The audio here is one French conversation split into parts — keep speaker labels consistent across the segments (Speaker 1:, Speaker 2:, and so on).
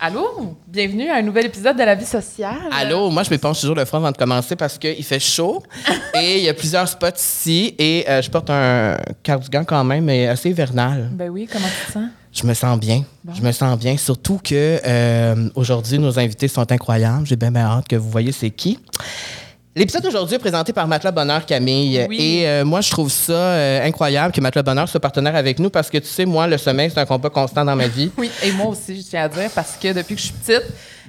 Speaker 1: Allô, bienvenue à un nouvel épisode de La vie sociale.
Speaker 2: Allô, moi je m'éponge toujours le front avant de commencer parce qu'il fait chaud et il y a plusieurs spots ici et euh, je porte un cardigan quand même, mais assez hivernal.
Speaker 1: Ben oui, comment tu te sens?
Speaker 2: Je me sens bien. Je me sens bien. Surtout que euh, aujourd'hui, nos invités sont incroyables. J'ai bien, bien hâte que vous voyez c'est qui. L'épisode d'aujourd'hui est présenté par Matelas Bonheur Camille.
Speaker 1: Oui.
Speaker 2: Et euh, moi, je trouve ça euh, incroyable que Matelas Bonheur soit partenaire avec nous parce que tu sais, moi, le sommeil, c'est un combat constant dans ma vie.
Speaker 1: Oui, et moi aussi, je tiens à dire, parce que depuis que je suis petite,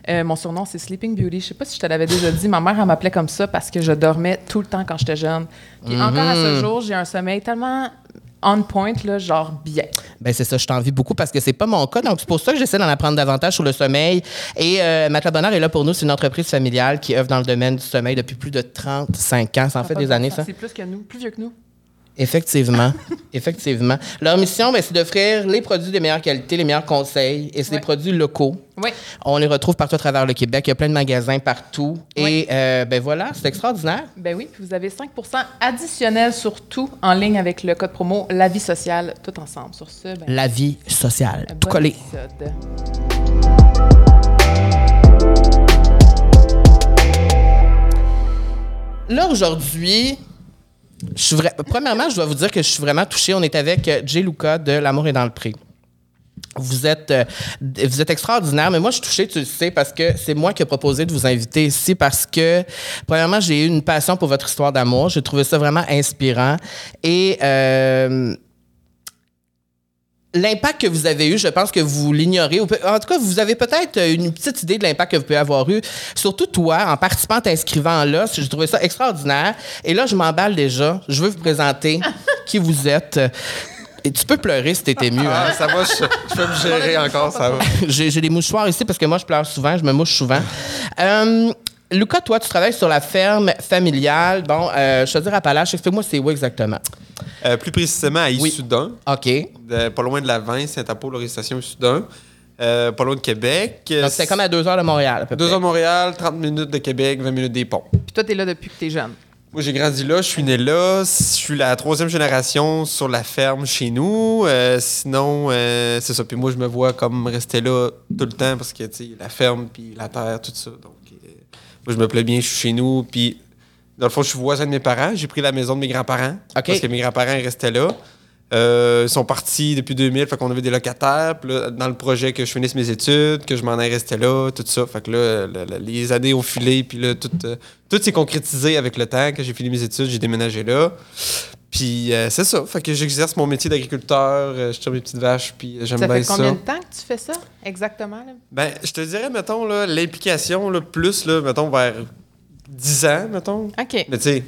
Speaker 1: euh, mon surnom, c'est Sleeping Beauty. Je sais pas si je te l'avais déjà dit, ma mère, elle m'appelait comme ça parce que je dormais tout le temps quand j'étais jeune. Puis
Speaker 2: Mm-hmm.
Speaker 1: encore à ce jour, j'ai un sommeil tellement on point, là, genre bien.
Speaker 2: Ben c'est ça, je t'envie beaucoup parce que c'est pas mon cas. Donc c'est pour ça que j'essaie d'en apprendre davantage sur le sommeil. Et euh, Matelas Bonheur est là pour nous, c'est une entreprise familiale qui œuvre dans le domaine du sommeil depuis plus de 35 ans. Ça en fait
Speaker 1: Pas
Speaker 2: des
Speaker 1: de
Speaker 2: années
Speaker 1: bon
Speaker 2: ça.
Speaker 1: sens. C'est plus que nous, plus vieux que nous.
Speaker 2: Effectivement, effectivement. Leur mission, ben, c'est d'offrir les produits de meilleure qualité, les meilleurs conseils, et c'est
Speaker 1: Ouais.
Speaker 2: des produits locaux.
Speaker 1: Oui.
Speaker 2: On les retrouve partout à travers le Québec. Il y a plein de magasins partout.
Speaker 1: Ouais.
Speaker 2: Et euh, ben voilà, c'est extraordinaire.
Speaker 1: Ben oui, puis vous avez 5 additionnel sur tout en ligne avec le code promo La vie sociale, tout ensemble. Sur ce, ben,
Speaker 2: La vie sociale, tout
Speaker 1: bon
Speaker 2: collé.
Speaker 1: épisode.
Speaker 2: Là, aujourd'hui, je suis vra- premièrement, je dois vous dire que je suis vraiment touchée. On est avec euh, Jay Luca de L'amour est dans le prix. Vous êtes, euh, d- vous êtes extraordinaire, mais moi, je suis touchée, tu le sais, parce que c'est moi qui ai proposé de vous inviter ici parce que, premièrement, j'ai eu une passion pour votre histoire d'amour. J'ai trouvé ça vraiment inspirant. Et euh, l'impact que vous avez eu, je pense que vous l'ignorez. ou peut- En tout cas, vous avez peut-être euh, une petite idée de l'impact que vous pouvez avoir eu. Surtout toi, en participant, t'inscrivant là, j'ai trouvé ça extraordinaire. Et là, je m'emballe déjà. Je veux vous présenter qui vous êtes. Et tu peux pleurer si t'étais mieux. hein.
Speaker 3: Ah, ça va, je, je peux me gérer encore, ça va.
Speaker 2: J'ai j'ai des mouchoirs ici parce que moi, je pleure souvent, je me mouche souvent. Euh, Lucas, toi, tu travailles sur la ferme familiale. Bon, euh, je te dire à Palache, explique-moi c'est où exactement.
Speaker 3: Euh, plus précisément à Issoudun,
Speaker 2: OK.
Speaker 3: de- pas loin de la 20, Saint-Apollon, l'orientation Issoudun, euh, pas loin de Québec.
Speaker 2: Donc, c'est comme à 2 heures de Montréal, à peu près.
Speaker 3: 2 heures de Montréal, 30 minutes de Québec, 20 minutes des ponts.
Speaker 1: Puis toi, t'es là depuis que t'es jeune.
Speaker 3: Moi, j'ai grandi là, je suis né là, je suis la troisième génération sur la ferme chez nous. Euh, sinon, euh, c'est ça. Puis moi, je me vois comme rester là tout le temps parce que, tu sais, la ferme, puis la terre, tout ça. Donc, euh, moi, je me plais bien, je suis chez nous. Puis, dans le fond, je suis voisin de mes parents. J'ai pris la maison de mes grands-parents
Speaker 2: OK.
Speaker 3: parce que mes grands-parents ils restaient là. Euh, ils sont partis depuis 2000, fait qu'on avait des locataires. Puis là, dans le projet que je finisse mes études, que je m'en ai resté là, tout ça. Fait que là, le- le- les années ont filé, puis là, tout, euh, tout s'est concrétisé avec le temps. Que j'ai fini mes études, j'ai déménagé là. Puis euh, c'est ça. Fait que j'exerce mon métier d'agriculteur, euh, je tire mes petites vaches, puis euh, j'aime
Speaker 1: Ça
Speaker 3: bien
Speaker 1: fait
Speaker 3: ça.
Speaker 1: combien de temps que tu fais ça exactement? là?
Speaker 3: Ben, je te dirais, mettons, là, l'implication, là, plus, là, mettons, vers 10 ans, mettons.
Speaker 1: OK.
Speaker 3: Mais tu sais,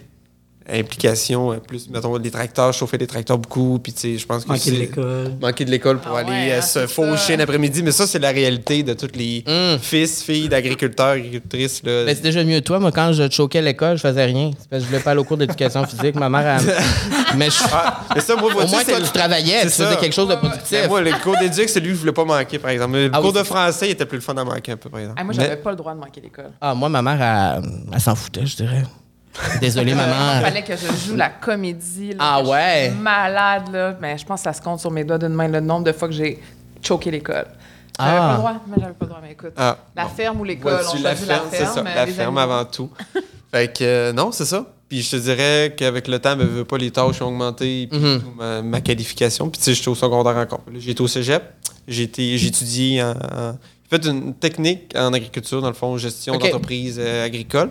Speaker 3: implication, euh, plus, mettons, les tracteurs, chauffer les tracteurs beaucoup, puis tu sais, je pense que
Speaker 4: Manquer de
Speaker 3: c'est-
Speaker 4: l'école.
Speaker 3: Manquer de l'école pour
Speaker 1: Ah
Speaker 3: aller
Speaker 1: ouais,
Speaker 3: euh,
Speaker 1: hein, c'est
Speaker 3: se faucher
Speaker 1: ça.
Speaker 3: l'après-midi, mais ça, c'est la réalité de tous les
Speaker 2: Hum.
Speaker 3: fils, filles d'agriculteurs, agricultrices, là.
Speaker 2: Ben, c'est déjà mieux toi. Moi, quand je choquais à l'école, je faisais rien. C'est parce que je voulais pas aller au cours d'éducation physique. Ma mère, elle- Mais je-
Speaker 3: Ah, mais ça, moi,
Speaker 2: au
Speaker 3: vois-tu,
Speaker 2: moins,
Speaker 3: c'est
Speaker 2: toi,
Speaker 3: le-
Speaker 2: tu travaillais. Tu
Speaker 3: c'est
Speaker 2: faisais
Speaker 3: ça.
Speaker 2: quelque chose de
Speaker 3: Ben,
Speaker 2: productif.
Speaker 3: moi, le cours d'éduc, c'est lui que je voulais pas manquer, par exemple. Mais Le
Speaker 2: Ah oui,
Speaker 3: cours de
Speaker 2: c'est-
Speaker 3: français, il était plus le fun à manquer un peu, par exemple.
Speaker 1: Ah, moi,
Speaker 3: Mais-
Speaker 1: j'avais pas le droit de manquer l'école.
Speaker 2: Ah, moi, ma mère, elle, elle s'en foutait, je dirais. Désolée,
Speaker 1: Il
Speaker 2: maman.
Speaker 1: fallait que je joue la comédie. là,
Speaker 2: Ah
Speaker 1: que je
Speaker 2: ouais?
Speaker 1: suis malade, là. Mais je pense que ça se compte sur mes doigts d'une main le nombre de fois que j'ai choqué l'école. J'avais
Speaker 2: Ah.
Speaker 1: pas le droit, mais j'avais pas le droit. Mais écoute,
Speaker 3: Ah,
Speaker 1: la
Speaker 3: bon.
Speaker 1: ferme ou l'école, on
Speaker 3: Vois-tu,
Speaker 1: choisit
Speaker 3: la ferme, c'est ça.
Speaker 1: euh,
Speaker 3: La
Speaker 1: les
Speaker 3: ferme
Speaker 1: animaux.
Speaker 3: avant tout. fait que euh, non, c'est ça. Puis je te dirais qu'avec le temps, ben, veux pas, les tâches ont augmenté, puis
Speaker 2: Mhm.
Speaker 3: tout, ma, ma qualification. Puis tu sais, j'étais au secondaire encore. Là, J'étais au cégep, j'ai été- j'ai étudié en, en- J'ai fait une technique en agriculture, dans le fond, gestion
Speaker 2: OK.
Speaker 3: d'entreprise euh, agricole.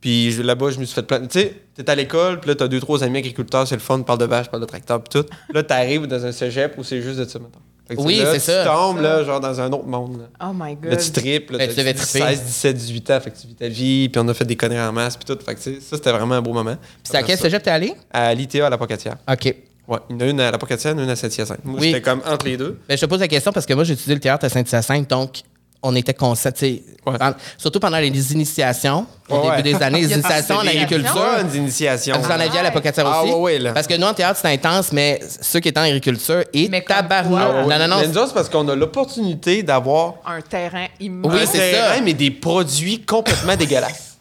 Speaker 3: Puis je- là-bas, je me suis fait plein. Tu sais, t'es à l'école, puis là, t'as deux, trois amis agriculteurs, c'est le fun, parle de vaches, parle de tracteurs, puis tout. Là, t'arrives dans un cégep où c'est juste de ça, maintenant.
Speaker 2: Oui, c'est ça.
Speaker 3: Tu tombes, là, genre, dans un autre monde. là.
Speaker 1: Oh my
Speaker 3: Là,
Speaker 1: God.
Speaker 3: tu tripes, là,
Speaker 2: Ben,
Speaker 3: t'as
Speaker 2: tu devais
Speaker 3: 10,
Speaker 2: triper.
Speaker 3: 16, 17, 18 ans, fait que tu vis ta vie, puis on a fait des conneries en masse, puis tout. Fait que, tu sais, ça, c'était vraiment un beau moment.
Speaker 2: C'est à
Speaker 3: Après
Speaker 2: quel
Speaker 3: ça,
Speaker 2: cégep t'es allé?
Speaker 3: À l'ITA à la Pocatière.
Speaker 2: OK.
Speaker 3: Ouais, il y en a une à la Pocatière, une à Saint-Hyacinthe. Moi,
Speaker 2: Oui.
Speaker 3: j'étais comme entre les deux.
Speaker 2: Ben, je te pose la question parce que moi, j'ai étudié le théâtre à Saint-Hyacinthe, donc on était conscients, tu sais,
Speaker 3: Ouais.
Speaker 2: pen- surtout pendant les initiations, au
Speaker 3: Ouais, ouais.
Speaker 2: début des années, les
Speaker 1: Il y a-
Speaker 2: initiations
Speaker 1: Ah,
Speaker 2: en
Speaker 1: c'est des
Speaker 2: agriculture.
Speaker 3: Bonnes initiations.
Speaker 2: Vous en aviez à la Pocatière
Speaker 3: Ah,
Speaker 2: aussi?
Speaker 3: ouais, ouais, là.
Speaker 2: Parce que nous, en théâtre, c'est intense, mais ceux qui étaient en agriculture et
Speaker 1: Mais comme
Speaker 2: tabarnak.
Speaker 1: toi.
Speaker 3: Ah, ouais,
Speaker 2: Non,
Speaker 3: ouais.
Speaker 2: non, non.
Speaker 3: Mais nous autres, c'est parce qu'on a l'opportunité d'avoir
Speaker 1: Un terrain immense.
Speaker 2: Oui,
Speaker 3: un
Speaker 2: c'est ça.
Speaker 3: terrain, mais des produits complètement dégueulasses.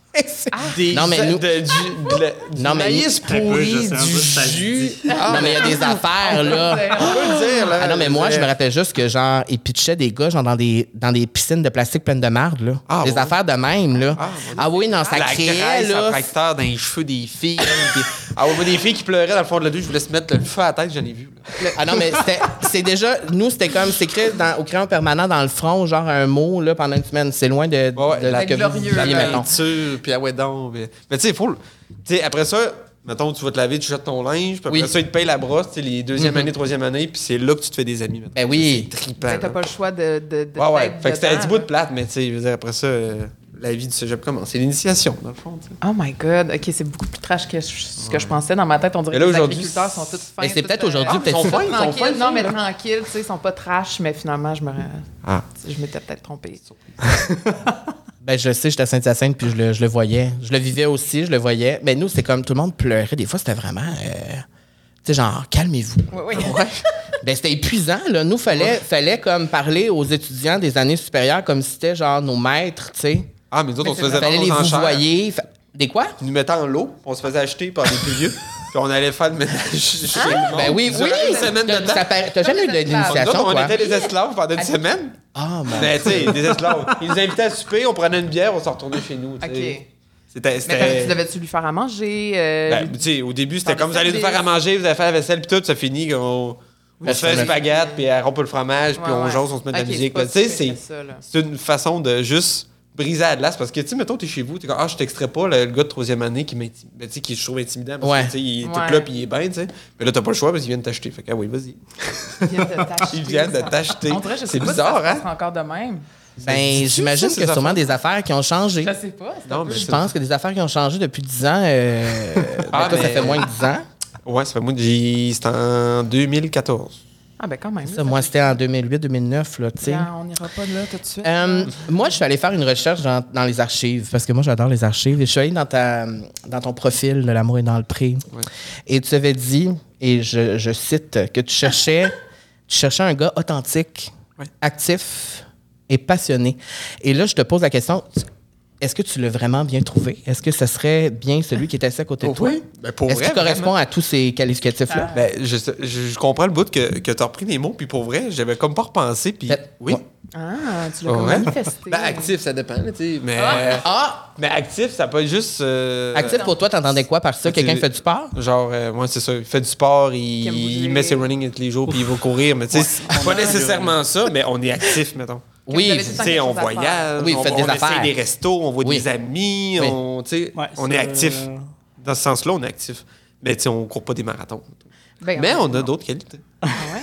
Speaker 3: Des
Speaker 2: Non, mais
Speaker 3: de-
Speaker 2: nous-
Speaker 3: de- du, de la- du
Speaker 2: Non, mais- Ah,
Speaker 3: maïs
Speaker 4: Un peu, je
Speaker 3: pourri,
Speaker 4: sais un peu
Speaker 3: du
Speaker 4: ce que ça
Speaker 3: jus.
Speaker 4: dit.
Speaker 2: non, mais il y a des affaires, là.
Speaker 3: On peut le dire, là.
Speaker 2: Ah non, mais moi, je me
Speaker 3: Mais-
Speaker 2: rappelle juste que, genre, ils pitchaient des gars, genre, dans des, dans des piscines de plastique pleines de marde, là.
Speaker 3: Ah,
Speaker 2: des
Speaker 3: ouais.
Speaker 2: affaires de même, là. Ah, oui, non, ça
Speaker 3: la
Speaker 2: créait,
Speaker 3: graisse en
Speaker 2: là.
Speaker 3: tracteur dans les cheveux des filles. des- Ah, on voit des filles qui pleuraient dans le fond de la douche. Je voulais se mettre le feu à la tête, j'en ai vu. là.
Speaker 2: Ah non, mais c'était- c'est déjà. Nous, c'était comme. C'est écrit dans- au crayon permanent dans le front, genre un mot, là, pendant une semaine. C'est loin de.
Speaker 3: Ouais, ouais,
Speaker 2: de
Speaker 3: la
Speaker 2: ce que vous
Speaker 1: glorieuse.
Speaker 2: viviez,
Speaker 1: La
Speaker 2: mettons.
Speaker 3: Peinture, puis ah ouais, donc. Mais, mais tu sais, il faut. le- Tu sais, après ça, mettons, tu vas te laver, tu jettes ton linge, puis après
Speaker 2: Oui. Mm-hmm.
Speaker 3: ça, ils te payent la brosse, tu sais, les deuxième années, troisième année, puis c'est là que tu te fais des amis. maintenant.
Speaker 2: Ben oui.
Speaker 3: C'est trippant.
Speaker 1: T'as
Speaker 3: là.
Speaker 1: pas le choix de. de, de
Speaker 3: Ouais, ouais.
Speaker 1: d'être
Speaker 3: Fait que c'était un
Speaker 1: dedans.
Speaker 3: petit bout de plate, mais tu sais, je veux dire, après ça, euh, la vie du cégep commence. C'est l'initiation, dans le fond, tu sais.
Speaker 1: Oh my God, ok, c'est beaucoup plus trash que je- ce que je pensais dans ma tête. On dirait
Speaker 3: Mais là,
Speaker 1: que les
Speaker 3: aujourd'hui,
Speaker 1: agriculteurs sont tous fins.
Speaker 2: Mais c'est
Speaker 1: tous,
Speaker 2: peut-être
Speaker 1: euh,
Speaker 2: aujourd'hui,
Speaker 1: ah,
Speaker 2: peut-être
Speaker 1: ils sont
Speaker 2: fins,
Speaker 1: tous
Speaker 3: ils sont fins,
Speaker 1: tranquilles.
Speaker 3: ils
Speaker 1: Non,
Speaker 3: sont
Speaker 1: mais tranquilles, tu sais, ils sont pas trash, mais finalement, je me.
Speaker 2: Ah.
Speaker 1: Je m'étais peut-être trompée.
Speaker 2: Ben, je sais, j'étais à Saint-Hyacinthe, puis je le, je le voyais. Je le vivais aussi, je le voyais. Mais nous, c'était comme tout le monde pleurait. Des fois, c'était vraiment. euh, tu sais, genre, calmez-vous.
Speaker 1: Oui, oui.
Speaker 2: Ben, c'était épuisant, là. Nous, fallait, fallait comme parler aux étudiants des années supérieures comme si c'était genre nos maîtres, tu sais.
Speaker 3: Ah, mais nous autres, on se faisait
Speaker 2: Fallait
Speaker 3: vendre
Speaker 2: les
Speaker 3: aux enchères.
Speaker 2: vouvoyer. Fa- Des quoi?
Speaker 3: Ils nous mettaient en l'eau, on se faisait acheter par des plus vieux, puis on allait faire le ménage chez
Speaker 1: Ah!
Speaker 3: le monde.
Speaker 2: Ben oui,
Speaker 3: Durant
Speaker 2: oui!
Speaker 3: Une semaine
Speaker 2: T'as-
Speaker 3: de temps.
Speaker 2: ça paraît- T'as jamais eu de-
Speaker 3: Nous autres,
Speaker 2: d'initiation,
Speaker 3: on
Speaker 2: toi?
Speaker 3: était des esclaves pendant une semaine.
Speaker 2: Ah, mon
Speaker 3: Ben, tu sais, des esclaves. Ils nous invitaient à souper, on prenait une bière, on s'en retournait chez nous. tu
Speaker 1: OK.
Speaker 3: sais. C'était.
Speaker 1: Mais
Speaker 3: c'était-
Speaker 1: tu devais-tu lui faire à manger? euh,
Speaker 3: Ben, tu sais, au début, c'était
Speaker 1: Dans
Speaker 3: comme
Speaker 1: le
Speaker 3: vous allez nous faire à
Speaker 1: service.
Speaker 3: manger, vous allez faire la vaisselle, puis tout, ça finit. On, on
Speaker 2: Ouais,
Speaker 3: se fait
Speaker 2: c'est
Speaker 3: une baguette, puis elle rompe le fromage, puis
Speaker 1: Ouais,
Speaker 3: on
Speaker 1: ouais.
Speaker 3: jase, on se met de la
Speaker 1: Ok,
Speaker 3: musique.
Speaker 1: c'est
Speaker 3: là.
Speaker 1: pas
Speaker 3: Tu sais,
Speaker 1: si pire
Speaker 3: c'est
Speaker 1: que ça, là.
Speaker 3: c'est une façon de juste briser la glace parce que, tu sais, mettons, t'es chez vous, t'es comme, ah, je t'extrais pas le, le gars de troisième année qui m'intimide, tu sais, qui je trouve intimidant parce
Speaker 2: Ouais.
Speaker 3: que, tu sais, il est
Speaker 1: Ouais.
Speaker 3: tout là, puis il est bien, tu sais. Mais là, t'as pas le choix parce qu'ils viennent t'acheter. Fait que, ah oui, vas-y.
Speaker 1: Ils viennent de t'acheter.
Speaker 3: Ils viennent de
Speaker 1: ça.
Speaker 3: t'acheter.
Speaker 1: On dirait, je sais
Speaker 3: C'est
Speaker 1: pas
Speaker 3: bizarre,
Speaker 1: si ça se
Speaker 3: hein?
Speaker 1: passe encore de même.
Speaker 2: Ben,
Speaker 3: C'est-
Speaker 2: j'imagine
Speaker 3: c'est
Speaker 2: que
Speaker 3: ça,
Speaker 2: sûrement des affaires qui ont changé.
Speaker 1: Je sais pas. c'est
Speaker 3: Non,
Speaker 1: un peu-
Speaker 3: mais
Speaker 2: Je
Speaker 3: c'est-
Speaker 2: pense que des affaires qui ont changé depuis 10 ans. euh, ben,
Speaker 3: Ah,
Speaker 2: toi, ça
Speaker 3: mais-
Speaker 2: fait moins de 10 ans.
Speaker 3: Ouais, ça fait moi, j'ai- c'était en 2014.
Speaker 1: Ah, ben quand même.
Speaker 2: Ça, moi, c'était en 2008-2009, là, tu sais.
Speaker 1: Bien, on n'ira pas là tout de suite.
Speaker 2: Euh, moi, je suis allée faire une recherche dans, dans les archives, parce que moi, j'adore les archives. Et je suis allée dans, ta, dans ton profil de L'amour est dans le pré. Et tu avais dit, et je, je cite, que tu cherchais, tu cherchais un gars authentique,
Speaker 3: Ouais.
Speaker 2: actif et passionné. Et là, je te pose la question, tu- est-ce que tu l'as vraiment bien trouvé? Est-ce que ce serait bien celui qui était assis à côté de toi?
Speaker 3: Oui, ben, pour
Speaker 2: Est-ce
Speaker 3: vrai,
Speaker 2: qu'il correspond à tous ces qualificatifs-là?
Speaker 3: Ben, je, sais- je- je comprends le bout que, que t'as repris mes mots, puis pour vrai, j'avais comme pas repensé, puis
Speaker 2: Fait-
Speaker 3: oui.
Speaker 2: Ben, Ouais.
Speaker 1: Ah, tu l'as
Speaker 3: Ouais.
Speaker 1: comme manifesté.
Speaker 3: Ben, actif, ça dépend, là, tu sais. Mais,
Speaker 2: Ah!
Speaker 3: mais actif, ça peut être juste. euh, ben,
Speaker 2: Actif pour toi, t'entendais quoi par ça?
Speaker 3: Actif-
Speaker 2: Quelqu'un qui fait du sport?
Speaker 3: Genre, euh, ouais, c'est ça, il fait du sport, il,
Speaker 1: Il aime
Speaker 3: il
Speaker 1: bouger.
Speaker 3: met ses running tous les jours, puis il va courir. Mais tu sais, c'est pas nécessairement ça, mais on est actif, mettons.
Speaker 1: vous
Speaker 2: Oui,
Speaker 1: avez tout
Speaker 3: Tu
Speaker 1: Tant
Speaker 3: sais,
Speaker 1: quelque
Speaker 3: on
Speaker 1: chose à faire.
Speaker 3: voyage,
Speaker 2: Oui,
Speaker 3: on,
Speaker 2: faites des
Speaker 3: on
Speaker 2: affaires.
Speaker 3: essaie des restos, on voit
Speaker 2: Oui.
Speaker 3: des amis,
Speaker 2: Oui.
Speaker 3: on, tu sais,
Speaker 4: Ouais,
Speaker 3: on
Speaker 4: c'est,
Speaker 3: est actif.
Speaker 4: euh,
Speaker 3: Dans ce sens-là, on est actif. Mais tu sais, on court pas des marathons.
Speaker 1: Ben,
Speaker 3: Mais on a d'autres qualités.
Speaker 1: Ah ouais?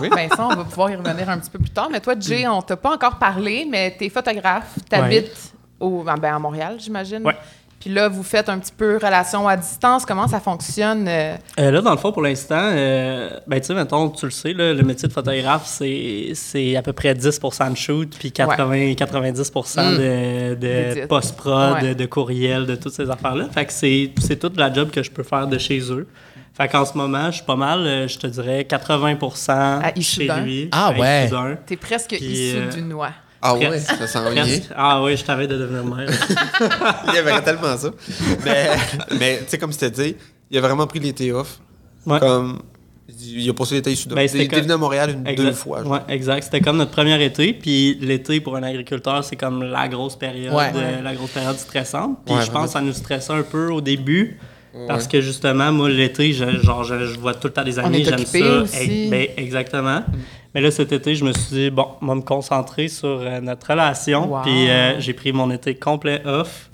Speaker 3: Oui.
Speaker 1: Ben ça, on va pouvoir y revenir un petit peu plus tard. Mais toi, Jay, on t'a pas encore parlé, mais t'es photographe, t'habites au, ben, ben, à Montréal, j'imagine.
Speaker 4: Ouais.
Speaker 1: Puis là, vous faites un petit peu relation à distance. Comment ça fonctionne? euh,
Speaker 4: Euh, là, dans le fond, pour l'instant, euh, ben, tu sais, mettons, tu le sais, là, le métier de photographe, c'est c'est à peu près 10 de shoot, puis 80, 90 de, de
Speaker 1: D'édite.
Speaker 4: post-prod,
Speaker 1: Mm. Ouais.
Speaker 4: de, de courriel, de toutes ces affaires-là. Fait que c'est c'est toute la job que je peux faire de chez eux. Fait qu'en ce moment, je suis pas mal, euh, je te dirais, 80 chez
Speaker 1: Issoudun.
Speaker 4: lui.
Speaker 2: Ah
Speaker 4: à
Speaker 2: ouais.
Speaker 4: Issoudun.
Speaker 1: T'es presque
Speaker 4: Puis,
Speaker 1: issu
Speaker 4: euh,
Speaker 1: du noix.
Speaker 3: Ah
Speaker 4: ouais,
Speaker 3: ça sent
Speaker 4: Presque. Ah oui, je t'avais de devenir maire.
Speaker 3: Il y avait tellement ça. Mais, mais tu sais, comme je t'ai dit, il a vraiment pris l'été off.
Speaker 4: Ouais.
Speaker 3: Comme, il a passé l'été sud
Speaker 4: Ben,
Speaker 3: Il
Speaker 4: c'était
Speaker 3: est
Speaker 4: comme-
Speaker 3: venu à Montréal une,
Speaker 4: Exact.
Speaker 3: deux fois. genre.
Speaker 4: Ouais, exact. C'était comme notre premier été. Puis l'été, pour un agriculteur, c'est comme la grosse période,
Speaker 2: Ouais.
Speaker 4: euh, la grosse période stressante. Puis
Speaker 3: Ouais,
Speaker 4: je
Speaker 3: vraiment.
Speaker 4: pense que ça nous stressait un peu au début. Parce que justement, moi, l'été, je, genre, je, je vois tout le temps des amis,
Speaker 1: est
Speaker 4: j'aime
Speaker 1: occupé
Speaker 4: ça.
Speaker 1: aussi. Mm.
Speaker 4: Eh, ben, exactement. Mais là, cet été, je me suis dit, bon, on va me concentrer sur euh, notre relation.
Speaker 1: Wow.
Speaker 4: Puis euh, j'ai pris mon été complet off.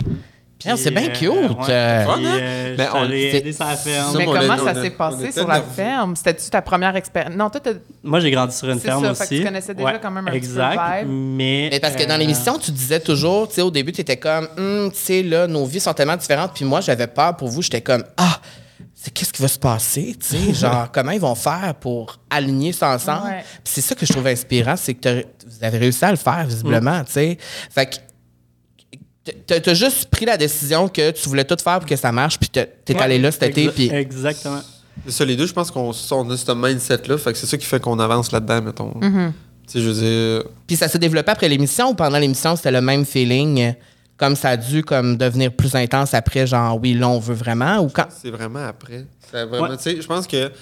Speaker 1: Ah,
Speaker 2: Merde, c'est bien cute.
Speaker 4: euh,
Speaker 3: Fun,
Speaker 4: puis,
Speaker 3: hein?
Speaker 4: euh,
Speaker 3: Ben,
Speaker 4: je suis
Speaker 3: on-
Speaker 4: allé
Speaker 2: c'est-
Speaker 4: aider sa ferme.
Speaker 3: Ça,
Speaker 1: mais
Speaker 3: on
Speaker 1: comment
Speaker 3: est-
Speaker 1: ça
Speaker 3: on est-
Speaker 1: s'est
Speaker 3: on
Speaker 1: passé
Speaker 3: est
Speaker 1: sur la
Speaker 3: énervé.
Speaker 1: ferme? C'était-tu ta première expérience? Non, toi, t'as-
Speaker 4: Moi, j'ai grandi sur une
Speaker 1: C'est
Speaker 4: ferme
Speaker 1: ça,
Speaker 4: aussi.
Speaker 1: fait que tu connaissais déjà quand même un petit peu le
Speaker 4: exact,
Speaker 1: vibe.
Speaker 4: Mais,
Speaker 2: Mais parce que dans
Speaker 4: euh,
Speaker 2: l'émission, tu disais toujours, tu sais, au début, tu étais comme, Hum, tu sais, là, nos vies sont tellement différentes. Puis moi, j'avais peur pour vous. J'étais comme, ah, c'est qu'est-ce qui va se passer, tu sais, genre, comment ils vont faire pour aligner ça ensemble.
Speaker 1: Ouais.
Speaker 2: Puis c'est ça que je trouve inspirant, c'est que t'as- vous avez réussi à le faire, visiblement, tu sais. Fait que t'as- t'as juste pris la décision que tu voulais tout faire pour que ça marche, puis t'es t'es allé là cet été,
Speaker 4: Exa-
Speaker 2: puis
Speaker 4: Exactement.
Speaker 3: C'est ça, les deux, je pense qu'on on a ce mindset-là. Fait que c'est ça qui fait qu'on avance là-dedans, mettons.
Speaker 2: Mm-hmm.
Speaker 3: Tu sais, je veux dire.
Speaker 2: puis ça s'est développé après l'émission ou pendant l'émission, c'était le même feeling. comme ça a dû comme devenir plus intense après, genre oui, là on veut vraiment ou quand.
Speaker 3: C'est vraiment après. Ça a vraiment-
Speaker 4: Ouais.
Speaker 3: tu sais, Je pense que tu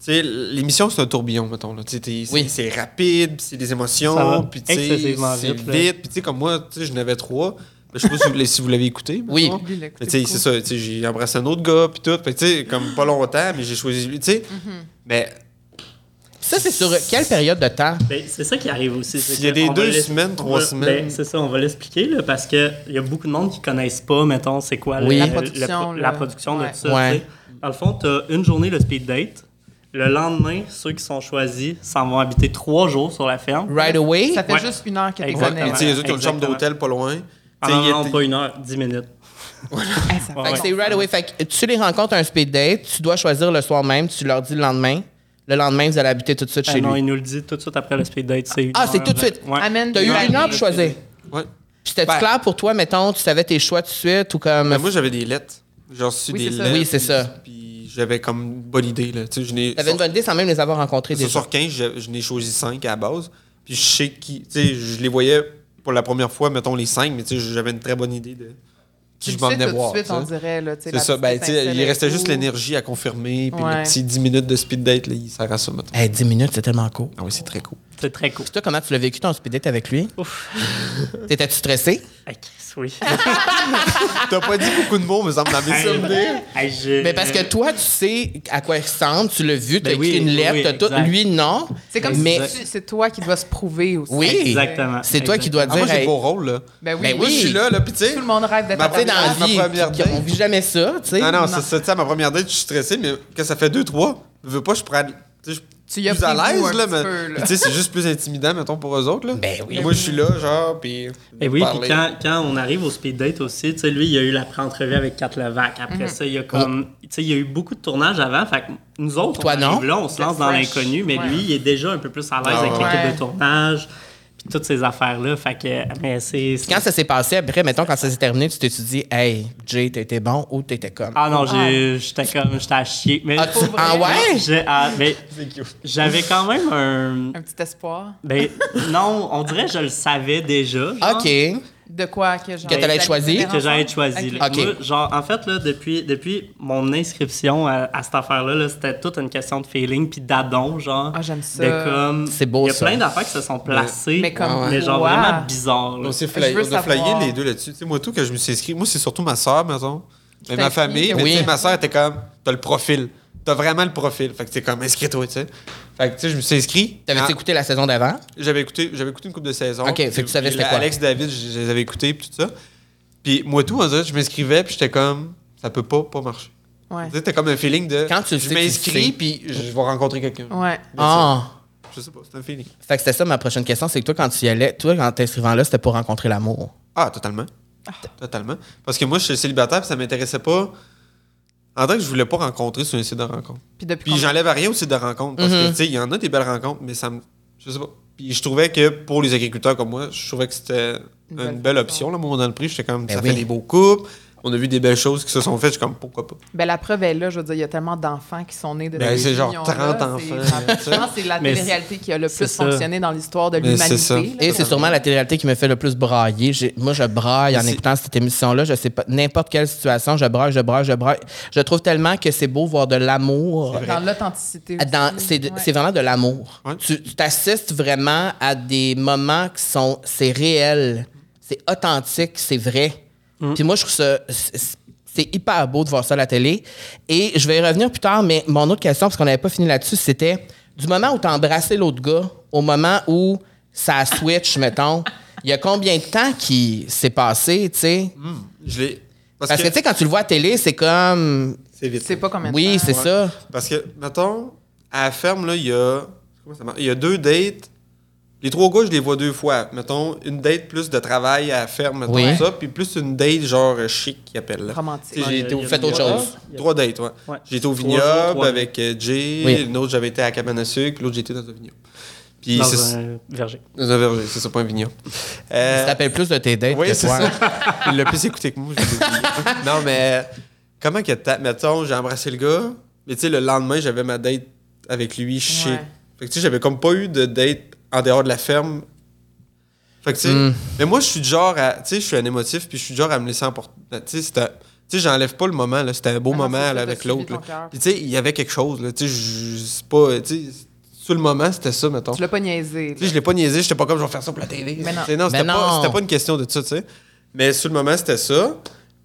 Speaker 3: sais, l'émission, c'est un tourbillon, mettons. là. Tu sais, t'es- C'est
Speaker 2: Oui.
Speaker 3: c'est rapide, puis c'est des
Speaker 4: Ça va
Speaker 3: émotions, puis tu sais,
Speaker 4: excessivement
Speaker 3: c'est
Speaker 4: vite,
Speaker 3: vite.
Speaker 4: là.
Speaker 3: Puis tu sais, comme moi, tu sais, je n'avais trois. Ben, Je sais pas si vous l'avez- si vous l'avez écouté.
Speaker 2: Oui.
Speaker 3: mettons.
Speaker 1: Lui, il l'a écouté
Speaker 3: Mais tu sais,
Speaker 1: beaucoup.
Speaker 3: c'est ça. tu sais, J'ai embrassé un autre gars, puis tout. Fait que, tu sais, comme pas longtemps, mais j'ai choisi lui. tu sais.
Speaker 2: Mm-hmm.
Speaker 3: Ben, Mais
Speaker 2: Ça c'est sur quelle période de temps
Speaker 4: Ben, c'est ça qui arrive aussi. c'est
Speaker 3: Il y a
Speaker 4: que
Speaker 3: des
Speaker 4: on va
Speaker 3: deux
Speaker 4: l'es-
Speaker 3: semaines,
Speaker 4: on
Speaker 3: trois
Speaker 4: va-
Speaker 3: semaines.
Speaker 4: ben, c'est ça, on va l'expliquer là, parce qu'il y a beaucoup de monde qui ne connaissent pas, mettons, c'est quoi le-
Speaker 2: Oui.
Speaker 4: le-
Speaker 2: La
Speaker 4: le-
Speaker 1: production,
Speaker 4: la
Speaker 1: là.
Speaker 4: production de
Speaker 1: Ouais.
Speaker 4: tout ça.
Speaker 2: Ouais.
Speaker 4: tu sais. Dans le fond, tu as une journée le speed date. Le lendemain, ceux qui sont choisis s'en vont habiter trois jours sur la ferme.
Speaker 2: Right away.
Speaker 1: Ça fait
Speaker 4: Ouais.
Speaker 1: juste une heure qu'elle est
Speaker 3: ouais,
Speaker 4: Exactement.
Speaker 3: mais tu sais, les autres, ils ont une chambre
Speaker 4: Exactement.
Speaker 3: d'hôtel pas loin. Tu sais,
Speaker 4: Ah non,
Speaker 3: il y a-
Speaker 4: non, pas une heure, dix minutes.
Speaker 1: Hey, Ah, ça fait
Speaker 2: Fait que
Speaker 4: Ouais.
Speaker 2: c'est right away. Fait que tu les rencontres à un speed date, tu dois choisir le soir même, tu leur dis le lendemain. Le lendemain, vous allez habiter tout de suite
Speaker 4: Ah
Speaker 2: chez
Speaker 4: non,
Speaker 2: lui.
Speaker 4: il nous le dit tout de suite après le speed date. c'est une
Speaker 2: Ah, c'est
Speaker 4: heure,
Speaker 2: tout de
Speaker 4: là.
Speaker 2: suite.
Speaker 4: Ouais.
Speaker 1: Amène
Speaker 2: T'as eu
Speaker 1: Ouais.
Speaker 2: une heure pour choisir.
Speaker 3: Ouais.
Speaker 2: Puis c'était
Speaker 3: Ben-
Speaker 2: clair pour toi, mettons, tu savais tes choix tout de suite ou comme.
Speaker 3: Ben, moi, j'avais des lettres. J'ai reçu
Speaker 1: Oui,
Speaker 3: des
Speaker 1: c'est ça.
Speaker 3: lettres.
Speaker 2: Oui, c'est
Speaker 3: puis-
Speaker 2: ça.
Speaker 3: Puis j'avais comme une bonne idée. Là. Tu sais, je n'ai-
Speaker 2: T'avais une bonne idée sans même les avoir rencontrés
Speaker 3: Sur-
Speaker 2: déjà.
Speaker 3: Sur 15, je, je n'ai choisi 5 à la base. Puis je sais qui. Tu sais, je les voyais pour la première fois, mettons les 5, mais tu sais, j'avais une très bonne idée de
Speaker 1: Tu
Speaker 3: qui
Speaker 1: le
Speaker 3: je
Speaker 1: sais
Speaker 3: m'emmenais
Speaker 1: tout de
Speaker 3: voir.
Speaker 1: suite,
Speaker 3: tu sais.
Speaker 1: on dirait, là, tu sais,
Speaker 3: C'est
Speaker 1: la
Speaker 3: ça. Ben,
Speaker 1: petite
Speaker 3: tu sais, il
Speaker 1: étincelle
Speaker 3: restait juste
Speaker 1: où.
Speaker 3: l'énergie à confirmer. Puis
Speaker 1: Ouais.
Speaker 3: les petits 10 minutes de speed date, là, il sert à ça, mettons.
Speaker 2: Hey, 10 minutes, c'est tellement cool.
Speaker 3: Ah oui, c'est très cool.
Speaker 4: C'est très cool.
Speaker 2: Puis toi, comment tu l'as vécu ton speed date avec lui?
Speaker 4: Ouf.
Speaker 2: T'étais-tu stressé?
Speaker 4: Ah, Chris, oui.
Speaker 3: T'as pas dit beaucoup de mots, mais ça me l'a mis sur le nez.
Speaker 4: Hey, je-
Speaker 2: Mais parce que toi, tu sais à quoi il ressemble, tu l'as vu, t'as
Speaker 4: Ben oui,
Speaker 2: écrit une
Speaker 4: oui,
Speaker 2: lettre,
Speaker 4: oui,
Speaker 2: t'as tout.
Speaker 4: exact.
Speaker 2: Lui, non.
Speaker 1: C'est comme
Speaker 2: mais
Speaker 1: si tu- c'est toi qui dois se prouver aussi.
Speaker 2: Oui.
Speaker 4: Exactement.
Speaker 2: c'est toi qui dois
Speaker 3: Ah,
Speaker 2: dire.
Speaker 3: moi, j'ai
Speaker 2: hey,
Speaker 3: le beau rôle, là.
Speaker 1: Ben oui.
Speaker 2: Ben
Speaker 3: Moi, je
Speaker 2: oui.
Speaker 3: suis là, là, puis tu sais.
Speaker 1: Tout le monde rêve d'être
Speaker 3: Ma
Speaker 1: à
Speaker 2: tu sais, dans la
Speaker 3: Ah, Ma
Speaker 2: vie,
Speaker 3: première
Speaker 2: qui- qui- on
Speaker 3: date. Ah,
Speaker 2: vit jamais ça, tu sais.
Speaker 3: Non, non, c'est
Speaker 1: Non.
Speaker 3: ça. Tu sais, à ma première date, je suis stressé, mais quand ça fait 2-3, je veux pas, je prends. Tu sais, je
Speaker 1: Tu
Speaker 3: suis
Speaker 1: y as
Speaker 3: plus à
Speaker 1: pris goût
Speaker 3: l'aise,
Speaker 1: un
Speaker 3: là,
Speaker 1: petit
Speaker 3: mais.
Speaker 1: peu, là.
Speaker 3: puis tu sais, c'est juste plus intimidant, mettons, pour eux autres, là.
Speaker 2: Ben oui.
Speaker 3: Moi, je suis là, genre, puis.
Speaker 4: Et Eh oui,
Speaker 3: parler.
Speaker 4: puis quand, quand on arrive au speed date aussi, tu sais, lui, il y a eu la pré-entrevue avec Kat Levac. Après ça, il y a comme, tu sais, il y a eu beaucoup de tournages avant. Fait que nous autres,
Speaker 2: Toi,
Speaker 4: on
Speaker 2: non?
Speaker 4: arrive là, on se lance
Speaker 1: T'es
Speaker 4: dans
Speaker 1: fresh.
Speaker 4: l'inconnu, mais
Speaker 1: Ouais.
Speaker 4: lui, il est déjà un peu plus à l'aise
Speaker 3: Ah
Speaker 4: avec
Speaker 3: ouais.
Speaker 4: l'équipe
Speaker 1: Ouais.
Speaker 4: de tournage, puis toutes ces affaires-là. Fait que, mais c'est... c'est-
Speaker 2: Quand ça s'est passé, après, mettons, quand ça s'est terminé, tu t'es dit, hey, Jay, t'étais bon ou t'étais comme.
Speaker 4: Ah non, j'ai- j'étais comme, j'étais à chier. Mais
Speaker 2: Ah, tu-
Speaker 1: Pour vrai.
Speaker 2: ah ouais?
Speaker 4: J'ai- ah, mais j'avais quand même un...
Speaker 1: Un petit espoir.
Speaker 4: Ben, non, on dirait que je le savais déjà.
Speaker 3: Ah.
Speaker 4: genre.
Speaker 2: OK.
Speaker 1: De quoi que genre.
Speaker 2: Que t'allais être choisi?
Speaker 4: que j'allais être choisi. là.
Speaker 2: Ok.
Speaker 4: Moi, genre, en fait, là, depuis, depuis mon inscription à, à cette affaire-là, là, c'était toute une question de feeling puis d'adon, genre.
Speaker 1: Ah, j'aime ça.
Speaker 4: de comme-
Speaker 2: C'est beau,
Speaker 4: Il y a
Speaker 2: ça.
Speaker 4: plein d'affaires qui se sont placées,
Speaker 1: Mais comme
Speaker 4: mais genre
Speaker 1: quoi?
Speaker 4: vraiment bizarres. là.
Speaker 3: On s'est
Speaker 1: Je
Speaker 3: flyé,
Speaker 1: veux
Speaker 3: on a flyé
Speaker 1: savoir.
Speaker 3: les deux là-dessus. Tu sais, moi, tout, quand je me suis inscrit, moi, c'est surtout ma soeur, mettons.
Speaker 1: t'a
Speaker 3: Mais ma
Speaker 1: inscrit,
Speaker 3: famille, mais
Speaker 2: oui.
Speaker 3: tu sais, ma soeur était comme, t'as le profil. T'as vraiment le profil. Fait que t'es comme, inscris-toi, tu sais. Fait que, tu sais, je me suis inscrit.
Speaker 2: T'avais-tu
Speaker 3: Ah,
Speaker 2: écouté la saison d'avant?
Speaker 3: J'avais écouté, j'avais écouté une couple de saisons.
Speaker 2: Ok, fait que tu savais
Speaker 3: Puis
Speaker 2: c'était
Speaker 3: la-
Speaker 2: quoi.
Speaker 3: Alex David, je, je les avais écoutés, puis tout ça. Puis moi, tout, on dirait, je m'inscrivais, puis j'étais comme, ça peut pas, pas marcher.
Speaker 1: Ouais.
Speaker 3: Tu sais, t'as comme un feeling de.
Speaker 2: Quand tu le sais, tu
Speaker 3: Je
Speaker 2: le sais.
Speaker 3: m'inscris, puis je je vais rencontrer quelqu'un.
Speaker 1: Ouais.
Speaker 3: That's
Speaker 2: Ah!
Speaker 3: it. Je sais pas, c'est un feeling.
Speaker 2: Fait que c'était ça ma prochaine question, c'est que toi, quand tu y allais, toi, quand t'inscrivant là, c'était pour rencontrer l'amour.
Speaker 3: Ah, totalement. Totalement. Parce que moi, je suis célibataire, puis ça m'intéressait pas. En tant que je voulais pas rencontrer sur un site de rencontre.
Speaker 1: Puis depuis.
Speaker 3: Puis
Speaker 1: combien-
Speaker 3: j'enlève à rien au site de rencontre. Parce
Speaker 1: Mhm.
Speaker 3: que, tu sais, il y en a des belles rencontres, mais ça me. Je sais pas. Puis je trouvais que pour les agriculteurs comme moi, je trouvais que c'était une,
Speaker 1: belle
Speaker 3: belle option, là, moi, dans le prix. J'étais comme,
Speaker 2: Ben
Speaker 3: ça
Speaker 2: oui.
Speaker 3: fait des beaux couples. On a vu des belles choses qui se sont faites. Je suis comme, pourquoi pas?
Speaker 1: Ben, la preuve est là, je veux dire, il y a tellement d'enfants qui sont nés de
Speaker 3: Ben,
Speaker 1: ces
Speaker 3: c'est genre
Speaker 1: unions-là,
Speaker 3: 30
Speaker 1: c'est-
Speaker 3: enfants,
Speaker 1: Je pense que c'est la
Speaker 4: Mais
Speaker 1: télé-réalité qui a le
Speaker 4: c'est
Speaker 1: plus
Speaker 4: ça.
Speaker 1: fonctionné dans l'histoire de
Speaker 3: Mais
Speaker 1: l'humanité.
Speaker 3: c'est ça.
Speaker 1: là.
Speaker 2: Et c'est sûrement la télé-réalité qui me fait le plus brailler. J'ai- moi, je braille en
Speaker 3: C'est-
Speaker 2: écoutant cette émission-là. Je sais pas, n'importe quelle situation, je braille, je braille, je braille. Je trouve tellement que c'est beau voir de l'amour.
Speaker 1: Dans l'authenticité.
Speaker 3: Ah,
Speaker 1: aussi.
Speaker 2: Ah, Dans- C'est de-
Speaker 1: Ouais.
Speaker 2: c'est vraiment de l'amour.
Speaker 3: Ouais.
Speaker 2: Tu tu t'assistes vraiment à des moments qui sont. C'est réel, c'est authentique, c'est vrai.
Speaker 3: Mm.
Speaker 2: Puis moi, je trouve ça. c'est- C'est hyper beau de voir ça à la télé. Et je vais y revenir plus tard, mais mon autre question, parce qu'on n'avait pas fini là-dessus, c'était du moment où tu embrassé l'autre gars au moment où ça switch, mettons, il y a combien de temps qui s'est passé, tu sais?
Speaker 3: Mm. Je l'ai. Parce,
Speaker 2: Parce que,
Speaker 3: que,
Speaker 2: tu sais, quand tu le vois à télé, c'est comme.
Speaker 3: c'est vite.
Speaker 1: C'est pas combien de
Speaker 2: Oui,
Speaker 1: temps.
Speaker 2: c'est ça.
Speaker 3: Parce que, mettons, à la ferme, là, il y a. Comment ça marche? Il y a deux dates. Les trois gars, je les vois deux fois. Mettons, une date plus de travail à la ferme, mettons
Speaker 2: Oui.
Speaker 3: ça, puis plus une date genre euh, chic qui appelle. là.
Speaker 1: Romantique.
Speaker 3: Tu sais, j'ai
Speaker 4: Ouais,
Speaker 3: été au
Speaker 4: il y a-
Speaker 2: Faites autre
Speaker 4: il y a-
Speaker 2: chose.
Speaker 4: il y a-
Speaker 3: Trois dates, ouais.
Speaker 4: Ouais.
Speaker 3: J'ai été au
Speaker 4: Trois
Speaker 3: vignoble
Speaker 4: jours, trois
Speaker 3: avec euh, Jay,
Speaker 2: Oui.
Speaker 3: une autre, j'avais été à Cabane à sucre, puis l'autre, j'étais dans un vignoble. Puis
Speaker 4: Dans
Speaker 3: c'est Ah,
Speaker 4: un verger.
Speaker 3: dans un verger, c'est ça, pas un vignoble.
Speaker 2: Tu
Speaker 3: Euh,
Speaker 2: t'appelles plus de tes dates
Speaker 3: oui,
Speaker 2: que
Speaker 3: c'est
Speaker 2: toi.
Speaker 3: ça. Il l'a plus écouté que moi. je l'ai oublié. non, mais comment que t'as. Mettons, j'ai embrassé le gars, mais tu sais, le lendemain, j'avais ma date avec lui chic.
Speaker 1: Ouais.
Speaker 3: Fait que tu sais, j'avais comme pas eu de date en dehors de la ferme. Fait que, tu sais, mais moi, je suis du genre à, tu sais, je suis un émotif, puis je suis du genre à me laisser emporter. Tu sais, c'était- tu sais, j'enlève pas le moment, là. C'était un beau
Speaker 1: Ah non,
Speaker 3: moment,
Speaker 1: c'est ça,
Speaker 3: là,
Speaker 1: t'as
Speaker 3: avec
Speaker 1: suivi
Speaker 3: l'autre,
Speaker 1: ton
Speaker 3: là.
Speaker 1: cœur.
Speaker 3: Puis, tu sais, il y avait quelque chose, là. Tu sais, je- c'est pas, tu sais, sur le moment, c'était ça, mettons.
Speaker 1: Tu l'as pas niaisé.
Speaker 3: Tu sais, je l'ai pas niaisé, j'étais pas comme je vais faire ça pour la télé.
Speaker 1: Mais non.
Speaker 3: Tu sais, non, c'était
Speaker 2: Mais
Speaker 3: pas,
Speaker 2: non.
Speaker 3: c'était pas une question de ça, tu sais. Mais sur le moment, c'était ça.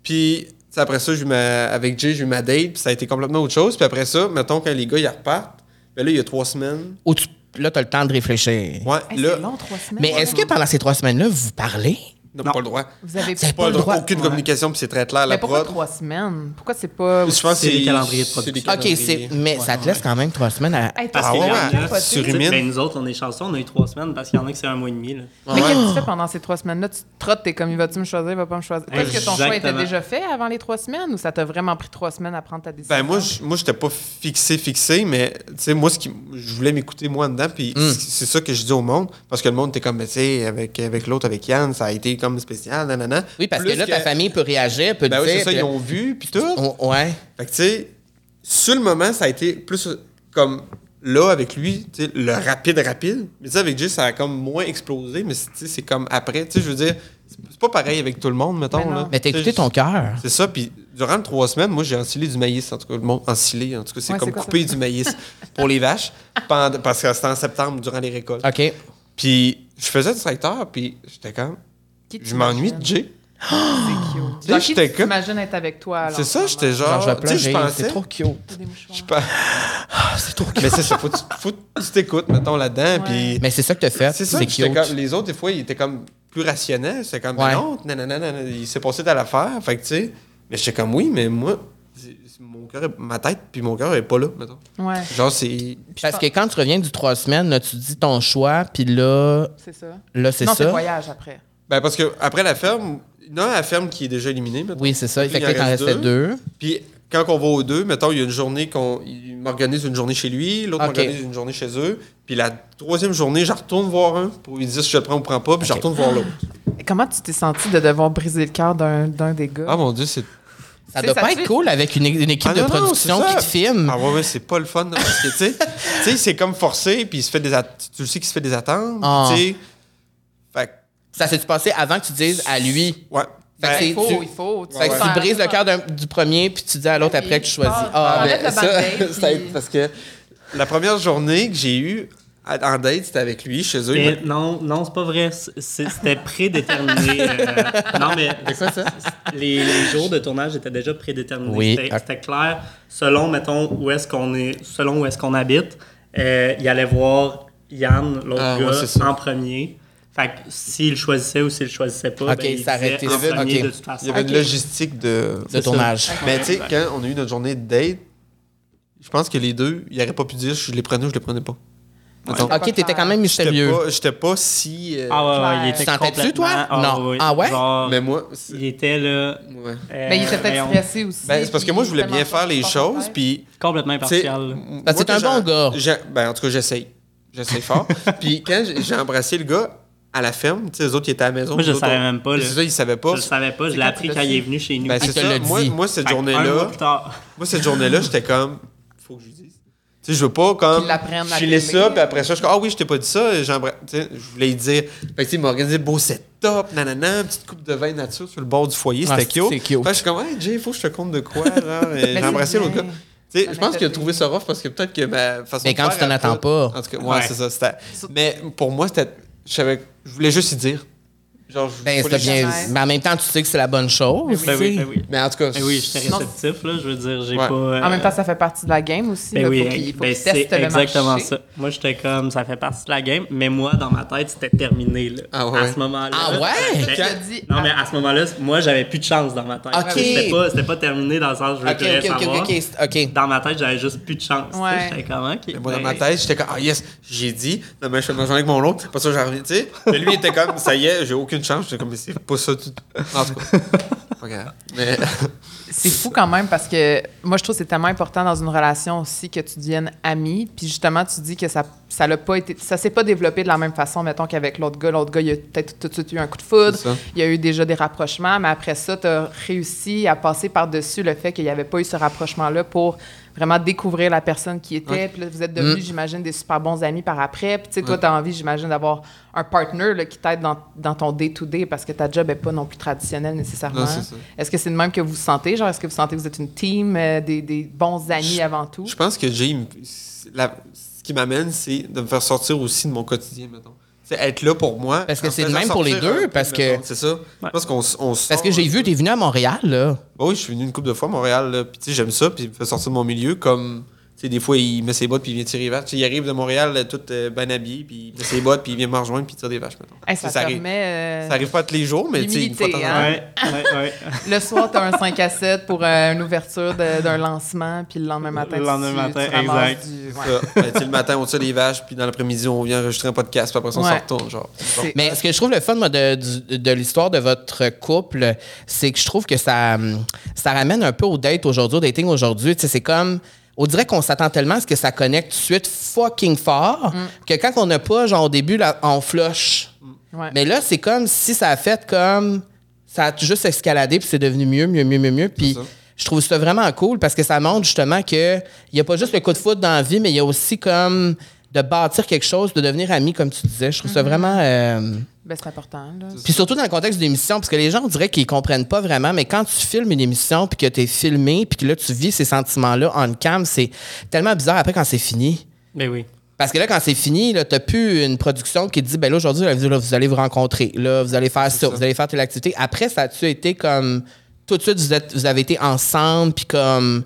Speaker 3: Puis tu sais, après ça, j'ai eu ma- avec Jay, j'ai eu ma date, puis ça a été complètement autre chose. Puis après ça, mettons, quand les gars, ils repartent, ben là, il y a trois semaines.
Speaker 2: Ou tu- là, t'as le temps de réfléchir.
Speaker 3: Ouais,
Speaker 1: Hey,
Speaker 3: là,
Speaker 1: c'est long, trois semaines.
Speaker 2: Mais est-ce que pendant ces trois semaines-là, vous parlez?
Speaker 3: non,
Speaker 4: Non.
Speaker 3: pas le droit.
Speaker 1: Vous avez
Speaker 2: C'est
Speaker 3: Pas le droit. Aucune
Speaker 4: Ouais.
Speaker 3: communication, puis c'est très clair.
Speaker 1: Mais
Speaker 3: la
Speaker 1: pourquoi
Speaker 3: prod.
Speaker 1: trois semaines? Pourquoi c'est pas...
Speaker 3: Je pense que
Speaker 4: C'est des
Speaker 3: c'est-
Speaker 4: calendriers de
Speaker 3: c'est
Speaker 4: production.
Speaker 3: des
Speaker 2: OK,
Speaker 3: calendriers.
Speaker 2: c'est, mais ça te laisse quand même trois semaines à...
Speaker 1: Hey,
Speaker 4: Parce
Speaker 1: t'as-
Speaker 4: qu'il
Speaker 3: ouais,
Speaker 4: y en a,
Speaker 1: capoté.
Speaker 3: sur
Speaker 4: Tu sais,
Speaker 3: Rumine.
Speaker 4: ben, nous autres, on est chanceux, on a eu trois semaines parce qu'il y en a qui c'est un mois et demi. Là.
Speaker 1: Mais qu'est-ce que
Speaker 2: Oh.
Speaker 1: tu fais pendant ces trois semaines-là? Tu te trottes, t'es comme, il va-tu me choisir, il va pas me choisir? Est-ce que ton choix était
Speaker 4: Exactement.
Speaker 1: déjà fait avant les trois semaines ou ça t'a vraiment pris trois semaines à prendre ta décision?
Speaker 3: Ben moi, je moi, j'étais pas fixé, fixé, mais tu sais, moi, ce qui, je voulais m'écouter moi en dedans, puis
Speaker 2: Hmm.
Speaker 3: c- c'est ça que je dis au monde, parce que le monde était comme, mais tu sais, avec, avec l'autre, avec Yann, ça a été comme spécial, nanana.
Speaker 2: Oui, parce
Speaker 3: Plus
Speaker 2: que là, ta famille peut réagir, peut
Speaker 3: Ben
Speaker 2: dire...
Speaker 3: oui, c'est ça,
Speaker 2: puis-
Speaker 3: ils ont vu, puis tout.
Speaker 2: On- ouais.
Speaker 3: Fait que tu sais, sur le moment, ça a été plus comme là avec lui, tu sais, le rapide, rapide. Mais tu sais, avec Jay, ça a comme moins explosé, mais c'est- tu sais, c'est comme après, tu sais, je veux dire, c'est c'est pas pareil avec tout le monde, mettons.
Speaker 1: Mais non.
Speaker 3: là.
Speaker 2: Mais t'as
Speaker 3: Tu sais,
Speaker 2: écouté
Speaker 3: je-
Speaker 2: ton cœur.
Speaker 3: c'est ça, puis durant les trois semaines, moi j'ai ensilé du maïs, en tout cas, le monde ensilé, en tout cas, c'est
Speaker 1: Ouais,
Speaker 3: comme
Speaker 1: c'est quoi
Speaker 3: couper du maïs pour les vaches, pendant- parce que c'était en septembre, durant les récoltes.
Speaker 2: OK.
Speaker 3: Puis je faisais du tracteur, puis j'étais comme,
Speaker 1: Qui
Speaker 3: je m'ennuie
Speaker 1: t'imagines?
Speaker 3: de Jay.
Speaker 1: C'est cute.
Speaker 3: sais,
Speaker 1: Genre, qui
Speaker 3: j'étais
Speaker 1: tu
Speaker 3: comme-
Speaker 1: t'imagines être avec toi? alors,
Speaker 3: C'est ça,
Speaker 1: en
Speaker 3: j'étais
Speaker 2: Genre,
Speaker 3: genre,
Speaker 2: je vais
Speaker 3: tu sais, je
Speaker 2: plonger,
Speaker 3: pensais.
Speaker 2: c'est trop cute.
Speaker 1: ce moment? Des mouchoirs.
Speaker 3: Je pense-
Speaker 2: C'est trop
Speaker 3: Mais c'est ça, faut, que tu- faut que tu t'écoutes, mettons, là-dedans,
Speaker 1: Ouais.
Speaker 3: puis...
Speaker 2: Mais c'est ça que t'as fait,
Speaker 3: C'est ça,
Speaker 2: c'est
Speaker 3: j'étais
Speaker 2: cute.
Speaker 3: comme- les autres, des fois, ils étaient comme plus rationnels. C'était comme,
Speaker 2: Ouais.
Speaker 3: ben non, nanana, nanana, il s'est passé telle affaire. Fait que, tu sais, mais j'étais comme, oui, mais moi, c'est- c'est mon cœur, est- ma tête, puis mon cœur est pas là, mettons.
Speaker 1: Ouais,
Speaker 3: Genre, c'est.
Speaker 2: Parce que quand tu reviens du trois semaines, là, tu dis ton choix, puis là,
Speaker 1: c'est ça.
Speaker 2: là c'est
Speaker 1: non, c'est le
Speaker 2: ça.
Speaker 1: voyage après.
Speaker 3: Ben, parce que après la ferme, il y en a la ferme qui est déjà éliminée, mettons.
Speaker 2: Oui, c'est ça. Fait que
Speaker 3: Il en
Speaker 2: là, t'en
Speaker 3: reste
Speaker 2: restais deux.
Speaker 3: Puis quand on va aux deux, mettons, il y a une journée qu'on. Il m'organise une journée chez lui, l'autre
Speaker 2: Ok.
Speaker 3: m'organise une journée chez eux. Puis la troisième journée, je retourne voir un pour lui dire si je le prends ou prends pas, puis je
Speaker 2: Ok.
Speaker 3: retourne voir l'autre.
Speaker 1: Et Comment tu t'es senti de devoir briser le cœur d'un d'un des gars?
Speaker 3: Ah mon dieu, c'est.
Speaker 2: Ça
Speaker 1: C'est-
Speaker 2: doit
Speaker 1: ça
Speaker 2: pas
Speaker 1: te
Speaker 2: être
Speaker 1: fait-
Speaker 2: cool avec une, une équipe
Speaker 3: Ah
Speaker 2: de
Speaker 3: non, non,
Speaker 2: production
Speaker 3: c'est ça.
Speaker 2: qui te filme.
Speaker 3: Ah ouais, ouais, c'est pas le fun, non, parce que, tu sais, tu sais, c'est comme forcé, puis il se fait des at- tu le sais qu'il se fait des attentes,
Speaker 2: Ah.
Speaker 3: tu sais. Fait que,
Speaker 2: Ça s'est passé avant que tu dises à lui.
Speaker 3: ouais.
Speaker 2: Fait que
Speaker 3: Ben,
Speaker 1: il
Speaker 2: c'est-
Speaker 1: faut,
Speaker 2: tu-
Speaker 1: il faut.
Speaker 2: Fait que
Speaker 1: sais.
Speaker 2: tu brises le cœur d'un- du premier, puis tu dis à l'autre
Speaker 1: Oui,
Speaker 2: après que tu choisis.
Speaker 1: ah,
Speaker 2: Ah,
Speaker 1: ah,
Speaker 2: ben,
Speaker 1: enlève le band-aid,
Speaker 2: ça, ça
Speaker 1: puis-
Speaker 2: aide parce que.
Speaker 3: la première journée que j'ai eue à- en date, c'était avec lui, chez eux.
Speaker 4: Mais
Speaker 3: il
Speaker 4: non, non, c'est pas vrai. C'est- c'est- C'était prédéterminé. euh, non, mais les, les jours de tournage étaient déjà prédéterminés.
Speaker 2: Oui.
Speaker 4: C'était c'était clair. Selon, mettons, où est-ce qu'on est, selon où est-ce qu'on habite, euh, il allait voir Yann, l'autre
Speaker 3: Ah, ouais, c'est
Speaker 4: gars,
Speaker 3: ça.
Speaker 4: en premier. Fait que s'il choisissait ou s'il choisissait pas,
Speaker 2: Ok,
Speaker 4: ben, il
Speaker 2: ça
Speaker 4: disait
Speaker 2: arrêtait.
Speaker 4: en
Speaker 2: Il y avait-
Speaker 4: premier
Speaker 2: ok.
Speaker 4: de toute façon.
Speaker 3: y avait une
Speaker 1: Ok.
Speaker 3: logistique de.
Speaker 2: Le
Speaker 4: ça.
Speaker 2: tournage.
Speaker 3: Mais tu sais, quand on a eu notre journée de date, je pense que les deux, ils n'auraient pas pu dire je les prenais ou je les prenais pas. Mettons.
Speaker 1: Ouais.
Speaker 2: Ok, t'étais quand même
Speaker 3: J'étais
Speaker 2: mystérieux.
Speaker 3: pas, j'étais pas si. euh,
Speaker 4: Ah ouais, ouais, il
Speaker 1: Tu
Speaker 4: était
Speaker 2: sentais-tu,
Speaker 4: complètement-
Speaker 2: toi? Non. Ah ouais?
Speaker 4: genre,
Speaker 3: Mais moi, c'est-
Speaker 4: il était là. euh,
Speaker 3: ouais.
Speaker 1: Mais Ben, il était peut-être
Speaker 4: stressé.
Speaker 1: stressé aussi.
Speaker 3: Ben, c'est parce que moi, je voulais bien faire les choses, puis
Speaker 4: Complètement
Speaker 3: Tu sais,
Speaker 4: impartial.
Speaker 3: m-
Speaker 2: Parce que t'es
Speaker 3: moi,
Speaker 2: Ben, un
Speaker 3: quand
Speaker 2: bon
Speaker 3: j'ai- j'ai- Ben, en tout cas, j'essaye. J'essaye fort. Puis quand j'ai- j'ai embrassé le gars à la ferme, tu sais, les autres, ils étaient à la maison.
Speaker 4: Moi, je
Speaker 3: les autres,
Speaker 4: savais
Speaker 3: on-
Speaker 4: même pas, là.
Speaker 3: C'est ça, ils savaient pas.
Speaker 4: Je le savais pas, je l'ai
Speaker 1: quand
Speaker 4: appris
Speaker 1: tu
Speaker 4: quand
Speaker 1: l'as
Speaker 4: il
Speaker 1: su?
Speaker 4: est venu chez nous.
Speaker 3: Ben,
Speaker 2: Il
Speaker 3: c'est
Speaker 2: te
Speaker 3: ça.
Speaker 2: l'a
Speaker 3: Moi,
Speaker 2: dit.
Speaker 3: moi, cette
Speaker 4: Fait que un mois
Speaker 3: journée-là,
Speaker 4: plus tard.
Speaker 3: moi, cette journée-là, j'étais comme, faut que je lui dise. Tu sais, je veux pas comme.
Speaker 1: Qu'il l'apprenne à
Speaker 3: filer
Speaker 1: l'aimer.
Speaker 3: ça, puis après ça, je suis comme, ah oui, je t'ai pas dit ça. et j'embra- tu sais, Je voulais lui dire. Fait que, tu sais, il m'a organisé le beau setup, nanana, petite coupe de vin nature sur le bord du foyer,
Speaker 2: Ah,
Speaker 3: c'était
Speaker 2: c'est-
Speaker 3: cute.
Speaker 2: c'est cute.
Speaker 3: Fait que je suis comme, hey, Jay, faut que je te compte de quoi, genre. et
Speaker 1: Mais
Speaker 3: J'ai embrassé
Speaker 1: c'est
Speaker 3: l'autre gars.
Speaker 1: bien.
Speaker 3: Tu sais,
Speaker 1: Ça
Speaker 3: je pense
Speaker 1: m'a
Speaker 3: qu'il a
Speaker 1: fait
Speaker 3: trouvé ça rough parce que peut-être que ma façon
Speaker 2: Mais
Speaker 3: de
Speaker 2: quand
Speaker 3: faire
Speaker 2: tu t'en
Speaker 3: a
Speaker 2: attends pas.
Speaker 3: En tout cas, ouais,
Speaker 4: Ouais.
Speaker 3: c'est ça. c'était- Mais pour moi, c'était. Je savais- je voulais juste y dire. Genre, je
Speaker 2: Ben,
Speaker 3: faut
Speaker 2: c'était
Speaker 3: les-
Speaker 2: bien.
Speaker 1: jamais.
Speaker 2: Mais en même temps, tu sais que c'est la bonne chose.
Speaker 4: Ben oui, ben oui.
Speaker 3: Mais en tout cas,
Speaker 4: Ben oui, j'étais
Speaker 1: Non.
Speaker 4: réceptif, là. Je veux dire, j'ai
Speaker 3: Ouais.
Speaker 4: pas. euh,
Speaker 1: Ah, En même temps, ça fait partie de la game aussi.
Speaker 4: ben
Speaker 1: là,
Speaker 4: oui,
Speaker 1: faut qu'il faut
Speaker 4: ben
Speaker 1: qu'il
Speaker 4: c'est
Speaker 1: teste le
Speaker 4: exactement
Speaker 1: marché.
Speaker 4: ça. Moi, j'étais comme, ça fait partie de la game, mais moi, dans ma tête, c'était terminé, là.
Speaker 3: Ah ouais?
Speaker 4: À ce moment-là.
Speaker 2: Ah ouais?
Speaker 4: Ben,
Speaker 1: Tu l'as dit
Speaker 4: Non, mais
Speaker 1: avant.
Speaker 4: à ce moment-là, moi, j'avais plus de chance dans ma tête.
Speaker 2: Ok.
Speaker 4: C'était pas, c'était pas terminé dans le sens, je
Speaker 2: Ok,
Speaker 4: voulais
Speaker 2: ok, ok,
Speaker 4: savoir.
Speaker 2: ok, ok.
Speaker 4: Dans ma tête, j'avais juste plus de chance. tu sais.
Speaker 1: Ouais.
Speaker 4: J'étais comme, ok.
Speaker 3: Mais moi, dans
Speaker 4: ben,
Speaker 3: ma tête, j'étais comme, ah yes, j'ai dit, demain, je fais ma journée avec mon autre, pas ça, j'en reviens, tu sais. Mais lui, il était comme, ça y est, j'ai aucune chance. J'étais comme, mais c'est pas ça, tout. En tout cas, pas grave. Mais.
Speaker 1: C'est fou quand même parce que moi, je trouve que c'est tellement important dans une relation aussi que tu deviennes ami. Puis justement, tu dis que ça ça l'a pas été ça s'est pas développé de la même façon, mettons, qu'avec l'autre gars. L'autre gars, il a peut-être tout de suite eu un coup de foudre.
Speaker 3: C'est ça.
Speaker 1: Il y a eu déjà des rapprochements, mais après ça, tu as réussi à passer par-dessus le fait qu'il n'y avait pas eu ce rapprochement-là pour vraiment découvrir la personne qui était. Puis là, vous êtes
Speaker 3: Mm.
Speaker 1: devenus, j'imagine, des super bons amis par après. Puis tu sais, toi, tu as envie, j'imagine, d'avoir un partner là, qui t'aide dans, dans ton day-to-day parce que ta job n'est pas non plus traditionnelle nécessairement.
Speaker 3: Non, c'est ça.
Speaker 1: Est-ce que c'est de même que vous vous sentez? Genre, est-ce que vous sentez que vous êtes une team, euh, des, des bons amis avant tout?
Speaker 3: Je pense que Jay, il me- la- ce qui m'amène, c'est de me faire sortir aussi de mon quotidien, mettons. C'est être là pour moi.
Speaker 2: Parce que
Speaker 3: en me
Speaker 2: c'est le
Speaker 3: faisant
Speaker 2: même pour les
Speaker 3: sortir
Speaker 2: deux,
Speaker 3: un peu,
Speaker 2: parce que-
Speaker 3: mettons. C'est ça. Je pense qu'on s- on sort
Speaker 2: Parce que j'ai
Speaker 3: un
Speaker 2: vu, t'es venu à Montréal, là.
Speaker 3: Bah oui, je suis venu une couple de fois à Montréal. là. Puis tu sais, j'aime ça. Puis il me fait sortir de mon milieu comme. Tu sais, des fois, il met ses bottes puis il vient tirer les vaches. Tu sais, il arrive de Montréal là, tout euh, bien habillé, puis il met ses bottes puis il vient me rejoindre puis il tire des vaches, mettons.
Speaker 1: Hey,
Speaker 3: Tu sais,
Speaker 1: ça,
Speaker 3: arrive,
Speaker 1: permet... euh,
Speaker 3: ça arrive pas tous les jours, mais tu sais, une fois de temps en
Speaker 1: l'humilité,
Speaker 3: temps.
Speaker 1: hein.
Speaker 4: Ouais, ouais, Ben ouais.
Speaker 1: Le soir, tu as un 5 à 7 pour euh, une ouverture de- d'un lancement, puis le lendemain matin,
Speaker 4: Le lendemain
Speaker 1: tu,
Speaker 4: matin,
Speaker 1: tu ramasses
Speaker 4: exact.
Speaker 1: du- ouais.
Speaker 3: Ça. Ben, tu sais, le matin, on tire les vaches, puis dans l'après-midi, on vient enregistrer un podcast, puis après ça, on
Speaker 1: Ouais.
Speaker 3: se retourne. Genre.
Speaker 1: C'est-
Speaker 2: Mais ce que je trouve le fun, moi, de, du- de l'histoire de votre couple, c'est que je trouve que ça, hum, ça ramène un peu au date aujourd'hui, au dating aujourd'hui. Tu sais, c'est comme. On dirait qu'on s'attend tellement à ce que ça connecte tout de suite fucking fort
Speaker 1: Mm.
Speaker 2: que quand on n'a pas, genre, au début, là, on flush.
Speaker 4: Mm.
Speaker 1: Ouais.
Speaker 2: Mais là, c'est comme si ça a fait comme. Ça a juste escaladé, puis c'est devenu mieux, mieux, mieux, mieux, mieux. Puis
Speaker 3: ça.
Speaker 2: je trouve ça vraiment cool parce que ça montre justement que il n'y a pas juste le coup de foot dans la vie, mais il y a aussi comme de bâtir quelque chose, de devenir ami, comme tu disais. Je trouve ça vraiment. euh,
Speaker 1: Ben, c'est important. Là.
Speaker 2: puis surtout dans le contexte d'une émission, parce que les gens, on dirait qu'ils comprennent pas vraiment, mais quand tu filmes une émission, puis que tu es filmé, puis que là, tu vis ces sentiments-là on cam, c'est tellement bizarre après quand c'est fini.
Speaker 4: Ben oui.
Speaker 2: Parce que là, quand c'est fini, là, t'as plus une production qui te dit, ben là, aujourd'hui, là, vous là, vous allez vous rencontrer, là, vous allez faire ça, vous allez faire telle activité. Après, ça a-tu été comme, tout de suite, vous, êtes, vous avez été ensemble, puis comme,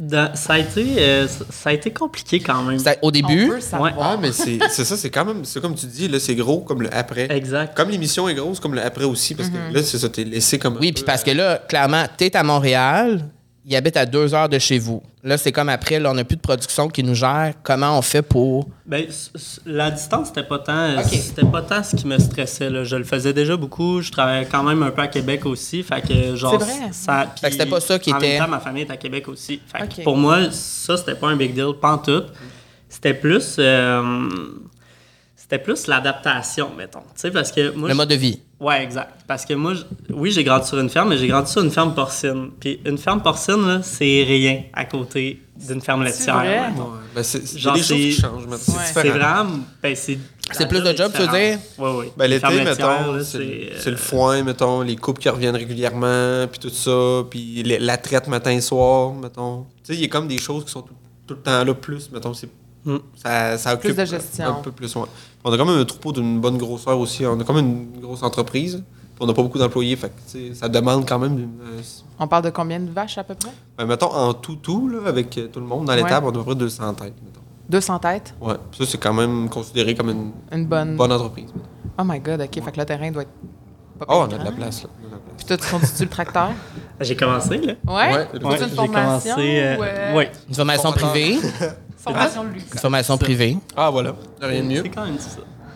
Speaker 4: Dans- ça, a été, euh, ça- ça a été compliqué quand même.
Speaker 2: ça- au
Speaker 1: On
Speaker 2: début,
Speaker 1: peut savoir.
Speaker 3: Ah, mais c'est c'est ça, c'est quand même, c'est comme tu dis, là, c'est gros comme le après.
Speaker 4: Exact.
Speaker 3: Comme l'émission est grosse, comme le après aussi, parce
Speaker 1: Mm-hmm.
Speaker 3: que là, c'est ça, t'es laissé comme. un
Speaker 2: oui,
Speaker 3: peu,
Speaker 2: puis parce que là, clairement, t'es à Montréal, il habite à deux heures de chez vous. Là, c'est comme après, là, on n'a plus de production qui nous gère. Comment on fait pour.
Speaker 4: Ben, s- s- la distance, c'était pas tant,
Speaker 2: Ok.
Speaker 4: c'était pas tant ce qui me stressait. Là. Je le faisais déjà beaucoup. Je travaillais quand même un peu à Québec aussi. Fait que, genre,
Speaker 1: C'est vrai.
Speaker 4: ça.
Speaker 2: Fait que c'était pas ça qui
Speaker 4: en
Speaker 2: était-
Speaker 4: même temps, ma famille est à Québec aussi. Fait que
Speaker 1: Ok.
Speaker 4: pour moi, ça, c'était pas un big deal, pas en tout. C'était plus. euh, c'était plus l'adaptation, mettons. Tu sais, parce que moi.
Speaker 2: le
Speaker 4: je-
Speaker 2: mode de vie.
Speaker 4: Ouais, exact. Parce que moi, je- oui, j'ai grandi sur une ferme, mais j'ai grandi sur une ferme porcine. Puis une ferme porcine, là, c'est rien à côté d'une ferme
Speaker 1: C'est
Speaker 4: laitière.
Speaker 1: vrai?
Speaker 4: mettons.
Speaker 3: Ouais, ben, c'est il y a
Speaker 4: Genre,
Speaker 3: des choses qui
Speaker 4: c'est-
Speaker 3: changent, maintenant.
Speaker 1: Ouais.
Speaker 3: C'est
Speaker 4: C'est
Speaker 3: différent.
Speaker 4: vraiment. Ben, c'est
Speaker 2: C'est plus de job, tu veux dire?
Speaker 4: Oui, oui.
Speaker 3: Ben, l'été, mettons,
Speaker 4: là,
Speaker 3: c'est le- c'est
Speaker 4: euh,
Speaker 3: le foin, mettons, les couples qui reviennent régulièrement, puis tout ça, puis les- la traite matin et soir, mettons. Tu sais, il y a comme des choses qui sont tout, tout le temps là, plus, mettons, c'est.
Speaker 4: Mm.
Speaker 3: Ça, ça
Speaker 1: Plus
Speaker 3: occupe
Speaker 1: de gestion.
Speaker 3: un peu plus. ouais. On a quand même un troupeau d'une bonne grosseur aussi. On a quand même une grosse entreprise. puis On n'a pas beaucoup d'employés. Fait que, tu sais, ça demande quand même. d'une- euh,
Speaker 1: On parle de combien de vaches à peu près?
Speaker 3: ben, mettons, en tout, tout, là, avec euh, tout le monde dans
Speaker 1: Ouais.
Speaker 3: l'étape, on a à peu près 200 têtes. Mettons.
Speaker 1: 200 têtes?
Speaker 3: Ouais. Ça, c'est quand même considéré comme une
Speaker 1: Une bonne...
Speaker 3: bonne entreprise. mettons.
Speaker 1: Oh my God, OK. Fait que le terrain doit être... pas
Speaker 3: Oh, on
Speaker 1: pire
Speaker 3: a de
Speaker 1: grand.
Speaker 3: la
Speaker 1: hein?
Speaker 3: place. Là. On a de la place.
Speaker 1: Puis toi, tu conduis-tu le tracteur?
Speaker 4: euh, J'ai commencé, là.
Speaker 1: Ouais?
Speaker 3: Ouais.
Speaker 1: Tu
Speaker 3: Ouais,
Speaker 1: une formation?
Speaker 4: euh, Oui.
Speaker 2: Une formation
Speaker 3: Formateur.
Speaker 2: privée.
Speaker 1: Formation de
Speaker 2: Une
Speaker 1: Lucas.
Speaker 2: formation privée.
Speaker 3: Ah, voilà. Rien de mieux.
Speaker 4: C'est quand même ça.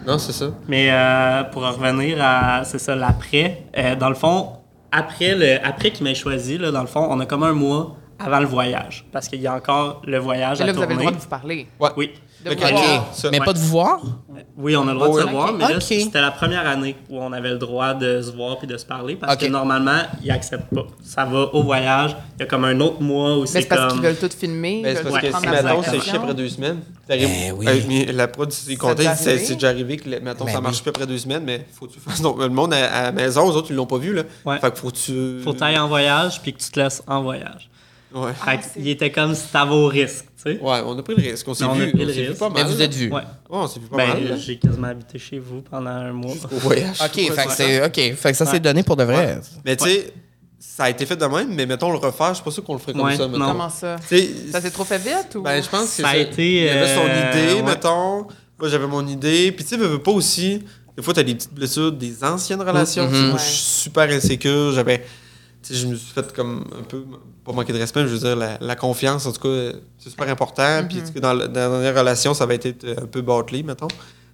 Speaker 3: Non, c'est ça.
Speaker 4: Mais euh, pour en revenir à, c'est ça, l'après, euh, dans le fond, après, le, après qu'il m'ait choisi, là, dans le fond, on a comme un mois avant le voyage. Parce qu'il y a encore le voyage
Speaker 1: Et
Speaker 4: à
Speaker 1: là, vous avez le droit
Speaker 4: tourner.
Speaker 1: de vous parler.
Speaker 3: Ouais.
Speaker 4: Oui.
Speaker 1: De
Speaker 3: Ok.
Speaker 1: vous voir.
Speaker 3: Ça,
Speaker 2: Mais
Speaker 4: ouais.
Speaker 2: pas de vous voir.
Speaker 4: Euh, Oui, on a le droit
Speaker 3: Oh,
Speaker 4: de se
Speaker 3: oui.
Speaker 4: voir, mais là,
Speaker 2: Ok.
Speaker 4: c'était la première année où on avait le droit de se voir puis de se parler parce
Speaker 2: Ok.
Speaker 4: que normalement, ils acceptent pas. Ça va au voyage, il y a comme un autre mois où
Speaker 1: Mais
Speaker 4: c'est
Speaker 1: Ben, c'est parce
Speaker 4: comme...
Speaker 1: qu'ils veulent tout filmer.
Speaker 3: Ben,
Speaker 1: ils
Speaker 3: c'est
Speaker 1: veulent
Speaker 3: parce
Speaker 1: tout
Speaker 3: que
Speaker 1: prendre
Speaker 3: si,
Speaker 1: dans
Speaker 3: mettons,
Speaker 1: la
Speaker 3: c'est chiant
Speaker 1: présentation.
Speaker 3: après deux semaines, ça arrive-
Speaker 2: Ben oui.
Speaker 3: Euh, mais la prod, c'est compté,
Speaker 1: déjà
Speaker 3: c'est
Speaker 1: arrivé?
Speaker 3: c'est déjà arrivé que, mettons,
Speaker 2: Ben
Speaker 3: ça
Speaker 2: oui.
Speaker 3: marche pas après deux semaines, mais faut que tu fasses. Donc, le monde à, à la maison, eux autres, ils l'ont pas vu, là.
Speaker 4: Ouais.
Speaker 3: Fait que faut que tu.
Speaker 4: Faut t'ailles en voyage puis que tu te laisses en voyage.
Speaker 3: Ouais.
Speaker 4: Fait
Speaker 1: Ah, c'est-
Speaker 4: qu'il était comme si t'avais au risque, tu sais.
Speaker 3: Ouais, on a pris le risque. On s'est
Speaker 4: Mais on a
Speaker 3: vu.
Speaker 4: pris le
Speaker 3: s'est vu
Speaker 4: risque.
Speaker 3: pas
Speaker 2: Mais
Speaker 3: mal.
Speaker 2: vous
Speaker 3: là.
Speaker 2: êtes vus.
Speaker 4: Ouais.
Speaker 3: Ouais, on s'est vu pas
Speaker 4: Ben,
Speaker 3: mal. là.
Speaker 4: j'ai quasiment habité chez vous pendant un mois.
Speaker 3: Au voyage.
Speaker 2: OK, fait que
Speaker 4: Ouais.
Speaker 2: c'est OK, fait que ça c'est donné pour de vrai.
Speaker 3: Ouais. Mais tu sais, ça a été fait de même, mais mettons le refaire, je suis pas sûr qu'on le ferait comme
Speaker 4: Ouais,
Speaker 3: ça, mettons.
Speaker 4: non.
Speaker 1: Comment ça?
Speaker 3: Tu sais,
Speaker 1: Ça s'est trop fait vite? Ou...
Speaker 3: Ben, je pense que
Speaker 4: Ça a
Speaker 3: c'est-
Speaker 4: été,
Speaker 3: Il avait son
Speaker 4: euh,
Speaker 3: idée,
Speaker 4: ouais.
Speaker 3: mettons. Moi, j'avais mon idée. Puis, tu sais, veux, veux pas aussi. Des fois, t'as des petites blessures des anciennes relations.
Speaker 2: Mhm.
Speaker 4: Mm-hmm.
Speaker 3: Tu sais, Moi,
Speaker 1: Ouais.
Speaker 3: je suis super insécure. J'avais. Tu sais, je me suis fait comme un peu. Pas manquer de respect, mais je veux dire, la, la confiance, en tout cas, euh, c'est super important.
Speaker 1: Mm-hmm.
Speaker 3: Puis, tu sais, dans, le- dans la dernière relation, ça avait été euh, un peu bâclé, mettons.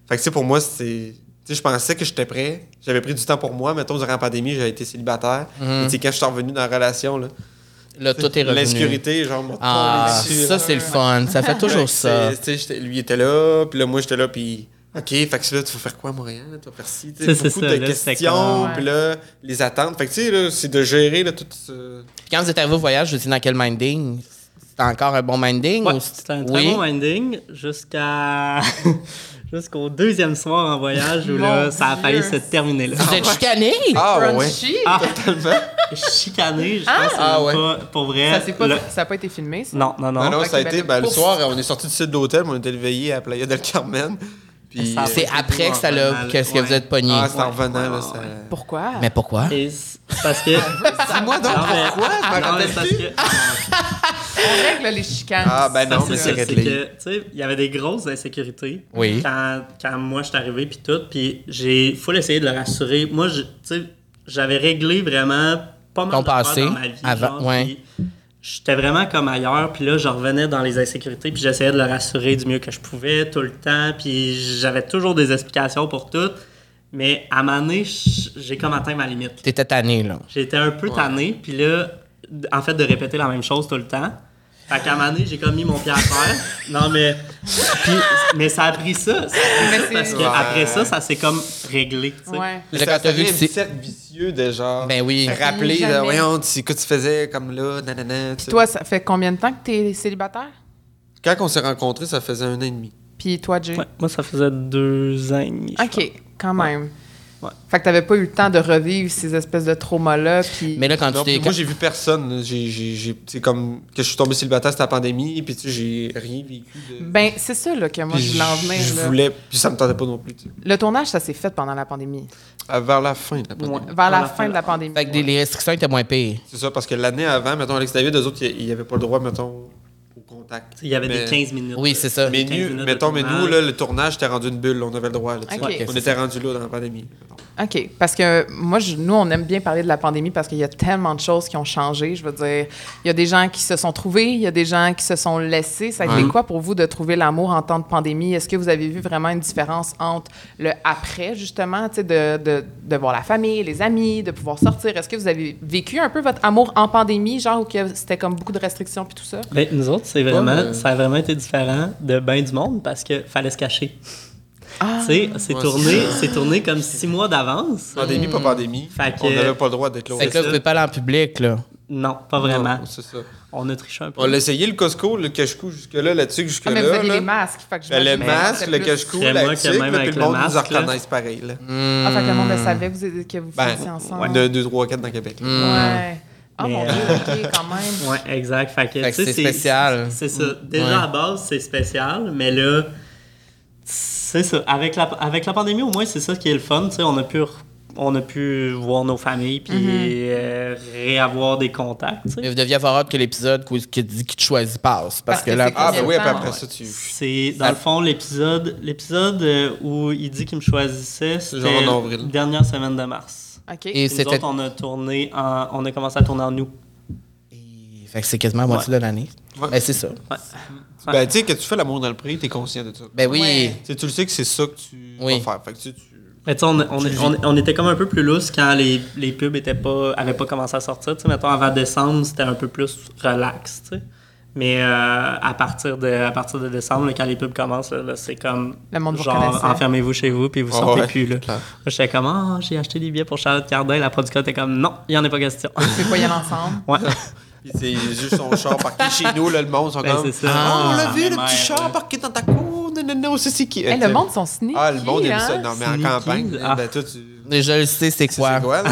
Speaker 3: Fait que, tu sais, pour moi, c'est. Tu sais, je pensais que j'étais prêt. J'avais pris du temps pour moi. Mettons, durant la pandémie, j'avais été célibataire.
Speaker 4: Mm-hmm.
Speaker 3: Et, tu sais, quand je suis revenu dans la relation, là,
Speaker 2: Là tout est revenu.
Speaker 3: l'insécurité, genre, m'a
Speaker 2: Ah,
Speaker 3: tombé dessus,
Speaker 2: ça
Speaker 3: là.
Speaker 2: c'est le fun, ça fait toujours ça.
Speaker 3: C'est- tu sais, j'étais- lui était là, puis là, moi, j'étais là, puis OK, fait que là, tu vas faire quoi à Montréal? Tu vas faire ci? Tu sais,
Speaker 4: Ça, c'est
Speaker 3: beaucoup
Speaker 4: ça,
Speaker 3: de
Speaker 4: là, c'était
Speaker 3: questions,
Speaker 1: comme-
Speaker 3: puis là, les attentes. Fait que, tu sais, là, c'est de gérer là, tout ce...
Speaker 2: Puis Quand vous êtes arrivé au voyage, vous étiez dans quel minding C'était encore un bon minding?
Speaker 4: Ouais,
Speaker 2: ou
Speaker 4: c'était un très
Speaker 2: oui.
Speaker 4: bon winding jusqu'à jusqu'au deuxième soir en voyage où là,
Speaker 1: Mon
Speaker 4: ça a failli
Speaker 1: Dieu.
Speaker 4: se terminer là.
Speaker 2: Vous êtes chicané?
Speaker 3: Ah, ouais, ouais.
Speaker 1: Crunchy?
Speaker 4: Ah,
Speaker 3: Tellement.
Speaker 4: chicané, je pense que
Speaker 2: Ah
Speaker 4: c'est
Speaker 2: ouais.
Speaker 4: pas pour vrai.
Speaker 1: Ça n'a pas,
Speaker 4: le-
Speaker 1: ça a pas été filmé, ça?
Speaker 4: Non, non, non.
Speaker 3: Non, non, ça a
Speaker 1: Ok,
Speaker 3: été.
Speaker 1: ben,
Speaker 3: ben, le
Speaker 1: pour-
Speaker 3: soir, on est sorti du site d'hôtel, mais on était éveillé à Playa del Carmen. Puis.
Speaker 4: Ça-
Speaker 2: C'est après que ça l'a. Qu'est-ce que vous êtes pogné?
Speaker 3: Ah, c'est en
Speaker 4: Ouais.
Speaker 3: revenant, là. Ça...
Speaker 1: Pourquoi?
Speaker 2: Mais pourquoi?
Speaker 4: Et c'est- parce que.
Speaker 3: Dis-moi donc
Speaker 4: Non, mais-
Speaker 3: pourquoi? Je me
Speaker 4: Non, mais
Speaker 3: rappelle
Speaker 4: parce
Speaker 3: plus.
Speaker 4: que-
Speaker 1: On règle les chicanes.
Speaker 3: Ah, ben non,
Speaker 4: Parce que
Speaker 3: mais c'est
Speaker 4: c'est
Speaker 3: réglé.
Speaker 4: que, tu sais, il y avait des grosses insécurités.
Speaker 2: Oui.
Speaker 4: Quand, quand moi, je suis arrivé, puis tout. Puis j'ai faut essayer de le rassurer. Moi, je- tu sais, j'avais réglé vraiment pas mal
Speaker 2: Ton
Speaker 4: de d'affaires
Speaker 2: passé,
Speaker 4: dans ma vie.
Speaker 2: avant-
Speaker 4: genre,
Speaker 2: ouais.
Speaker 4: puis J'étais vraiment comme ailleurs, puis là, je revenais dans les insécurités, puis j'essayais de le rassurer du mieux que je pouvais, tout le temps, puis j'avais toujours des explications pour tout. Mais à ma année, j'ai comme atteint ma limite.
Speaker 2: T'étais tanné, là.
Speaker 4: J'étais un peu tanné, puis là, d- en fait, de répéter la même chose tout le temps. Fait qu'à un moment donné, j'ai comme mis mon pied à terre. Non, mais. puis- mais ça a pris ça. ça a pris
Speaker 1: Mais
Speaker 4: ça
Speaker 1: c'est-
Speaker 4: parce
Speaker 3: Ouais.
Speaker 4: qu'après ça, ça s'est comme réglé. tu sais.
Speaker 1: Ouais.
Speaker 2: Là, quand t'as
Speaker 3: Ça- ça
Speaker 2: vu que
Speaker 3: devient
Speaker 2: c'est-
Speaker 3: un cercle vicieux de genre.
Speaker 2: Ben oui.
Speaker 3: Rappeler,
Speaker 1: Jamais.
Speaker 3: là, voyons, tu, que tu faisais comme là, nanana. tu sais.
Speaker 1: Toi, ça fait combien de temps que t'es célibataire?
Speaker 3: Quand on s'est rencontrés, ça faisait un an et demi.
Speaker 1: Puis toi, Jay?
Speaker 4: Ouais, moi, ça faisait deux ans et demi. je
Speaker 1: OK, quand même.
Speaker 4: Ouais.
Speaker 1: Fait que t'avais pas eu le temps de revivre ces espèces de traumas-là, puis...
Speaker 2: Mais là, quand tu
Speaker 3: Non,
Speaker 2: t'es.
Speaker 3: puis moi, j'ai vu personne. là. J'ai, j'ai, j'ai- tu sais, comme que je suis tombé célibataire, c'était la pandémie, puis tu sais, j'ai rien vécu. De...
Speaker 1: Ben, c'est ça, là, que moi,
Speaker 3: Puis
Speaker 1: je voulais en venir,
Speaker 3: je
Speaker 1: là.
Speaker 3: voulais, puis ça me tentait pas non plus. tu sais.
Speaker 1: Le tournage, ça s'est fait pendant la pandémie.
Speaker 3: À- Vers la fin de la pandémie.
Speaker 4: Ouais.
Speaker 1: Vers
Speaker 4: Pendant
Speaker 1: la,
Speaker 4: la
Speaker 1: fin de la pandémie.
Speaker 2: Fait que des- les restrictions étaient moins pires.
Speaker 3: C'est ça, parce que l'année avant, mettons, Alex David, eux autres, il n'y avait pas le droit, mettons, au contact.
Speaker 4: Il y avait
Speaker 3: Mais-
Speaker 4: des 15 minutes.
Speaker 2: Oui, c'est ça.
Speaker 3: Mais,
Speaker 4: 15
Speaker 3: nous-
Speaker 4: minutes de
Speaker 3: mettons, mais nous,
Speaker 4: tournage.
Speaker 3: là, le tournage était rendu une bulle, là, on avait le droit. là, tu
Speaker 1: Ok. Mm.
Speaker 3: vois.
Speaker 1: Ok,
Speaker 3: on
Speaker 2: c'est
Speaker 3: était rendu là dans la pandémie. mettons.
Speaker 1: OK. Parce que moi, je- nous, on aime bien parler de la pandémie parce qu'il y a tellement de choses qui ont changé. Je veux dire, il y a des gens qui se sont trouvés, il y a des gens qui se sont laissés. Ça a été quoi pour vous de trouver l'amour en temps de pandémie? Est-ce que vous avez vu vraiment une différence entre le après, justement, tu sais, de, de, de voir la famille, les amis, de pouvoir sortir? Est-ce que vous avez vécu un peu votre amour en pandémie, genre où que c'était comme beaucoup de restrictions puis tout ça?
Speaker 4: Ben, nous autres, c'est vraiment,
Speaker 3: Ouais, mais-
Speaker 4: ça a vraiment été différent de ben du monde parce que fallait se cacher.
Speaker 1: Ah,
Speaker 4: Tu sais, c'est
Speaker 3: Ouais,
Speaker 4: tourné, c'est tourné comme six mois d'avance.
Speaker 3: Pandémie, pas pandémie.
Speaker 4: Fait que-
Speaker 3: On n'avait pas le droit d'être là.
Speaker 2: Fait que là,
Speaker 4: ça.
Speaker 2: vous pouvez pas aller en public, là.
Speaker 4: Non, pas vraiment.
Speaker 3: Non, c'est ça.
Speaker 4: On a triché un peu.
Speaker 3: On l'a essayé, le Costco, le cache-cou, jusque-là, là-dessus,
Speaker 1: Ah, mais
Speaker 3: jusque-là.
Speaker 1: vous avez
Speaker 3: là.
Speaker 1: les masques. Fait que
Speaker 3: Ben, le
Speaker 1: j'imagine que
Speaker 3: masque,
Speaker 1: c'était
Speaker 3: le
Speaker 1: plus-
Speaker 3: cache-cou,
Speaker 4: Crée-moi
Speaker 3: la
Speaker 4: que
Speaker 3: tique,
Speaker 4: même
Speaker 3: là, Mm.
Speaker 4: avec
Speaker 3: puis le
Speaker 4: le
Speaker 3: monde nous
Speaker 4: masque, là.
Speaker 3: reconnaisse pareil. Là.
Speaker 1: Ah, fait que le monde savait que vous, que vous
Speaker 3: Hmm. Ben,
Speaker 1: faisiez ensemble.
Speaker 3: de 2, 3, 4 dans Québec. là. Mm.
Speaker 1: Ouais. Ah, mon
Speaker 4: Mais,
Speaker 1: Dieu,
Speaker 3: euh,
Speaker 1: OK, quand même.
Speaker 4: Ouais, exact. Fait que,
Speaker 2: Fait que
Speaker 4: tu sais,
Speaker 2: c'est spécial. Mm.
Speaker 4: C'est c'est ça. Déjà
Speaker 2: Ouais.
Speaker 4: à base, c'est spécial, mais là, c'est ça. Avec la, avec la pandémie, au moins, c'est ça qui est le fun. Tu sais, on a pu, re- on a pu voir nos familles puis
Speaker 2: Mm-hmm.
Speaker 4: euh, réavoir des contacts. tu
Speaker 2: Mais
Speaker 4: sais.
Speaker 2: Hmm. vous deviez avoir hâte que l'épisode qui, qui dit qui te choisit passe. Parce,
Speaker 1: Parce
Speaker 2: que
Speaker 1: que
Speaker 2: là.
Speaker 1: c'est
Speaker 3: Ah,
Speaker 1: Combien
Speaker 3: ben
Speaker 1: de
Speaker 3: oui,
Speaker 1: temps,
Speaker 3: après,
Speaker 1: ouais.
Speaker 3: après ça, tu.
Speaker 4: C'est dans le fond l'épisode, l'épisode euh, où il dit qu'il me choisissait, c'était
Speaker 3: Genre en avril.
Speaker 4: dernière semaine de mars.
Speaker 1: OK.
Speaker 2: Et
Speaker 4: Puis Nous
Speaker 2: c'était.
Speaker 4: autres, on a tourné, en- on a commencé à tourner en août.
Speaker 2: Et- Fait que c'est quasiment à moitié de l'année.
Speaker 3: Ouais.
Speaker 2: Ben, c'est ça.
Speaker 4: Ouais.
Speaker 3: Ben, tu sais, que tu fais l'amour dans le prix, t'es conscient de ça.
Speaker 2: Ben oui.
Speaker 1: Ouais.
Speaker 3: Tu sais, tu le sais que c'est ça que tu
Speaker 2: Oui.
Speaker 3: vas faire. Fait que tu sais, tu-
Speaker 4: Mais tu sais, on, on- on- on était comme un peu plus loose quand les, les pubs étaient pas, avaient pas commencé à sortir. Tu sais, mettons, avant décembre, c'était un peu plus relax, tu sais. Mais euh, à, partir de, à partir de décembre, là, quand les pubs commencent, là, là, c'est comme
Speaker 1: Le monde vous
Speaker 4: genre
Speaker 1: reconnaissait.
Speaker 4: enfermez-vous chez vous puis vous
Speaker 3: Ah
Speaker 4: sortez
Speaker 3: ouais,
Speaker 4: plus. Là.
Speaker 3: clair.
Speaker 4: Moi, J'étais comme Ah, j'ai acheté des billets pour Charlotte Cardin. La productrice était comme non, il n'y en a pas question.
Speaker 1: Vous pouvez pas y aller ensemble.
Speaker 4: ouais.
Speaker 3: Puis c'est juste son char parqué chez nous, là, le monde, ils sont
Speaker 4: Ben,
Speaker 3: comme.
Speaker 4: c'est ça.
Speaker 3: Ah, on l'a vu,
Speaker 4: Ah,
Speaker 3: le petit
Speaker 4: ma mère, là.
Speaker 3: char parqué dans ta cour, nanana, on sait c'est qui.
Speaker 1: Hey,
Speaker 3: Euh,
Speaker 1: le monde sont sneaky.
Speaker 3: Ah, le monde aime
Speaker 1: hein?
Speaker 3: ça. Non, mais en
Speaker 4: Sneaky.
Speaker 3: campagne,
Speaker 4: Ah.
Speaker 3: ben, toi, tu.
Speaker 2: Déjà, je sais c'est
Speaker 3: Tu sais c'est
Speaker 2: quoi.
Speaker 3: quoi, là?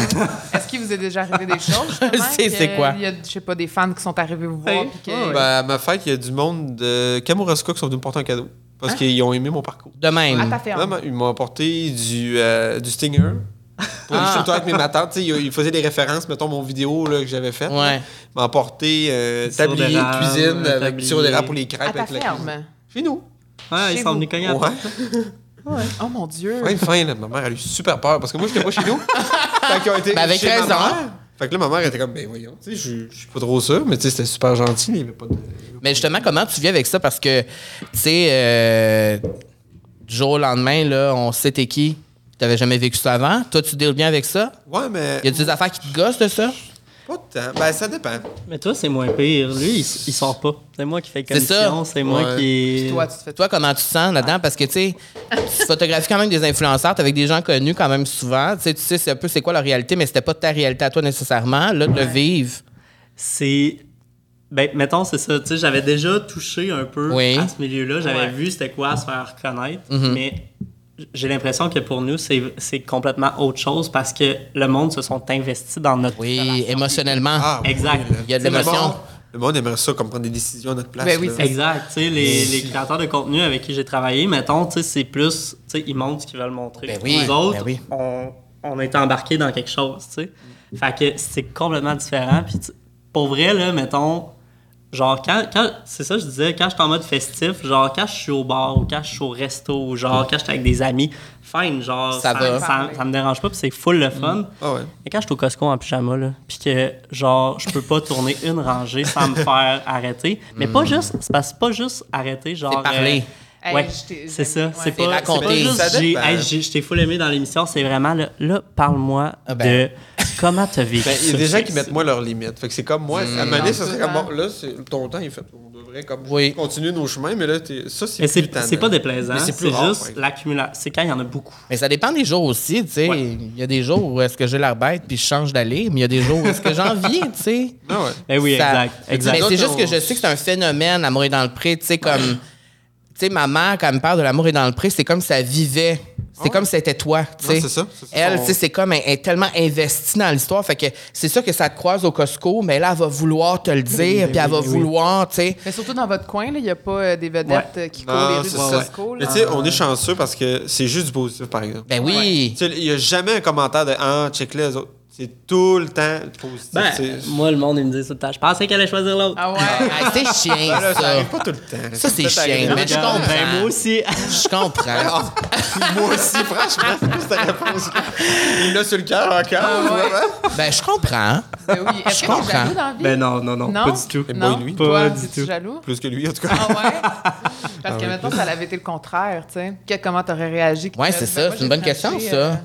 Speaker 1: Est-ce qu'il vous est déjà arrivé des choses? justement,
Speaker 2: Je sais
Speaker 1: que
Speaker 2: c'est quoi.
Speaker 1: Il y a, je sais pas, des fans qui sont arrivés vous voir.
Speaker 4: Hey.
Speaker 1: puis que-
Speaker 4: Ouais.
Speaker 3: Ben, à ma fête, il y a du monde de Kamouraska qui sont venus me porter un cadeau. Parce qu'ils ont aimé mon parcours.
Speaker 2: De
Speaker 1: À
Speaker 2: même.
Speaker 1: ta ferme.
Speaker 3: Vraiment, ils m'ont apporté du, euh, du Stinger. Pour une
Speaker 2: Ah.
Speaker 3: photo avec mes matantes, Tu sais, ils ils faisaient des références, mettons mon vidéo là, que j'avais faite.
Speaker 2: Ouais.
Speaker 3: Ils m'ont apporté euh,
Speaker 4: sirop
Speaker 3: tablier de
Speaker 4: d'érable,
Speaker 3: cuisine avec du
Speaker 4: tablier.
Speaker 3: sirop d'érable pour les crêpes.
Speaker 1: À ta
Speaker 3: avec la cuisine.
Speaker 1: ferme.
Speaker 3: Chez nous.
Speaker 4: Ouais, ils
Speaker 1: Chez
Speaker 4: sont
Speaker 1: vous.
Speaker 4: venus cogner à la
Speaker 3: Ouais.
Speaker 1: Oh mon Dieu.
Speaker 3: Ouais, fin, là, ma mère, elle a eu super peur parce que moi, j'étais pas chez nous. fait qu'ils ont été
Speaker 2: Ben, avec
Speaker 3: chez ma
Speaker 2: raison.
Speaker 3: mère. Fait que là, ma mère était comme, ben voyons, tu sais, je- je suis pas trop sûr, mais tu sais, c'était super gentil, il y avait pas de.
Speaker 2: Mais justement, comment tu vis avec ça? Parce que, tu sais, euh, du jour au lendemain, là, on sait t'es qui. T'avais jamais vécu ça avant. Toi, tu deals bien avec ça?
Speaker 3: Ouais, mais.
Speaker 2: Y a des affaires qui te gossent de ça?
Speaker 3: Pas de temps. Ben, ça dépend.
Speaker 4: Mais toi, c'est moins pire. Lui, il, s- il sort pas. C'est moi qui fais
Speaker 2: C'est ça.
Speaker 4: commission, c'est moi
Speaker 3: Ouais.
Speaker 4: qui.
Speaker 1: Toi, tu te fais
Speaker 2: Toi, comment tu te sens là-dedans? Parce que, tu sais, tu photographies quand même des influenceurs, t'es avec des gens connus quand même souvent. Tu sais, tu sais, c'est un peu c'est quoi leur réalité, mais c'était pas ta réalité à toi nécessairement. Là, de le vivre.
Speaker 4: c'est Ben, mettons, c'est ça. Tu sais, j'avais déjà touché un peu
Speaker 2: Oui. Mhm.
Speaker 4: à ce milieu-là. J'avais
Speaker 1: Ouais.
Speaker 4: vu c'était quoi se faire reconnaître. Mais j'ai l'impression que pour nous, c'est c'est complètement autre chose parce que le monde se sont investis dans notre.
Speaker 2: Oui, émotionnellement.
Speaker 3: Ah,
Speaker 4: Exact.
Speaker 3: oui, là.
Speaker 2: Il y a de
Speaker 3: C'est le
Speaker 2: l'émotion.
Speaker 3: monde- Le monde aimerait ça, comme prendre des décisions à notre place.
Speaker 1: Ben oui,
Speaker 3: là.
Speaker 1: c'est-
Speaker 4: Exact. Tu sais, les, les créateurs de contenu avec qui j'ai travaillé, mettons, tu sais, c'est plus. Tu sais, ils montrent ce qu'ils veulent montrer.
Speaker 2: Ben oui,
Speaker 4: Nous autres,
Speaker 2: ben oui.
Speaker 4: on, on est embarqués dans quelque chose, tu sais. Fait que c'est complètement différent. Puis, tu sais, pour vrai, là, mettons, genre, quand. quand c'est ça, que je disais, quand je suis en mode festif, genre, quand je suis au bar ou quand je suis au resto ou genre, quand je suis avec des amis, fine, genre,
Speaker 2: Ça va.
Speaker 4: ça, ça me dérange pas, puis c'est full le fun.
Speaker 3: Ah ouais.
Speaker 4: Mais quand je suis au Costco en pyjama, là, puis que, genre, je peux pas tourner une rangée sans me faire arrêter. Mais
Speaker 3: Mm.
Speaker 4: pas juste, c'est parce que c'est pas juste arrêter, genre.
Speaker 2: C'est parler.
Speaker 4: euh,
Speaker 1: Hey,
Speaker 4: ouais,
Speaker 1: je t'ai-
Speaker 4: c'est
Speaker 1: ouais.
Speaker 4: ça. C'est
Speaker 1: C'est
Speaker 4: pas, c'est pas
Speaker 2: raconter.
Speaker 4: juste,
Speaker 3: Ça
Speaker 4: j'ai,
Speaker 3: dépend.
Speaker 4: hey, j'ai- je t'ai full aimé dans l'émission, c'est vraiment, là, là, parle-moi
Speaker 2: Ah ben.
Speaker 4: de comment t'as vécu.
Speaker 3: Ben, il y a
Speaker 4: ça.
Speaker 3: des gens qui mettent moins leurs limites. Fait que c'est comme
Speaker 4: Mm.
Speaker 3: moi. À un moment donné, ça serait comme bon, là, c'est- ton temps est fait. On devrait comme
Speaker 2: Oui.
Speaker 3: continuer nos chemins, mais là, t'es- ça, c'est
Speaker 4: Mais
Speaker 3: plus
Speaker 4: c'est,
Speaker 3: tannant.
Speaker 4: c'est pas déplaisant,
Speaker 3: Mais
Speaker 4: c'est,
Speaker 3: c'est plus rare,
Speaker 4: juste
Speaker 3: ouais.
Speaker 4: l'accumulation. C'est quand il y en a beaucoup.
Speaker 2: Mais ça dépend des jours aussi, tu sais.
Speaker 4: Ouais.
Speaker 2: Il y a des jours où est-ce que j'ai l'air bête puis je change d'allée, mais il y a des jours où est-ce que j'en viens, tu sais.
Speaker 3: Ah ouais.
Speaker 1: Eh
Speaker 4: Ben oui,
Speaker 2: Ça-
Speaker 4: exact. exact.
Speaker 2: Mais c'est juste que
Speaker 3: D'autres,
Speaker 2: je sais que c'est un phénomène, l'amour est dans le pré, tu sais, comme. Tu sais, ma mère, quand elle me parle de l'amour est dans le pré, c'est comme si elle vivait. C'est comme si c'était toi, tu sais.
Speaker 3: Ah Non, c'est ça, c'est ça.
Speaker 2: Elle,
Speaker 3: On-
Speaker 2: tu sais, c'est comme, elle elle est tellement investie dans l'histoire. Fait que c'est sûr que ça te croise au Costco, mais là, elle va vouloir te le dire,
Speaker 1: ben
Speaker 2: puis elle va vouloir, tu sais.
Speaker 1: Mais surtout dans votre coin, il n'y a pas euh, des vedettes euh, qui courent les
Speaker 3: Non,
Speaker 1: rues
Speaker 3: c'est
Speaker 1: de
Speaker 3: ça.
Speaker 1: Costco.
Speaker 3: Mais
Speaker 1: là.
Speaker 3: tu sais, on est chanceux parce que c'est juste du positif, par exemple.
Speaker 2: Ben oui.
Speaker 3: Tu sais, Il n'y a jamais un commentaire de Ah, check les autres. C'est tout le temps positif.
Speaker 4: Ben,
Speaker 3: c'est-
Speaker 4: moi, le monde, il me dit tout le temps, je pensais qu'elle allait choisir l'autre.
Speaker 1: Ah ouais.
Speaker 2: Ah, c'est chiant,
Speaker 3: Ah, là, ça
Speaker 4: euh,
Speaker 2: ça.
Speaker 3: arrive pas tout le temps.
Speaker 2: Ça, c'est
Speaker 3: peut-être
Speaker 2: chiant.
Speaker 3: agréable.
Speaker 2: Mais je
Speaker 4: Regarde, ben, moi
Speaker 2: comprends.
Speaker 4: aussi.
Speaker 2: Je comprends.
Speaker 3: Ah, moi aussi, franchement, c'est plus ta réponse. Il l'a sur le cœur encore.
Speaker 4: Ah,
Speaker 3: vraiment.
Speaker 2: Ben, je comprends.
Speaker 1: Ben oui. Est-ce
Speaker 2: Je
Speaker 1: que t'es
Speaker 2: comprends.
Speaker 1: jaloux dans la vie?
Speaker 4: Ben non, non, non,
Speaker 1: Non?
Speaker 4: pas du tout.
Speaker 3: Mais
Speaker 1: Non?
Speaker 3: moi, lui,
Speaker 1: Toi,
Speaker 4: pas
Speaker 1: t'es-tu
Speaker 4: du tout.
Speaker 1: jaloux?
Speaker 3: Plus que lui, en tout cas.
Speaker 1: Ah ouais? Parce que maintenant, ça avait été le contraire, tu sais. Que- Comment t'aurais réagi?
Speaker 2: Ouais,
Speaker 1: Que-
Speaker 2: c'est
Speaker 1: ben,
Speaker 2: ça.
Speaker 1: moi,
Speaker 2: C'est une
Speaker 1: j'ai
Speaker 2: bonne question,
Speaker 1: tranché, euh,
Speaker 2: ça.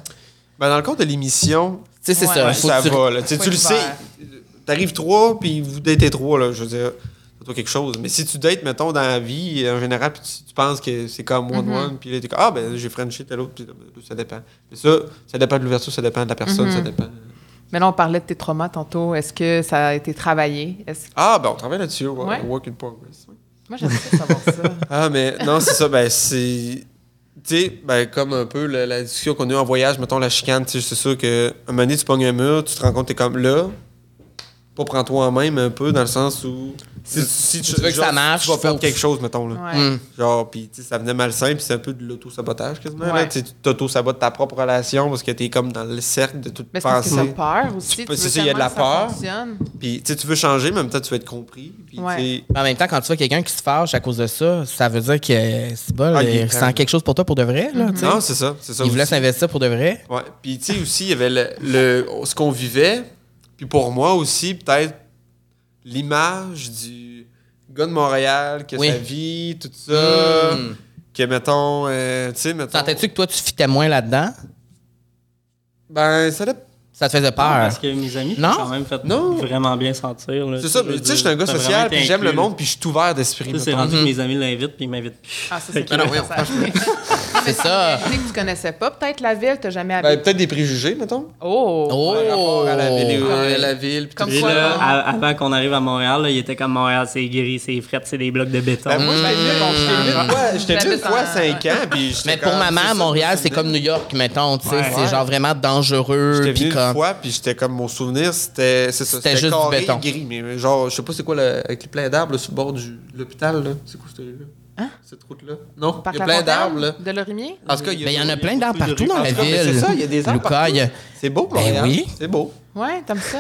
Speaker 3: Ben, dans le compte de l'émission, euh,
Speaker 2: Tu sais, c'est
Speaker 1: Ouais.
Speaker 2: ça.
Speaker 1: Ouais,
Speaker 2: Euh, Faut
Speaker 3: ça
Speaker 2: que tu-
Speaker 3: va. Là. Tu sais,
Speaker 1: Faut
Speaker 3: tu le
Speaker 1: être
Speaker 3: sais,
Speaker 1: ouvert.
Speaker 3: t'arrives trois, puis vous datez trois. Là, je veux dire, c'est toi quelque chose. Mais si tu dates, mettons, dans la vie, en général, puis tu, tu penses que c'est comme one-one, puis là, t'es comme, ah, ben, j'ai Frenché, tel autre, puis là, ben, ça dépend. Mais ça, ça dépend de l'ouverture, ça dépend de la personne, ça dépend.
Speaker 1: Mais là, on parlait de tes traumas tantôt. Est-ce que ça a été travaillé? Est-ce-
Speaker 3: Ah, ben, on travaille là-dessus, ouais,
Speaker 1: Ouais.
Speaker 3: work in progress. ouais.
Speaker 1: Moi, j'aimerais ça savoir ça.
Speaker 3: Ah, mais non, c'est ça, ben, c'est. Tu sais, ben, comme un peu la, la discussion qu'on a eu en voyage, mettons la chicane, tu sais, c'est sûr que un moment donné, tu pognes un mur, tu te rends compte, t'es comme là. Pas prends-toi en même un peu, dans le sens où. Si, si
Speaker 2: tu veux que ça marche,
Speaker 3: tu vas perdre
Speaker 2: faut-
Speaker 3: quelque chose, mettons, là.
Speaker 1: Ouais.
Speaker 3: Hum.
Speaker 2: Hmm.
Speaker 3: Genre, puis tu sais, ça venait malsain, puis c'est un peu de l'auto-sabotage quasiment. là.
Speaker 1: Ouais.
Speaker 3: Tu sais, tu t'auto-sabotes ta propre relation parce que t'es comme dans le cercle de toute
Speaker 1: Mais c'est parce que
Speaker 3: pensée.
Speaker 1: t'as peur aussi.
Speaker 3: Tu
Speaker 1: Tu
Speaker 3: peux-
Speaker 1: veux
Speaker 3: c'est ça, il y a de la
Speaker 1: tellement que ça
Speaker 3: peur.
Speaker 1: fonctionne.
Speaker 3: Puis tu sais, tu veux changer, mais en même temps, tu veux être compris. Puis
Speaker 1: Ouais.
Speaker 3: tu sais,
Speaker 2: En même temps, quand tu vois quelqu'un qui se fâche à cause de ça, ça veut dire que c'est bon,
Speaker 3: Ah, il est
Speaker 2: il
Speaker 3: calme.
Speaker 2: ressent quelque chose pour toi pour de vrai. Là,
Speaker 1: Mm-hmm.
Speaker 2: tu sais.
Speaker 3: Non, c'est ça. C'est ça
Speaker 2: il voulait
Speaker 3: aussi.
Speaker 2: s'investir pour de vrai.
Speaker 3: Ouais. Puis tu sais aussi, il y avait le, le- ce qu'on vivait. Puis pour moi aussi, peut-être l'image du gars de Montréal, que
Speaker 2: Oui.
Speaker 3: sa vie, tout ça.
Speaker 2: Mm.
Speaker 3: Que mettons, euh, tu sais, mettons.
Speaker 2: Sentais-tu que toi, tu fitais moins là-dedans?
Speaker 3: Ben, ça dépend.
Speaker 2: Ça te faisait peur.
Speaker 4: Parce que mes amis,
Speaker 2: Non?
Speaker 4: j'ai quand même fait
Speaker 3: Non.
Speaker 4: vraiment bien sentir. là.
Speaker 3: C'est ça,
Speaker 4: Je
Speaker 3: mais
Speaker 4: veux
Speaker 3: tu sais, je suis
Speaker 4: dire,
Speaker 3: un gars
Speaker 4: t'as vraiment
Speaker 3: social,
Speaker 4: été
Speaker 3: puis j'aime le
Speaker 4: inclus.
Speaker 3: monde, puis je suis ouvert d'esprit.
Speaker 4: Tu sais, c'est
Speaker 3: mettons.
Speaker 4: rendu que mes amis l'invitent, puis ils m'invitent plus.
Speaker 1: Ah, ça, c'est
Speaker 4: que-
Speaker 1: cool, ça, ça- Non, mais
Speaker 2: C'est ça.
Speaker 1: une ville que tu connaissais pas. Peut-être la ville, t'as jamais
Speaker 3: Ben,
Speaker 1: habité.
Speaker 3: peut-être des préjugés, mettons.
Speaker 1: Oh!
Speaker 2: Oh!
Speaker 3: Par rapport à la ville,
Speaker 2: Ouais.
Speaker 3: à la ville puis
Speaker 1: Comme
Speaker 3: tout
Speaker 4: Et
Speaker 3: ça.
Speaker 1: quoi,
Speaker 4: là,
Speaker 1: non?
Speaker 4: à- avant qu'on arrive à Montréal, là, il était comme Montréal, c'est gris, c'est fret, c'est des blocs de béton.
Speaker 3: Ben, moi, j'étais venu, bon, j'étais venu une fois- j'étais venu une
Speaker 1: J'habite
Speaker 3: fois
Speaker 1: en-
Speaker 3: 5 ans, puis j'étais
Speaker 2: Mais pour
Speaker 3: comme,
Speaker 2: ma
Speaker 3: c'est ça,
Speaker 2: mère, Montréal,
Speaker 3: ça
Speaker 2: c'est
Speaker 3: me
Speaker 2: comme
Speaker 3: dit.
Speaker 2: New York, mettons. tu sais,
Speaker 4: Ouais.
Speaker 2: C'est genre vraiment dangereux.
Speaker 3: J'étais
Speaker 2: Puis
Speaker 3: venu une
Speaker 2: comme...
Speaker 3: fois, puis j'étais comme, mon souvenir, c'était c'est ça,
Speaker 2: C'était juste du
Speaker 3: carré,
Speaker 2: béton.
Speaker 3: gris, mais genre, je sais pas c'est quoi, le- avec les pleins d'arbres, là, sur le bord de l'hôpital, là. C'est quoi cette rue-là?
Speaker 1: Hein?
Speaker 3: Cette route-là? Non,
Speaker 1: Par
Speaker 3: il y a plein d'arbres, là.
Speaker 1: De Lorimier?
Speaker 3: En tout cas, il y a...
Speaker 2: Ben, il y en a plein
Speaker 4: beaucoup
Speaker 2: d'arbres
Speaker 4: de
Speaker 2: partout
Speaker 4: rues
Speaker 2: dans la
Speaker 3: en tout cas, mais
Speaker 2: ville.
Speaker 3: c'est ça, il y a des arbres
Speaker 2: Lucas, il y a-
Speaker 3: C'est beau, Montréal.
Speaker 2: Ben oui.
Speaker 3: C'est beau.
Speaker 1: Ouais, t'aimes ça?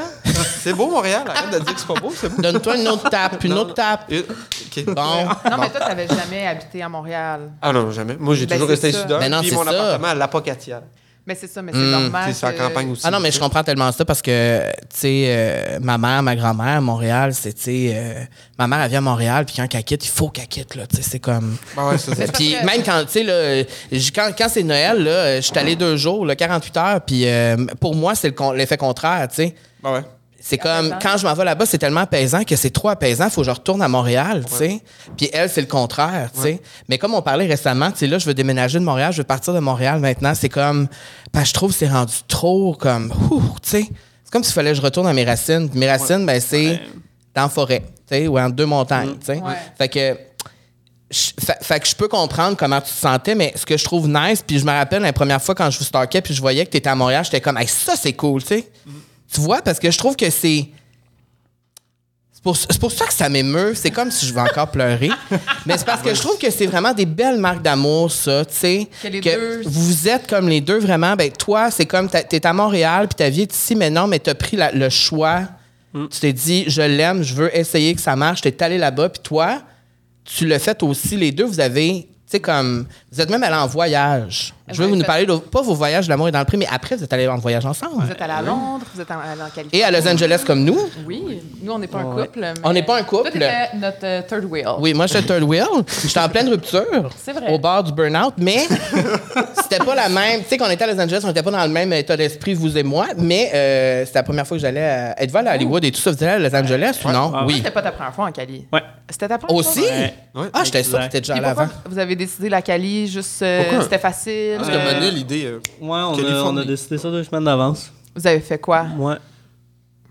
Speaker 3: C'est beau, Montréal. Arrête de dire que c'est pas beau, c'est beau.
Speaker 2: Donne-toi une autre tape, une
Speaker 3: Non,
Speaker 2: autre
Speaker 3: non.
Speaker 2: tape.
Speaker 3: Et- OK.
Speaker 2: Bon.
Speaker 1: Non, mais toi, t'avais jamais habité à Montréal.
Speaker 3: Ah non, jamais. Moi, j'ai
Speaker 1: Ben,
Speaker 3: toujours
Speaker 1: c'est
Speaker 3: resté
Speaker 1: ça.
Speaker 3: sud-est.
Speaker 2: Ben non,
Speaker 3: puis
Speaker 2: c'est
Speaker 3: mon
Speaker 2: ça.
Speaker 3: appartement à l'Apocatia.
Speaker 1: Mais c'est ça, mais Ben, c'est normal.
Speaker 3: C'est sa
Speaker 1: que-
Speaker 3: campagne aussi.
Speaker 2: Ah non, mais je comprends tellement ça parce que, tu sais, euh, ma mère, ma grand-mère, Montréal, c'est, tu sais, euh, ma mère, elle vient à Montréal, puis quand elle quitte, il faut qu'elle quitte, là, tu sais, c'est comme...
Speaker 3: Ah ouais, c'est ça.
Speaker 2: Puis
Speaker 1: parce que-
Speaker 2: même quand, tu sais, là, j- quand, quand c'est Noël, là, je suis allé deux jours, là, 48 heures, puis euh, pour moi, c'est le con- l'effet contraire, tu sais.
Speaker 3: Ah
Speaker 1: Ben,
Speaker 3: ouais.
Speaker 2: C'est
Speaker 1: apaisant.
Speaker 2: comme, quand je m'en vais là-bas, c'est tellement apaisant que c'est trop apaisant, faut que je retourne à Montréal, tu sais. Puis elle, c'est le contraire, tu sais. Mais comme on parlait récemment, tu sais, là, je veux déménager de Montréal, je veux partir de Montréal maintenant, c'est comme, parce que je trouve que c'est rendu trop comme, ouh, tu sais. C'est comme s'il fallait que je retourne à mes racines. Puis mes racines, ben, c'est dans la forêt. tu sais, ou entre deux montagnes, tu sais.
Speaker 1: Mm. Ouais.
Speaker 2: Fait que. je- Fait, fait que je peux comprendre comment tu te sentais, mais ce que je trouve nice, puis je me rappelle la première fois quand je vous stalkais, puis je voyais que tu étais à Montréal, j'étais comme, hey, ça c'est cool, tu sais. Tu vois, parce que je trouve que c'est. C'est pour, c'est pour ça que ça m'émeut. C'est comme si je vais encore pleurer. Mais c'est parce que je trouve que c'est vraiment des belles marques d'amour, ça, tu sais.
Speaker 1: Que les deux-
Speaker 2: vous êtes comme les deux vraiment. Ben, toi, c'est comme t'as- t'es à Montréal, puis ta vie est ici, mais non, mais t'as pris la- le choix.
Speaker 1: Mm.
Speaker 2: Tu t'es dit, je l'aime, je veux essayer que ça marche. T'es allé là-bas, puis toi, tu le fais aussi. Les deux, vous avez, tu sais, comme. Vous êtes même allés en voyage. Je veux
Speaker 1: Vous
Speaker 2: vous nous
Speaker 1: avez
Speaker 2: parler, de, pas vos voyages, l'amour est dans le prix, mais après, vous êtes allés en voyage ensemble.
Speaker 1: Vous êtes allé à Londres, vous êtes en- allé en Californie.
Speaker 2: Et à Los Angeles comme nous.
Speaker 1: Oui, nous, on n'est pas un couple. mais-
Speaker 2: On n'est pas un
Speaker 1: Toi,
Speaker 2: couple.
Speaker 1: t'étais notre euh, third wheel.
Speaker 2: Oui, moi, j'étais third wheel. J'étais en pleine rupture.
Speaker 1: C'est vrai.
Speaker 2: Au bord du burn-out, mais c'était pas la même. Tu sais, qu'on était à Los Angeles, on n'était pas dans le même état d'esprit, vous et moi, mais euh, c'était la première fois que j'allais. à- Êtes-vous allé à Hollywood et tout ça? Vous allez à Los Angeles ou non?
Speaker 4: Ouais.
Speaker 2: Oui.
Speaker 1: C'était pas ta première fois en Cali.
Speaker 4: Ouais.
Speaker 1: C'était ta première
Speaker 2: Aussi?
Speaker 1: fois?
Speaker 3: Ouais.
Speaker 2: Ah, j'étais sûre que t'étais déjà
Speaker 1: Puis
Speaker 2: allé avant.
Speaker 1: pourquoi vous avez décidé la Cali, juste euh,
Speaker 3: Pourquoi?
Speaker 1: c'était facile?
Speaker 3: Parce
Speaker 1: euh,
Speaker 3: que Manu, l'idée. euh,
Speaker 4: Ouais, on a,
Speaker 3: Californie.
Speaker 4: on a décidé ça deux semaines d'avance.
Speaker 1: vous avez fait quoi?
Speaker 4: Ouais.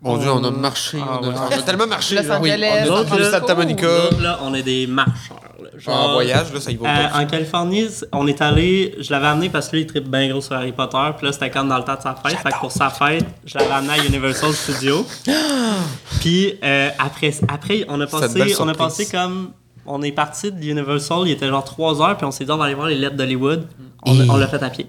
Speaker 3: Mon Dieu, on a marché.
Speaker 4: Ah,
Speaker 3: on, a,
Speaker 4: ouais.
Speaker 3: on a tellement marché.
Speaker 1: Los
Speaker 3: là.
Speaker 1: Angeles,
Speaker 3: On a
Speaker 4: Los
Speaker 3: descendu
Speaker 4: Angeles.
Speaker 3: Santa Monica.
Speaker 4: Nous, là, on est des marcheurs. là. Genre,
Speaker 3: En voyage, là, ça y va.
Speaker 4: Ah. Euh,
Speaker 3: pas.
Speaker 4: en Californie, c- on est allé, je l'avais amené parce que lui, il tripe bien gros sur Harry Potter, puis là, c'était quand dans le temps de sa fête. Fait que pour sa fête, je l'avais amené à Universal Studios. puis euh, après, après, on a
Speaker 3: C'est une belle
Speaker 4: passé, on a
Speaker 3: surprise.
Speaker 4: passé comme. On est parti de Universal, il était genre 3 heures, puis on s'est dit, on va aller voir les lettres d'Hollywood. On, on l'a fait à pied.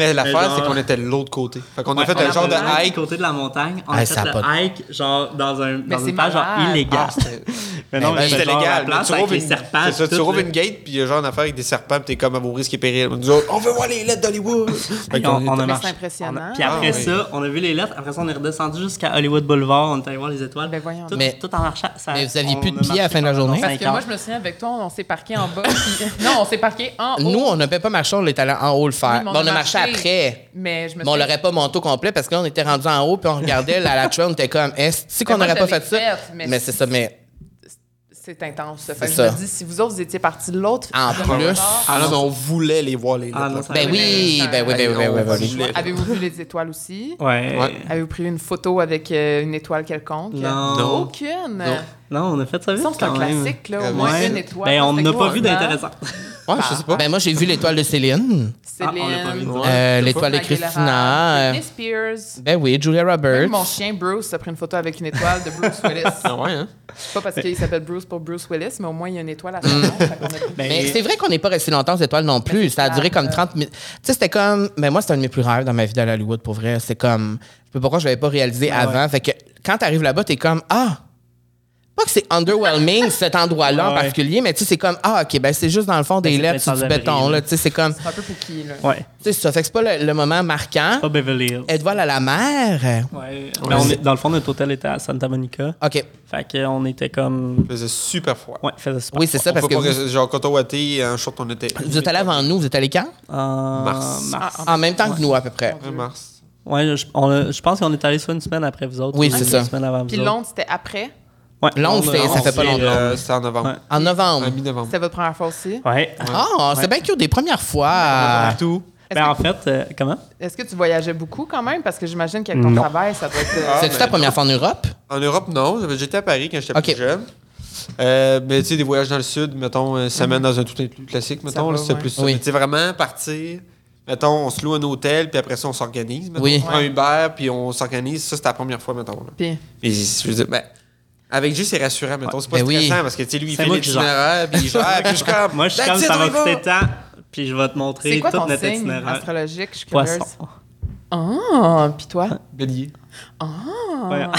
Speaker 3: Mais l'affaire,
Speaker 4: genre-
Speaker 3: c'est qu'on était de l'autre côté. Fait qu'on a
Speaker 4: Ouais,
Speaker 3: fait
Speaker 4: on
Speaker 3: un genre de
Speaker 4: vraiment
Speaker 3: hike.
Speaker 4: du côté de la montagne. On a
Speaker 2: Hey,
Speaker 4: fait
Speaker 2: ça a
Speaker 4: le
Speaker 2: pas de-
Speaker 4: hike, genre, dans un, dans
Speaker 1: c'est
Speaker 4: une plage, genre,
Speaker 1: malade.
Speaker 4: illégale.
Speaker 3: Ah, c'était-
Speaker 4: mais non,
Speaker 2: ben,
Speaker 4: mais
Speaker 3: c'était
Speaker 4: genre, la
Speaker 3: légal. mais
Speaker 4: place
Speaker 3: tu
Speaker 4: avec
Speaker 3: trouves
Speaker 4: les
Speaker 3: une-
Speaker 4: serpents.
Speaker 3: c'est ça,
Speaker 4: puis
Speaker 3: tu
Speaker 4: tout,
Speaker 3: trouves
Speaker 4: là.
Speaker 3: une gate, puis il y a genre une affaire avec des serpents, puis t'es comme à vos risques et périls. Nous autres, on veut voir les lettres d'Hollywood. Fait
Speaker 4: Puis on, on
Speaker 3: qu'on-
Speaker 4: a
Speaker 1: Mais
Speaker 4: marché.
Speaker 1: c'est impressionnant.
Speaker 4: On a- Puis après
Speaker 3: Ah, oui.
Speaker 4: ça, on a vu les lettres. Après ça, on est redescendu jusqu'à Hollywood Boulevard. On est allé voir les étoiles.
Speaker 1: Ben voyons.
Speaker 4: tout,
Speaker 2: Mais-
Speaker 4: tout en marchant. ça-
Speaker 2: mais vous aviez
Speaker 4: on
Speaker 2: plus de
Speaker 4: a
Speaker 2: billets à la
Speaker 4: marché
Speaker 2: fin de la
Speaker 4: pendant
Speaker 2: journée?
Speaker 1: Parce
Speaker 4: cinq
Speaker 1: que moi,
Speaker 4: heures.
Speaker 1: je me souviens avec toi, on s'est parqué en bas. puis- non, on s'est parqué en haut.
Speaker 2: Nous, on ne peut pas marcher, on l'était allé en haut le faire.
Speaker 1: Oui, mais
Speaker 2: Bon, on, a marché, après.
Speaker 1: Mais je me
Speaker 2: Mais on
Speaker 1: souviens-
Speaker 2: l'aurait pas monté au complet parce que là, on était rendu en haut puis on regardait la, la trail, on était comme, est-ce qu'on
Speaker 1: Mais moi,
Speaker 2: n'aurait pas
Speaker 1: je l'ai
Speaker 2: fait ça?
Speaker 1: faite, mais-
Speaker 2: mais c'est ça, mais
Speaker 1: C'est intense. ça. Fait que je
Speaker 2: C'est
Speaker 1: me
Speaker 2: ça.
Speaker 1: dis, si vous autres, vous étiez partis de l'autre.
Speaker 2: En
Speaker 1: de
Speaker 2: plus.
Speaker 1: Montréal,
Speaker 3: Ah non, mais on voulait les voir, les lettres.
Speaker 4: Ah non,
Speaker 3: là.
Speaker 4: ça-
Speaker 2: Ben oui, ben oui, ben oui, ben oui, ben oui.
Speaker 3: voulait.
Speaker 1: Avez-vous vu les étoiles aussi?
Speaker 4: Ouais.
Speaker 3: Ouais.
Speaker 1: Avez-vous pris une photo avec euh, une étoile quelconque?
Speaker 4: Non.
Speaker 3: Non.
Speaker 1: Aucune.
Speaker 3: Non.
Speaker 4: Non, on a fait ça
Speaker 1: Il me
Speaker 4: vite.
Speaker 1: semble que C'est un
Speaker 4: quand même.
Speaker 1: classique, là,
Speaker 3: Ah
Speaker 1: au moins
Speaker 4: Ouais.
Speaker 1: une étoile.
Speaker 4: Ben, on
Speaker 1: C'était
Speaker 4: n'a
Speaker 1: quoi,
Speaker 4: pas vu
Speaker 1: hein?
Speaker 4: d'intéressant.
Speaker 2: Ouais,
Speaker 3: je sais pas.
Speaker 2: Ben moi, j'ai vu l'étoile de Céline,
Speaker 4: Ah, on l'a pas vu.
Speaker 1: Céline.
Speaker 3: Ouais.
Speaker 2: euh,
Speaker 3: je sais
Speaker 2: l'étoile de
Speaker 1: Christina Aguilera,
Speaker 2: Christina. euh,
Speaker 1: Britney Spears.
Speaker 2: Ben oui, Julia
Speaker 1: Même
Speaker 2: Roberts.
Speaker 1: mon chien Bruce a pris une photo avec une étoile de Bruce Willis.
Speaker 3: Ah ouais, hein?
Speaker 1: C'est pas parce qu'il s'appelle Bruce pour Bruce Willis, mais au moins il y a une étoile à
Speaker 4: Mm.
Speaker 1: son nom. fait qu'on a tout-
Speaker 4: Ben,
Speaker 2: Mais c'est vrai qu'on n'est pas resté longtemps aux étoiles non plus. Ça a duré comme 30 minutes. Tu sais, c'était comme. Mais moi, c'était un de mes plus rares dans ma vie d'aller à Hollywood, pour vrai. C'est comme. Je sais pas pourquoi je l'avais pas réalisé
Speaker 3: Ben
Speaker 2: avant. Fait que quand t'arrives là-bas, t'es comme. Ah! Pas que c'est underwhelming, cet endroit-là en
Speaker 4: Ouais.
Speaker 2: particulier, mais tu sais, c'est comme. Ah, OK, ben c'est juste dans le fond des
Speaker 4: c'est
Speaker 2: lettres,
Speaker 4: peut-être
Speaker 2: c'est du
Speaker 4: sans abri,
Speaker 2: béton,
Speaker 4: là.
Speaker 2: là. Tu sais, c'est comme. Tu
Speaker 1: C'est un peu pour qui, là?
Speaker 4: Ben, Ouais.
Speaker 2: sais, ça fait que c'est Euh, pas le, le moment marquant.
Speaker 4: Pas Beverly Hills.
Speaker 2: Êtes-vous allé à la mer?
Speaker 4: Ouais. Ben, on est- dans le fond, notre hôtel était à Santa Monica.
Speaker 2: OK.
Speaker 4: Fait qu'on était comme.
Speaker 3: Il faisait super froid.
Speaker 4: Ouais, il faisait super.
Speaker 2: Oui, c'est ça,
Speaker 3: On
Speaker 2: parce
Speaker 3: peut
Speaker 2: que
Speaker 3: pas
Speaker 2: vous,
Speaker 3: rester- genre, quand on était en short, on était.
Speaker 2: vous êtes allé avant nous, vous êtes allé quand?
Speaker 4: En
Speaker 3: Mars.
Speaker 1: Ah,
Speaker 4: mars.
Speaker 2: En même temps que nous, à peu près.
Speaker 3: En mars.
Speaker 4: Ouais, je, on a- je pense qu'on est allé soit une semaine après vous autres.
Speaker 2: Oui,
Speaker 4: ou
Speaker 2: c'est
Speaker 4: une
Speaker 2: ça.
Speaker 4: semaine avant vous
Speaker 1: Puis
Speaker 4: autres.
Speaker 1: Londres, c'était après.
Speaker 4: Ouais.
Speaker 2: Londres,
Speaker 4: Londres,
Speaker 2: c'est- ça fait pas
Speaker 4: c'est-
Speaker 2: longtemps.
Speaker 3: Euh, C'était en novembre.
Speaker 2: En novembre.
Speaker 3: En mi-novembre.
Speaker 1: C'était votre première fois aussi.
Speaker 4: euh, Ouais.
Speaker 2: Ah, c'est bien cute des premières
Speaker 1: Ah.
Speaker 2: fois.
Speaker 3: Partout.
Speaker 1: Est-ce
Speaker 4: Ben, en
Speaker 1: que-
Speaker 4: fait, euh, comment?
Speaker 1: Est-ce que tu voyageais beaucoup quand même? Parce que j'imagine qu'avec ton
Speaker 4: Non.
Speaker 1: travail, ça doit être. euh,
Speaker 4: Ah.
Speaker 2: C'est tu ta première fois en Europe?
Speaker 3: En Europe, non. J'avais- J'étais à Paris quand j'étais
Speaker 2: Ok.
Speaker 3: plus jeune. Euh, mais tu sais, des voyages dans le sud, mettons, euh, semaine dans un tout inclus classique, mettons,
Speaker 1: va,
Speaker 3: là, c'était
Speaker 1: ouais.
Speaker 3: plus ça.
Speaker 2: Oui.
Speaker 3: Mais tu sais, vraiment partir, mettons, on se loue un hôtel, puis après ça, on s'organise. mettons.
Speaker 2: Oui.
Speaker 3: On prend un Uber, puis on s'organise. Ça, c'était la première fois, mettons. là.
Speaker 1: Puis,
Speaker 3: Mais je veux dire, ben, avec juste, c'est rassurant, mettons. C'est pas
Speaker 2: Ben oui.
Speaker 3: stressant, parce que tu sais, lui, il
Speaker 4: C'est
Speaker 3: fait
Speaker 4: moi qui
Speaker 3: l'itinéraire, puis il gère, puis je suis comme.
Speaker 4: Moi, je suis
Speaker 3: That's
Speaker 4: comme
Speaker 3: it,
Speaker 4: ça
Speaker 3: on
Speaker 4: va
Speaker 3: y va.
Speaker 4: coûter tant, puis je vais te
Speaker 1: Ben, c'est
Speaker 4: montrer
Speaker 1: quoi
Speaker 4: tout
Speaker 1: ton
Speaker 4: notre
Speaker 1: signe
Speaker 4: itinéraire.
Speaker 1: astrologique? Je suis curieuse.
Speaker 4: Poisson.
Speaker 1: Ah, puis toi?
Speaker 3: Bélier.
Speaker 4: Ah, Ouais.
Speaker 1: Ah.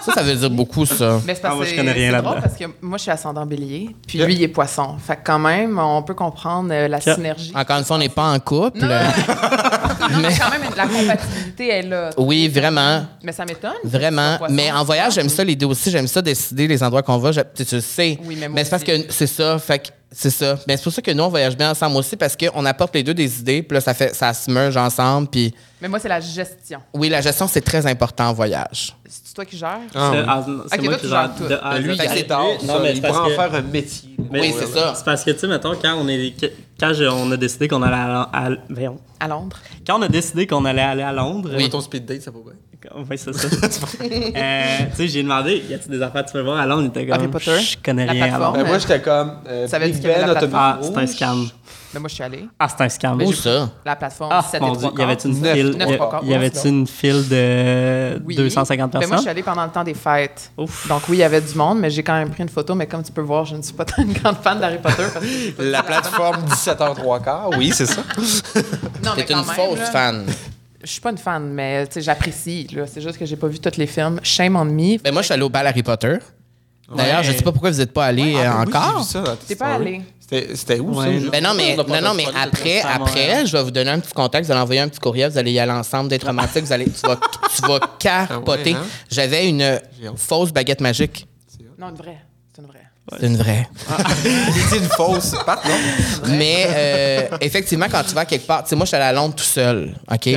Speaker 2: Ça, ça veut dire beaucoup, ça.
Speaker 1: Mais c'est parce
Speaker 4: Ah, moi, je
Speaker 1: que
Speaker 4: connais rien
Speaker 1: c'est drôle
Speaker 4: là-dedans.
Speaker 1: parce que moi, je suis ascendant bélier, puis
Speaker 3: Yeah.
Speaker 1: lui, il est poisson. Fait que quand même, on peut comprendre euh, la
Speaker 4: Yeah.
Speaker 1: synergie.
Speaker 2: Encore une fois, on n'est pas en couple.
Speaker 1: Non, non, mais quand même, la compatibilité est là.
Speaker 2: Oui, vraiment.
Speaker 1: Mais ça m'étonne. que
Speaker 2: Vraiment.
Speaker 1: tu sois poisson.
Speaker 2: Mais en voyage, j'aime ça, l'idée aussi. J'aime ça décider les endroits qu'on va. Je- tu, tu le sais.
Speaker 1: Oui, mais moi
Speaker 2: c'est parce
Speaker 1: aussi.
Speaker 2: que c'est ça. Fait que c'est ça. Mais c'est pour ça que nous, on voyage bien ensemble aussi parce qu'on apporte les deux des idées. Puis là, ça, fait, ça se merge ensemble. Puis
Speaker 1: Mais moi, c'est la gestion.
Speaker 2: oui, la gestion, c'est très important en voyage.
Speaker 1: C'est toi qui gères?
Speaker 3: Ah,
Speaker 4: C'est
Speaker 3: oui.
Speaker 4: ah, c'est
Speaker 1: Ok,
Speaker 4: moi
Speaker 1: toi,
Speaker 4: qui
Speaker 1: tu
Speaker 4: genre
Speaker 1: gères tout.
Speaker 4: de A à
Speaker 3: Ben,
Speaker 4: Z.
Speaker 3: lui, il
Speaker 2: Fait que c'est-
Speaker 3: adore
Speaker 4: Non,
Speaker 3: ça.
Speaker 4: mais c'est
Speaker 3: Il
Speaker 4: parce
Speaker 3: pourrait en
Speaker 4: que-
Speaker 3: faire un métier.
Speaker 4: Mais
Speaker 2: oui,
Speaker 4: ouais,
Speaker 2: c'est
Speaker 4: ouais.
Speaker 2: ça.
Speaker 4: C'est parce que, tu sais, mettons, quand on est. quand j'ai- on a décidé qu'on allait à, à- voyons.
Speaker 1: à Londres.
Speaker 4: quand on a décidé qu'on allait aller à Londres,
Speaker 2: Oui.
Speaker 3: Ton speed date, ça va bien.
Speaker 4: Oui, c'est ça. Euh, tu sais, j'ai demandé, y a-t-il des affaires que tu veux voir à Londres? Il était comme,
Speaker 1: Harry Potter,
Speaker 4: je connais
Speaker 1: la
Speaker 4: rien à
Speaker 1: plateforme.
Speaker 4: Londres.
Speaker 3: Ben,
Speaker 1: Ouais.
Speaker 3: moi, j'étais comme. Euh,
Speaker 1: Ça veut
Speaker 3: Big
Speaker 1: dire qu'il y avait
Speaker 3: Ben,
Speaker 1: la
Speaker 3: autobus
Speaker 4: Ah, c'est un
Speaker 3: rouge.
Speaker 4: scam.
Speaker 1: Là, moi, je suis allée.
Speaker 4: Ah, c'est un scam.
Speaker 2: Où ça?
Speaker 1: La plateforme,
Speaker 4: Ah,
Speaker 1: c'était
Speaker 4: mon
Speaker 1: des
Speaker 4: Dieu,
Speaker 1: trois
Speaker 4: y avait-tu une
Speaker 1: quarts.
Speaker 3: Neuf,
Speaker 4: file,
Speaker 1: neuf,
Speaker 4: y a-
Speaker 1: trois quarts.
Speaker 4: y avait-tu une file de
Speaker 1: Oui.
Speaker 4: 250
Speaker 1: Ben, moi, je
Speaker 4: personnes?
Speaker 1: suis allée pendant le temps des fêtes.
Speaker 4: Ouf.
Speaker 1: Donc oui, il y avait du monde, mais j'ai quand même pris une photo. Mais comme tu peux voir, je ne suis pas tant une grande fan d'Harry Potter. parce que j'ai pas dit
Speaker 3: La plateforme 17h03 oui, c'est ça.
Speaker 1: Non, mais
Speaker 2: T'es
Speaker 1: quand
Speaker 2: une
Speaker 1: même,
Speaker 2: fausse
Speaker 1: là,
Speaker 2: fan.
Speaker 1: Je suis pas une fan, mais tu sais, j'apprécie. là. C'est juste que j'ai pas vu tous les films. Shame on me.
Speaker 2: Ben moi, je suis allé au bal Harry Potter. D'ailleurs, je sais pas pourquoi vous n'êtes pas allé
Speaker 3: ah, ben
Speaker 2: euh, encore.
Speaker 1: T'es pas allé.
Speaker 3: C'était c'était où,
Speaker 4: Ouais.
Speaker 3: ça?
Speaker 2: Ben non, mais, non, non, mais après,
Speaker 4: ça à Montréal.
Speaker 2: après, je vais vous donner un petit contact, vous allez envoyer un petit courriel, vous allez y aller ensemble, d'être romantique, vous allez, tu vas, tu vas capoter.
Speaker 3: Ah ouais, hein?
Speaker 2: J'avais une
Speaker 3: J'ai honte.
Speaker 2: fausse baguette magique.
Speaker 1: Non, une vraie. C'est une vraie.
Speaker 2: C'est une vraie.
Speaker 3: Il dit une fausse. Pat, non?
Speaker 2: Mais euh, effectivement, quand tu vas quelque part, tu sais, moi, je suis allée à Londres tout seul, OK?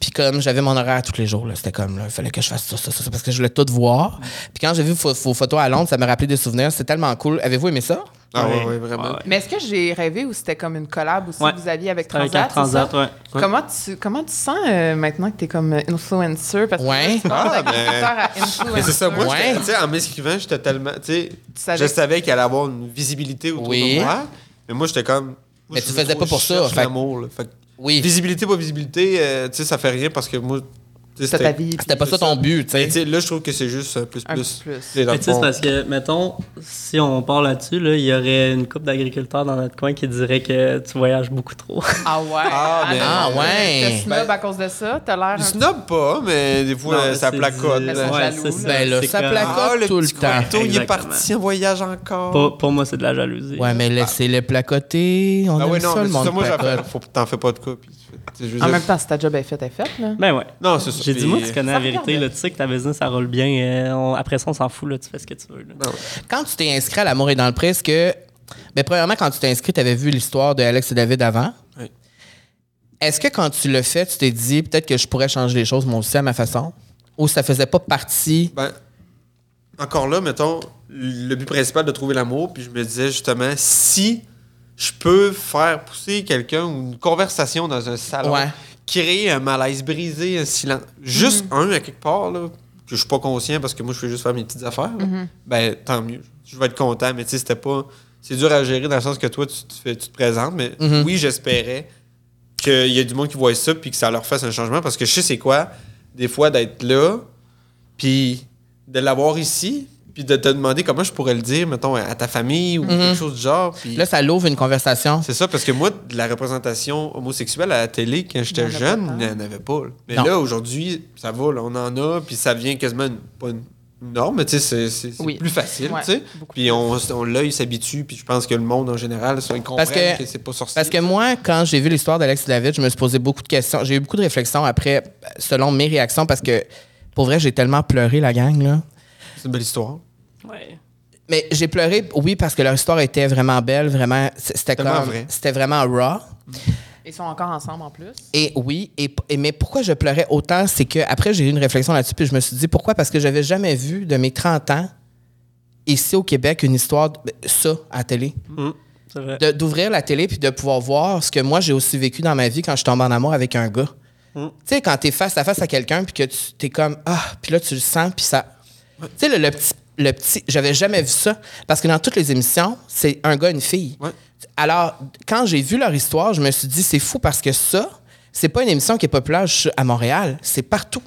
Speaker 2: Puis comme j'avais mon horaire tous les jours, là, c'était comme, là, il fallait que je fasse ça, ça, ça, ça, parce que je voulais tout voir. Puis quand j'ai vu vos, vos photos à Londres, ça m'a rappelé des souvenirs. C'est tellement cool. Avez-vous aimé ça?
Speaker 3: Ah,
Speaker 4: Ouais.
Speaker 3: ouais, ouais, vraiment.
Speaker 4: Ouais.
Speaker 1: Mais est-ce que j'ai rêvé ou c'était comme une collab aussi
Speaker 4: Ouais.
Speaker 1: que vous aviez avec
Speaker 4: Avec
Speaker 1: Transat?
Speaker 4: un Transat,
Speaker 1: c'est ça?
Speaker 4: ouais.
Speaker 3: Ouais.
Speaker 1: Comment tu, comment tu sens euh, maintenant que t'es comme euh, influencer? Parce que
Speaker 2: Ouais.
Speaker 1: là, tu passes
Speaker 3: Ah,
Speaker 1: d'agriculteur à
Speaker 3: Mais c'est ça, moi,
Speaker 1: influencer.
Speaker 2: Ouais.
Speaker 3: j'étais- tu sais, en m'écrivant, j'étais tellement. Tu sais,
Speaker 1: savais-
Speaker 3: je savais qu'il allait avoir une visibilité autour
Speaker 2: Oui.
Speaker 3: de moi. Mais moi, j'étais comme. moi,
Speaker 2: Mais
Speaker 3: je
Speaker 2: tu
Speaker 3: veux
Speaker 2: faisais
Speaker 3: trop-
Speaker 2: pas pour
Speaker 3: je
Speaker 2: ça,
Speaker 3: cherche
Speaker 2: fait-
Speaker 3: l'amour, là. Fait que
Speaker 2: Oui.
Speaker 3: Visibilité, pas visibilité, euh, tu sais, ça fait rien parce que moi. tu sais,
Speaker 1: T'as
Speaker 3: c'était-
Speaker 1: ta vie.
Speaker 2: C'était Ah, pas ça ton but, tu
Speaker 3: Mais tu
Speaker 2: sais.
Speaker 3: sais, là, je trouve que c'est juste euh, plus,
Speaker 1: Un
Speaker 3: plus.
Speaker 1: petit plus.
Speaker 3: Tu sais, dans
Speaker 4: Mais
Speaker 3: le
Speaker 4: tu sais, c'est
Speaker 3: fond,
Speaker 4: parce que, mettons, si on part là-dessus, là, il y aurait une couple d'agriculteurs dans notre coin qui dirait que tu voyages beaucoup trop.
Speaker 1: Ah ouais.
Speaker 3: Ah, mais-
Speaker 2: Ah, ouais.
Speaker 1: T'es snob
Speaker 3: Ben-
Speaker 1: à cause de ça? T'as l'air. un
Speaker 3: Je snob pas, mais des fois, euh,
Speaker 4: Non, mais
Speaker 3: ça
Speaker 4: c'est
Speaker 3: placote.
Speaker 4: du-
Speaker 1: Elles sont
Speaker 3: là.
Speaker 1: Ouais, jaloux,
Speaker 4: c'est ça.
Speaker 2: Ben là,
Speaker 4: C'est
Speaker 2: ça
Speaker 4: comme-
Speaker 2: placote.
Speaker 3: Ah, le
Speaker 2: tout le
Speaker 3: petit
Speaker 2: temps.
Speaker 3: couteau, il est
Speaker 4: Exactement.
Speaker 3: parti en voyage encore.
Speaker 4: Pour, pour moi, c'est de la jalousie.
Speaker 2: Ouais, mais laissez-les placoter. On
Speaker 3: Ah
Speaker 2: aime
Speaker 3: ouais, non,
Speaker 2: ça,
Speaker 3: mais
Speaker 2: le
Speaker 3: c'est ça,
Speaker 2: monde
Speaker 3: moi, j'en fais-
Speaker 2: placote.
Speaker 3: faut- t'en fais pas de cas. puis tu fais- tu sais, je veux
Speaker 1: En
Speaker 3: dire-
Speaker 1: même temps, si ta job est faite, est faite. Là.
Speaker 4: Ben ouais.
Speaker 3: Non, c'est ça.
Speaker 4: J'ai dit, moi,
Speaker 3: Puis-
Speaker 4: tu connais
Speaker 1: Ça
Speaker 4: la vérité.
Speaker 1: regarde.
Speaker 4: Là, tu sais que ta business, ça roule bien. euh, on- après ça, on s'en fout. Là, tu fais ce que tu veux. là.
Speaker 2: Quand tu t'es inscrit à L'amour est dans le pré, est-ce que. Ben, premièrement, quand tu t'es inscrit, tu avais vu l'histoire de Alex et David avant.
Speaker 3: Oui.
Speaker 2: Est-ce que quand tu l'as fait, tu t'es dit peut-être que je pourrais changer les choses moi aussi à ma façon? Ou ça faisait pas partie.
Speaker 3: Ben, encore là, mettons, le but principal de trouver l'amour, puis je me disais justement, si je peux faire pousser quelqu'un ou une conversation dans un salon,
Speaker 2: Ouais.
Speaker 3: créer un malaise brisé, un silence, juste un à quelque part, là, que je suis pas conscient parce que moi, je fais juste faire mes petites affaires, là, ben, tant mieux. Je vais être content, mais tu sais, c'était pas. C'est dur à gérer dans le sens que toi, tu te, fais- tu te présentes, mais oui, j'espérais qu'il y ait du monde qui voit ça puis que ça leur fasse un changement parce que je sais c'est quoi, des fois, d'être là, puis de l'avoir ici, puis de te demander comment je pourrais le dire, mettons, à ta famille ou quelque chose du genre. puis
Speaker 2: Mhm. Là, ça l'ouvre une conversation.
Speaker 3: C'est ça, parce que moi, de la représentation homosexuelle à la télé, quand j'étais
Speaker 1: Il y en a
Speaker 3: jeune,
Speaker 1: pas tant.
Speaker 3: il n'y en avait pas. là. Mais
Speaker 2: Non.
Speaker 3: là, aujourd'hui, ça va, là, on en a, puis ça vient quasiment, une- pas une norme, mais tu sais, c'est- c'est c'est
Speaker 1: Oui.
Speaker 3: plus facile,
Speaker 1: Ouais,
Speaker 3: tu sais.
Speaker 1: beaucoup
Speaker 3: Puis on, on- l'œil s'habitue, puis je pense que le monde, en général, ça, ils comprennent
Speaker 2: que-
Speaker 3: que, c'est pas sorcier.
Speaker 2: Parce que moi, quand j'ai vu l'histoire d'Alex et David, je me suis posé beaucoup de questions. J'ai eu beaucoup de réflexions après, selon mes réactions, parce que pour vrai, j'ai tellement pleuré la gang, là.
Speaker 3: C'est une belle histoire.
Speaker 4: Ouais.
Speaker 2: Mais j'ai pleuré, oui, parce que leur histoire était vraiment belle, vraiment. C'était
Speaker 3: Tellement
Speaker 2: comme.
Speaker 3: vrai.
Speaker 2: C'était vraiment raw.
Speaker 1: Ils sont encore ensemble en plus.
Speaker 2: Et oui, et, et- mais pourquoi je pleurais autant, c'est que après j'ai eu une réflexion là-dessus, puis je me suis dit pourquoi Parce que j'avais jamais vu de mes 30 ans ici au Québec une histoire de- ben, ça à la télé,
Speaker 4: Mm. C'est vrai.
Speaker 2: De- d'ouvrir la télé puis de pouvoir voir ce que moi j'ai aussi vécu dans ma vie quand je tombe en amour avec un gars.
Speaker 4: Mm.
Speaker 2: Tu sais, quand t'es face à face à quelqu'un puis que tu t'es comme ah, puis là tu le sens puis ça. Tu sais le, le petit, le petit, j'avais jamais vu ça parce que dans toutes les émissions c'est un gars une fille.
Speaker 3: Ouais.
Speaker 2: Alors, quand j'ai vu leur histoire, je me suis dit, c'est fou parce que ça, c'est pas une émission qui est populaire je- à Montréal, c'est partout.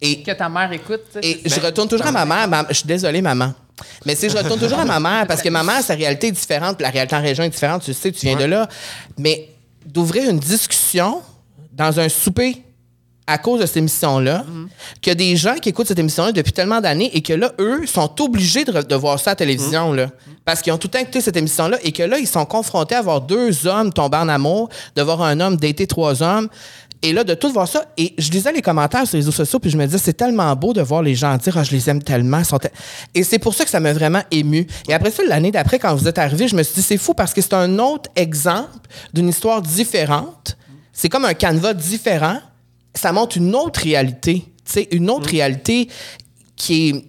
Speaker 2: Et,
Speaker 1: Que ta mère écoute. tu sais,
Speaker 2: et
Speaker 1: c'est-
Speaker 2: je retourne toujours à ma mère. ma- je suis désolée, maman. Mais si je retourne toujours à ma mère parce que ma mère, sa réalité est différente, la réalité en région est différente, tu le sais, tu viens de là. Mais d'ouvrir une discussion dans un souper à cause de cette émission-là, que des gens qui écoutent cette émission-là depuis tellement d'années et que là, eux, sont obligés de, re- de voir ça à la télévision, là, parce qu'ils ont tout le temps écouté cette émission-là et que là, ils sont confrontés à voir deux hommes tomber en amour, de voir un homme dater trois hommes. Et là, de tout voir ça, et je lisais les commentaires sur les réseaux sociaux, puis je me disais, c'est tellement beau de voir les gens dire, ah, je les aime tellement. ils sont tel- Et c'est pour ça que ça m'a vraiment ému. Et après ça, l'année d'après, quand vous êtes arrivé, je me suis dit, c'est fou parce que c'est un autre exemple d'une histoire différente. C'est comme un canevas différent ça montre une autre réalité,
Speaker 3: Mm.
Speaker 2: tu sais, une autre réalité qui est,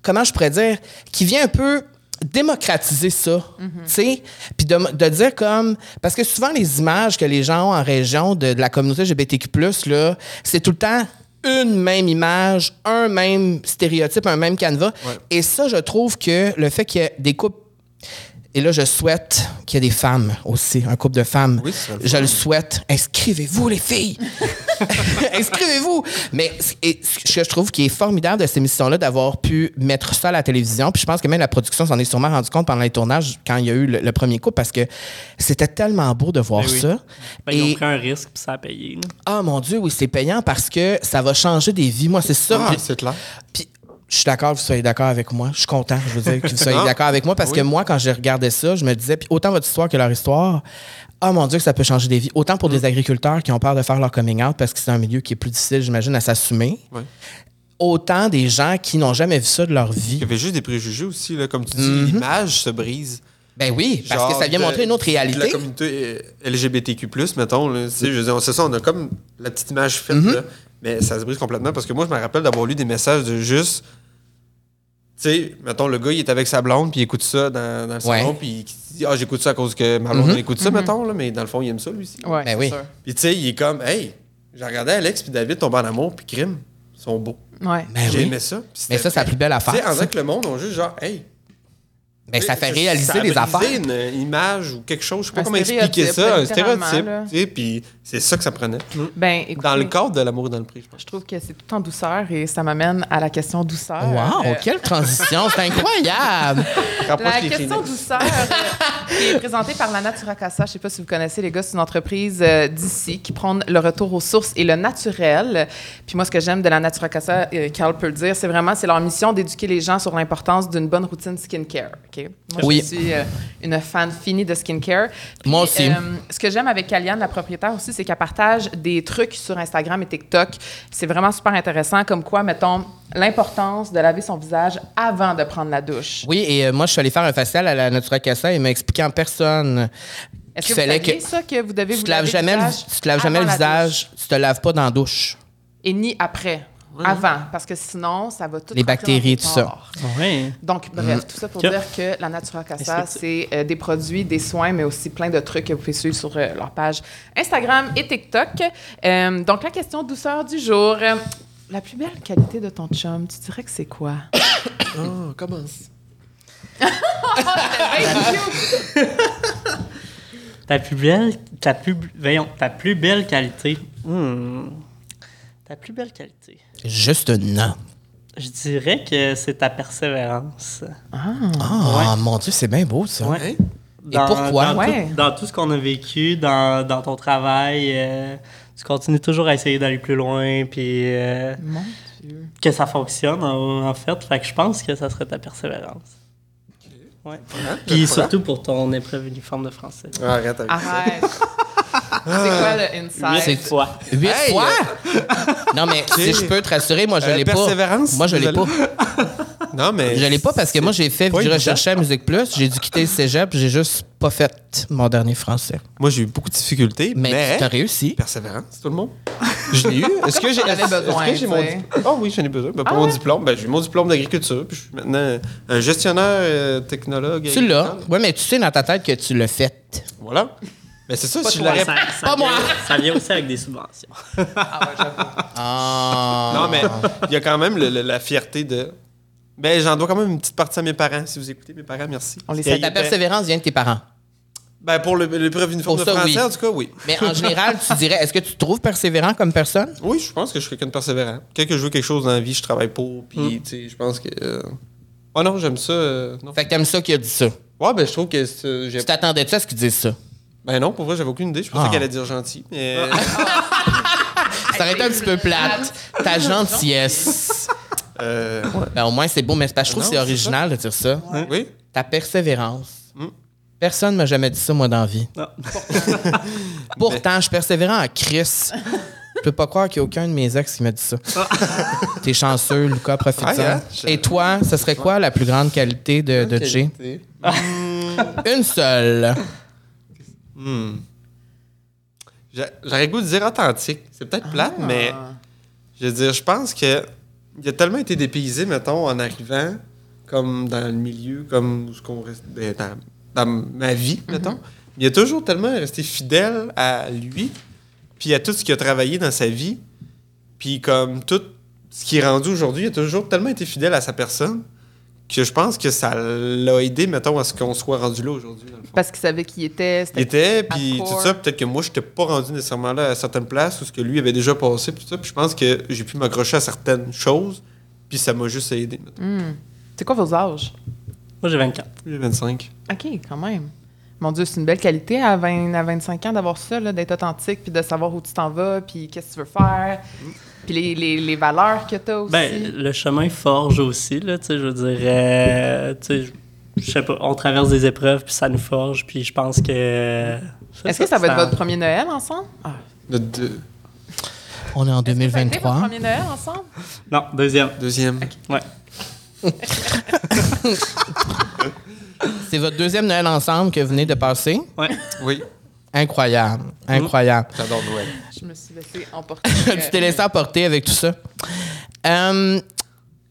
Speaker 2: comment je pourrais dire, qui vient un peu démocratiser ça,
Speaker 3: Mm-hmm.
Speaker 2: tu sais, puis de, de dire comme parce que souvent les images que les gens ont en région de, de la communauté LGBTQ+ là, c'est tout le temps une même image, un même stéréotype, un même canevas. Et ça, je trouve que le fait qu'il y ait des couples et là, je souhaite qu'il y ait des femmes aussi, un couple de femmes.
Speaker 3: Oui, ce serait le
Speaker 2: je
Speaker 3: fun.
Speaker 2: le souhaite. Inscrivez-vous, les filles! Inscrivez-vous! Mais c- et ce que je trouve qui est formidable de cette émission-là, d'avoir pu mettre ça à la télévision, puis je pense que même la production s'en est sûrement rendu compte pendant les tournages quand il y a eu le, le premier coup, parce que c'était tellement beau de voir
Speaker 4: oui.
Speaker 2: ça.
Speaker 4: Ben, Ils
Speaker 2: Et-
Speaker 4: ont pris un risque, puis ça a payé. là.
Speaker 2: ah mon Dieu, oui, c'est payant parce que ça va changer des vies. Moi, c'est ça.
Speaker 3: Ah,
Speaker 2: Puis-
Speaker 3: c'est clair.
Speaker 2: Puis, je suis d'accord, vous soyez d'accord avec moi. Je suis content, je veux dire, que vous soyez
Speaker 3: Non.
Speaker 2: d'accord avec moi parce que
Speaker 3: Ah, Oui.
Speaker 2: moi, quand j'ai regardé ça, je me disais, puis autant votre histoire que leur histoire, ah mon Dieu, que ça peut changer des vies. Autant
Speaker 3: Mm.
Speaker 2: pour des agriculteurs qui ont peur de faire leur coming out parce que c'est un milieu qui est plus difficile, j'imagine, à s'assumer.
Speaker 3: Ouais.
Speaker 2: Autant des gens qui n'ont jamais vu ça de leur
Speaker 3: Il
Speaker 2: vie.
Speaker 3: y avait juste des préjugés aussi, là, comme tu dis, l'image se brise.
Speaker 2: Ben oui, Mhm. parce que
Speaker 3: Genre
Speaker 2: ça vient
Speaker 3: de-
Speaker 2: montrer une autre
Speaker 3: de La
Speaker 2: réalité.
Speaker 3: communauté euh, LGBTQ+, mettons, là, tu sais, je veux dire, c'est ça, on a comme la petite image faite,
Speaker 2: Mhm.
Speaker 3: là, mais ça se brise complètement parce que moi, je me rappelle d'avoir lu des messages de juste, tu sais, mettons, le gars, il est avec sa blonde, puis il écoute ça dans, dans le
Speaker 2: Ouais.
Speaker 3: salon, puis il dit « Ah, j'écoute ça à cause que ma blonde
Speaker 2: Mhm.
Speaker 3: écoute ça, mettons, là, mais dans le fond, il aime ça, lui aussi.
Speaker 1: Ouais,
Speaker 2: Ben
Speaker 1: c'est
Speaker 2: oui.
Speaker 1: sûr.
Speaker 3: Puis tu sais, il est comme « Hey, j'ai regardé Alex puis David tomber en amour, puis crime, ils sont beaux.
Speaker 1: Ouais.
Speaker 2: Ben
Speaker 3: J'ai
Speaker 2: oui.
Speaker 3: aimé ça. Puis
Speaker 2: Mais ça,
Speaker 3: c'était-
Speaker 2: c'est la plus belle
Speaker 3: Tu sais, en
Speaker 2: affaire. ça.
Speaker 3: vrai que le monde, on juste genre « Hey,
Speaker 2: Ben, ça fait
Speaker 3: ça-
Speaker 2: réaliser
Speaker 3: ça a
Speaker 2: les
Speaker 3: brisé
Speaker 2: affaires.
Speaker 3: une image ou quelque chose, je sais pas
Speaker 1: Un
Speaker 3: comment expliquer
Speaker 1: stéréotype,
Speaker 3: ça, un
Speaker 1: littéralement,
Speaker 3: stéréotype.
Speaker 1: là.
Speaker 3: tu sais, Puis c'est ça que ça prenait.
Speaker 2: Mm.
Speaker 1: Ben, écoutez,
Speaker 3: Dans le cadre de l'amour et dans le prix, je pense.
Speaker 1: je trouve que c'est tout en douceur et ça m'amène à la question douceur.
Speaker 2: Wow,
Speaker 1: Euh,
Speaker 2: quelle transition, c'est incroyable!
Speaker 3: Rapproche
Speaker 1: La
Speaker 3: les
Speaker 1: question
Speaker 3: Kleenex.
Speaker 1: douceur euh, qui est présentée par la Naturacasa. Je ne sais pas si vous connaissez, les gars, c'est une entreprise euh, d'ici qui prône le retour aux sources et le naturel. Puis moi, ce que j'aime de la Naturacasa, euh, Carl peut le dire, c'est vraiment c'est leur mission d'éduquer les gens sur l'importance d'une bonne routine skincare. OK? Moi,
Speaker 2: Oui.
Speaker 1: je suis euh, une fan finie de skincare. Puis, euh,
Speaker 2: Moi aussi.
Speaker 1: ce que j'aime avec Kaliane, la propriétaire aussi, c'est qu'elle partage des trucs sur Instagram et TikTok. C'est vraiment super intéressant, comme quoi, mettons, l'importance de laver son visage avant de prendre la douche.
Speaker 2: Oui, et euh, moi, je suis allé faire un facial à la Natura Casa et il m'a expliqué en personne
Speaker 1: Est-ce
Speaker 2: qu'il
Speaker 1: que vous
Speaker 2: fallait
Speaker 1: saviez
Speaker 2: que
Speaker 1: ça que vous devez
Speaker 2: tu
Speaker 1: vous
Speaker 2: te laves
Speaker 1: laver
Speaker 2: jamais le,
Speaker 1: visage
Speaker 2: tu te laves jamais
Speaker 1: avant
Speaker 2: le
Speaker 1: la douche
Speaker 2: visage, tu te laves pas dans la douche.
Speaker 1: et ni après, avant, parce que sinon ça va tout rentrer
Speaker 2: Les
Speaker 1: dans
Speaker 2: bactéries,
Speaker 1: le
Speaker 2: tout ça. Mm.
Speaker 1: corps.
Speaker 4: Ouais.
Speaker 1: Donc bref, tout ça pour
Speaker 4: Yep.
Speaker 1: dire que la Natura Casa,
Speaker 4: Est-ce que
Speaker 1: c'est euh, des produits, des soins, mais aussi plein de trucs que vous pouvez suivre sur euh, leur page Instagram et TikTok. Euh, donc la question douceur du jour. Euh, la plus belle qualité de ton chum, tu dirais que c'est quoi?
Speaker 2: Oh, commence.
Speaker 4: Ta plus belle, ta plus, voyons, ta plus belle qualité. Hmm. Ta plus belle qualité.
Speaker 2: Juste non.
Speaker 4: Je dirais que c'est ta persévérance.
Speaker 2: Ah, mon Dieu, c'est bien beau, ça.
Speaker 4: Ouais.
Speaker 2: Et pourquoi?
Speaker 4: Dans,
Speaker 1: Ouais.
Speaker 4: tout, dans tout ce qu'on a vécu, dans, dans ton travail, euh, tu continues toujours à essayer d'aller plus loin, puis euh,
Speaker 1: Mon Dieu.
Speaker 4: que ça fonctionne en, en fait. Fait que je pense que ça serait ta persévérance. Ouais. Puis surtout pour ton épreuve uniforme de français.
Speaker 3: Arrête avec
Speaker 2: Ah,
Speaker 3: ça.
Speaker 1: Arrête. c'est quoi le
Speaker 4: Huit
Speaker 1: inside?
Speaker 4: fois.
Speaker 2: Huit
Speaker 3: Hey,
Speaker 2: fois? non, mais si je peux te rassurer, moi, je
Speaker 3: Euh,
Speaker 2: l'ai pas.
Speaker 3: persévérance,
Speaker 2: Moi, je l'ai pas.
Speaker 3: désolé. Non, mais.
Speaker 2: Je l'ai pas parce que moi, j'ai fait,
Speaker 3: pas
Speaker 2: je
Speaker 3: évident.
Speaker 2: recherchais à Musique Plus, j'ai dû quitter le cégep, j'ai juste pas fait mon dernier français.
Speaker 3: Moi, j'ai eu beaucoup de difficultés, mais.
Speaker 2: Mais, tu as réussi.
Speaker 3: Persévérance, tout le monde. Je l'ai eu. Est-ce que j'ai.
Speaker 1: J'en avais
Speaker 3: est-ce-
Speaker 1: besoin,
Speaker 3: est-ce que j'ai mon.
Speaker 1: tu sais.
Speaker 3: di- Ah oui, j'en ai besoin. Ben, pour mon diplôme, ben, j'ai eu mon diplôme d'agriculture, puis je suis maintenant un gestionnaire euh, technologue.
Speaker 2: Tu l'as.
Speaker 3: agricole.
Speaker 2: Ouais, mais tu sais dans ta tête que tu l'as fait.
Speaker 3: Voilà. Mais c'est ça, si je
Speaker 4: Ouais,
Speaker 3: l'aurais
Speaker 4: ça, ça
Speaker 2: Pas
Speaker 4: vient-
Speaker 2: moi.
Speaker 4: Ça vient aussi avec des subventions.
Speaker 2: Ah.
Speaker 3: Non, mais il y a quand même le- le- la fierté de. Ben, j'en dois quand même une petite partie à mes parents. Si vous écoutez mes parents, merci.
Speaker 1: On les
Speaker 3: Parce
Speaker 1: salue.
Speaker 3: qu'ils
Speaker 2: Ta
Speaker 3: étaient-
Speaker 2: persévérance vient de tes parents.
Speaker 3: Ben, pour le- l'épreuve uniforme
Speaker 2: Pour
Speaker 3: de
Speaker 2: ça,
Speaker 3: français,
Speaker 2: oui.
Speaker 3: en tout cas, oui.
Speaker 2: Mais en général, tu dirais, est-ce que tu te trouves persévérant comme personne?
Speaker 3: Oui, je pense que je suis quelqu'un de persévérant. Quand que je veux quelque chose dans la vie, je travaille pour. Puis, tu sais, je pense que. euh, Ouais, non, j'aime ça. euh, non.
Speaker 2: Hmm. Fait que t'aimes ça qu'il a dit ça.
Speaker 3: Ouais, ben, je trouve que. c'est, euh, j'ai-
Speaker 2: Tu t'attendais-tu à ce qu'il dise ça?
Speaker 3: Ben, non, pour vrai, j'avais aucune idée. Je pensais
Speaker 2: Ah.
Speaker 3: qu'elle allait dire gentil. Mais.
Speaker 2: Ça aurait été un petit peu plate. Ta gentillesse.
Speaker 3: euh,
Speaker 2: Ben, au moins, c'est beau, mais c'est parce que je trouve
Speaker 3: Non,
Speaker 2: que c'est
Speaker 3: c'est
Speaker 2: original de dire ça.
Speaker 3: oui.
Speaker 2: Ta persévérance. Personne m'a jamais dit ça, moi, dans la vie.
Speaker 4: Non.
Speaker 2: Pourtant, je suis persévérant en Chris. Je peux pas croire qu'il y a aucun de mes ex qui m'a dit ça. T'es chanceux, Lucas, profite-en.
Speaker 3: Ouais, hein? Je-
Speaker 2: Et toi, ce serait quoi la plus grande qualité de, de Jay?
Speaker 3: Qualité.
Speaker 2: Une seule.
Speaker 3: J'a- J'aurais le goût de dire authentique. C'est peut-être plate, mais je veux dire, je pense que il a tellement été dépaysé, mettons, en arrivant, comme dans le milieu, comme où ce qu'on reste ben, dans, dans ma vie, mettons. Il a toujours tellement resté fidèle à lui, puis à tout ce qu'il a travaillé dans sa vie, puis comme tout ce qui est rendu aujourd'hui, il a toujours tellement été fidèle à sa personne que je pense que ça l'a aidé, mettons, à ce qu'on soit rendu là aujourd'hui. dans le fond.
Speaker 1: Parce qu'il savait qui il était.
Speaker 3: Il
Speaker 1: c'était-
Speaker 3: était, puis
Speaker 1: hardcore.
Speaker 3: tout ça, peut-être que moi, je n'étais pas rendu nécessairement là à certaines places ou ce que lui avait déjà passé, puis tout ça, puis je pense que j'ai pu m'accrocher à certaines choses, puis ça m'a juste aidé. mettons.
Speaker 1: Hmm. C'est quoi vos âges?
Speaker 4: Moi, j'ai 24.
Speaker 3: J'ai 25.
Speaker 1: OK, quand même. Mon Dieu, c'est une belle qualité à, 20, à 25 ans d'avoir ça, là, d'être authentique, puis de savoir où tu t'en vas, puis qu'est-ce que tu veux faire, puis les, les- les valeurs que tu as aussi.
Speaker 4: Ben, le chemin forge aussi, là, tu sais, je veux dire, euh, tu sais, je- je sais pas, on traverse des épreuves, puis ça nous forge, puis je pense que... euh,
Speaker 1: Est-ce que ça va être votre premier Noël ensemble?
Speaker 3: Le deux-
Speaker 2: On est en
Speaker 1: Ça a été votre
Speaker 2: 2023.
Speaker 1: premier Noël ensemble?
Speaker 4: Non, deuxième,
Speaker 3: deuxième.
Speaker 4: ouais.
Speaker 2: C'est votre deuxième Noël ensemble que vous venez de passer.
Speaker 4: ouais.
Speaker 3: Oui,
Speaker 2: Incroyable, incroyable.
Speaker 3: j'adore Noël.
Speaker 1: Je me suis laissée emporter. euh,
Speaker 2: tu t'es laissé emporter avec tout ça. Euh,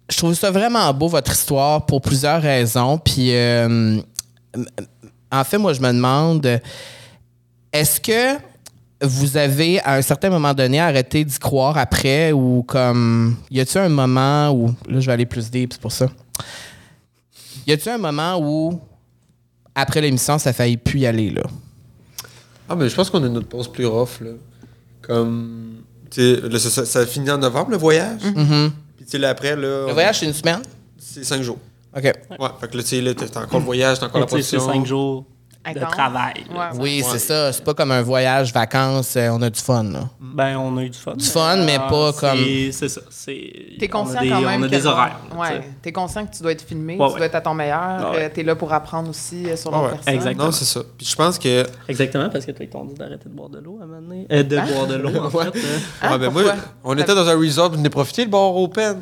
Speaker 2: je trouve ça vraiment beau, votre histoire, pour plusieurs raisons. Puis, euh, m- m- en fait, moi, je me demande, est-ce que vous avez, à un certain moment donné, arrêté d'y croire après ou comme, y a-t-il un moment où, là, je vais aller plus deep, c'est pour ça. Y a-t-il un moment où, après l'émission, ça faillit plus y aller, là?
Speaker 3: Ah, mais je pense qu'on a notre pause plus rough, là. Comme. Tu sais, là, ça, ça- ça finit en novembre, le voyage. Puis, tu sais, là, après, là.
Speaker 2: Le voyage, c'est une semaine?
Speaker 3: C'est cinq jours.
Speaker 2: OK.
Speaker 3: Ouais, fait que là, tu sais, là, t'as t'as encore le voyage, t'as encore
Speaker 4: Et
Speaker 3: la
Speaker 4: tu sais, C'est
Speaker 3: production.
Speaker 4: cinq jours de
Speaker 1: Intense.
Speaker 4: travail. là.
Speaker 1: Ouais, ouais.
Speaker 2: Oui, c'est ça. C'est pas comme un voyage, vacances. euh, on a du fun, là.
Speaker 4: Ben, on a eu du fun. Du
Speaker 2: fun, mais pas comme-
Speaker 4: C'est ça, c'est...
Speaker 1: T'es
Speaker 4: on
Speaker 1: conscient
Speaker 4: a des-
Speaker 1: quand même
Speaker 4: On a
Speaker 1: que-
Speaker 4: des horaires, là, tu
Speaker 1: Ouais.
Speaker 4: sais.
Speaker 1: T'es conscient que tu dois être filmé,
Speaker 4: Ouais,
Speaker 1: tu
Speaker 4: ouais.
Speaker 1: dois être à ton meilleur,
Speaker 4: Ouais, ouais.
Speaker 1: euh, t'es là pour apprendre aussi euh, sur
Speaker 3: Ah
Speaker 1: l'autre
Speaker 3: ouais,
Speaker 1: personne.
Speaker 4: exact.
Speaker 3: Non, c'est ça. Puis, je pense que.
Speaker 4: Exactement, parce que toi, ils t'ont dit d'arrêter de boire de l'eau à un moment donné. Euh, de boire de l'eau, en fait. euh.
Speaker 1: Hein,
Speaker 3: ouais, ben,
Speaker 1: pourquoi?
Speaker 3: moi, on était dans un resort, on a profité le bar open.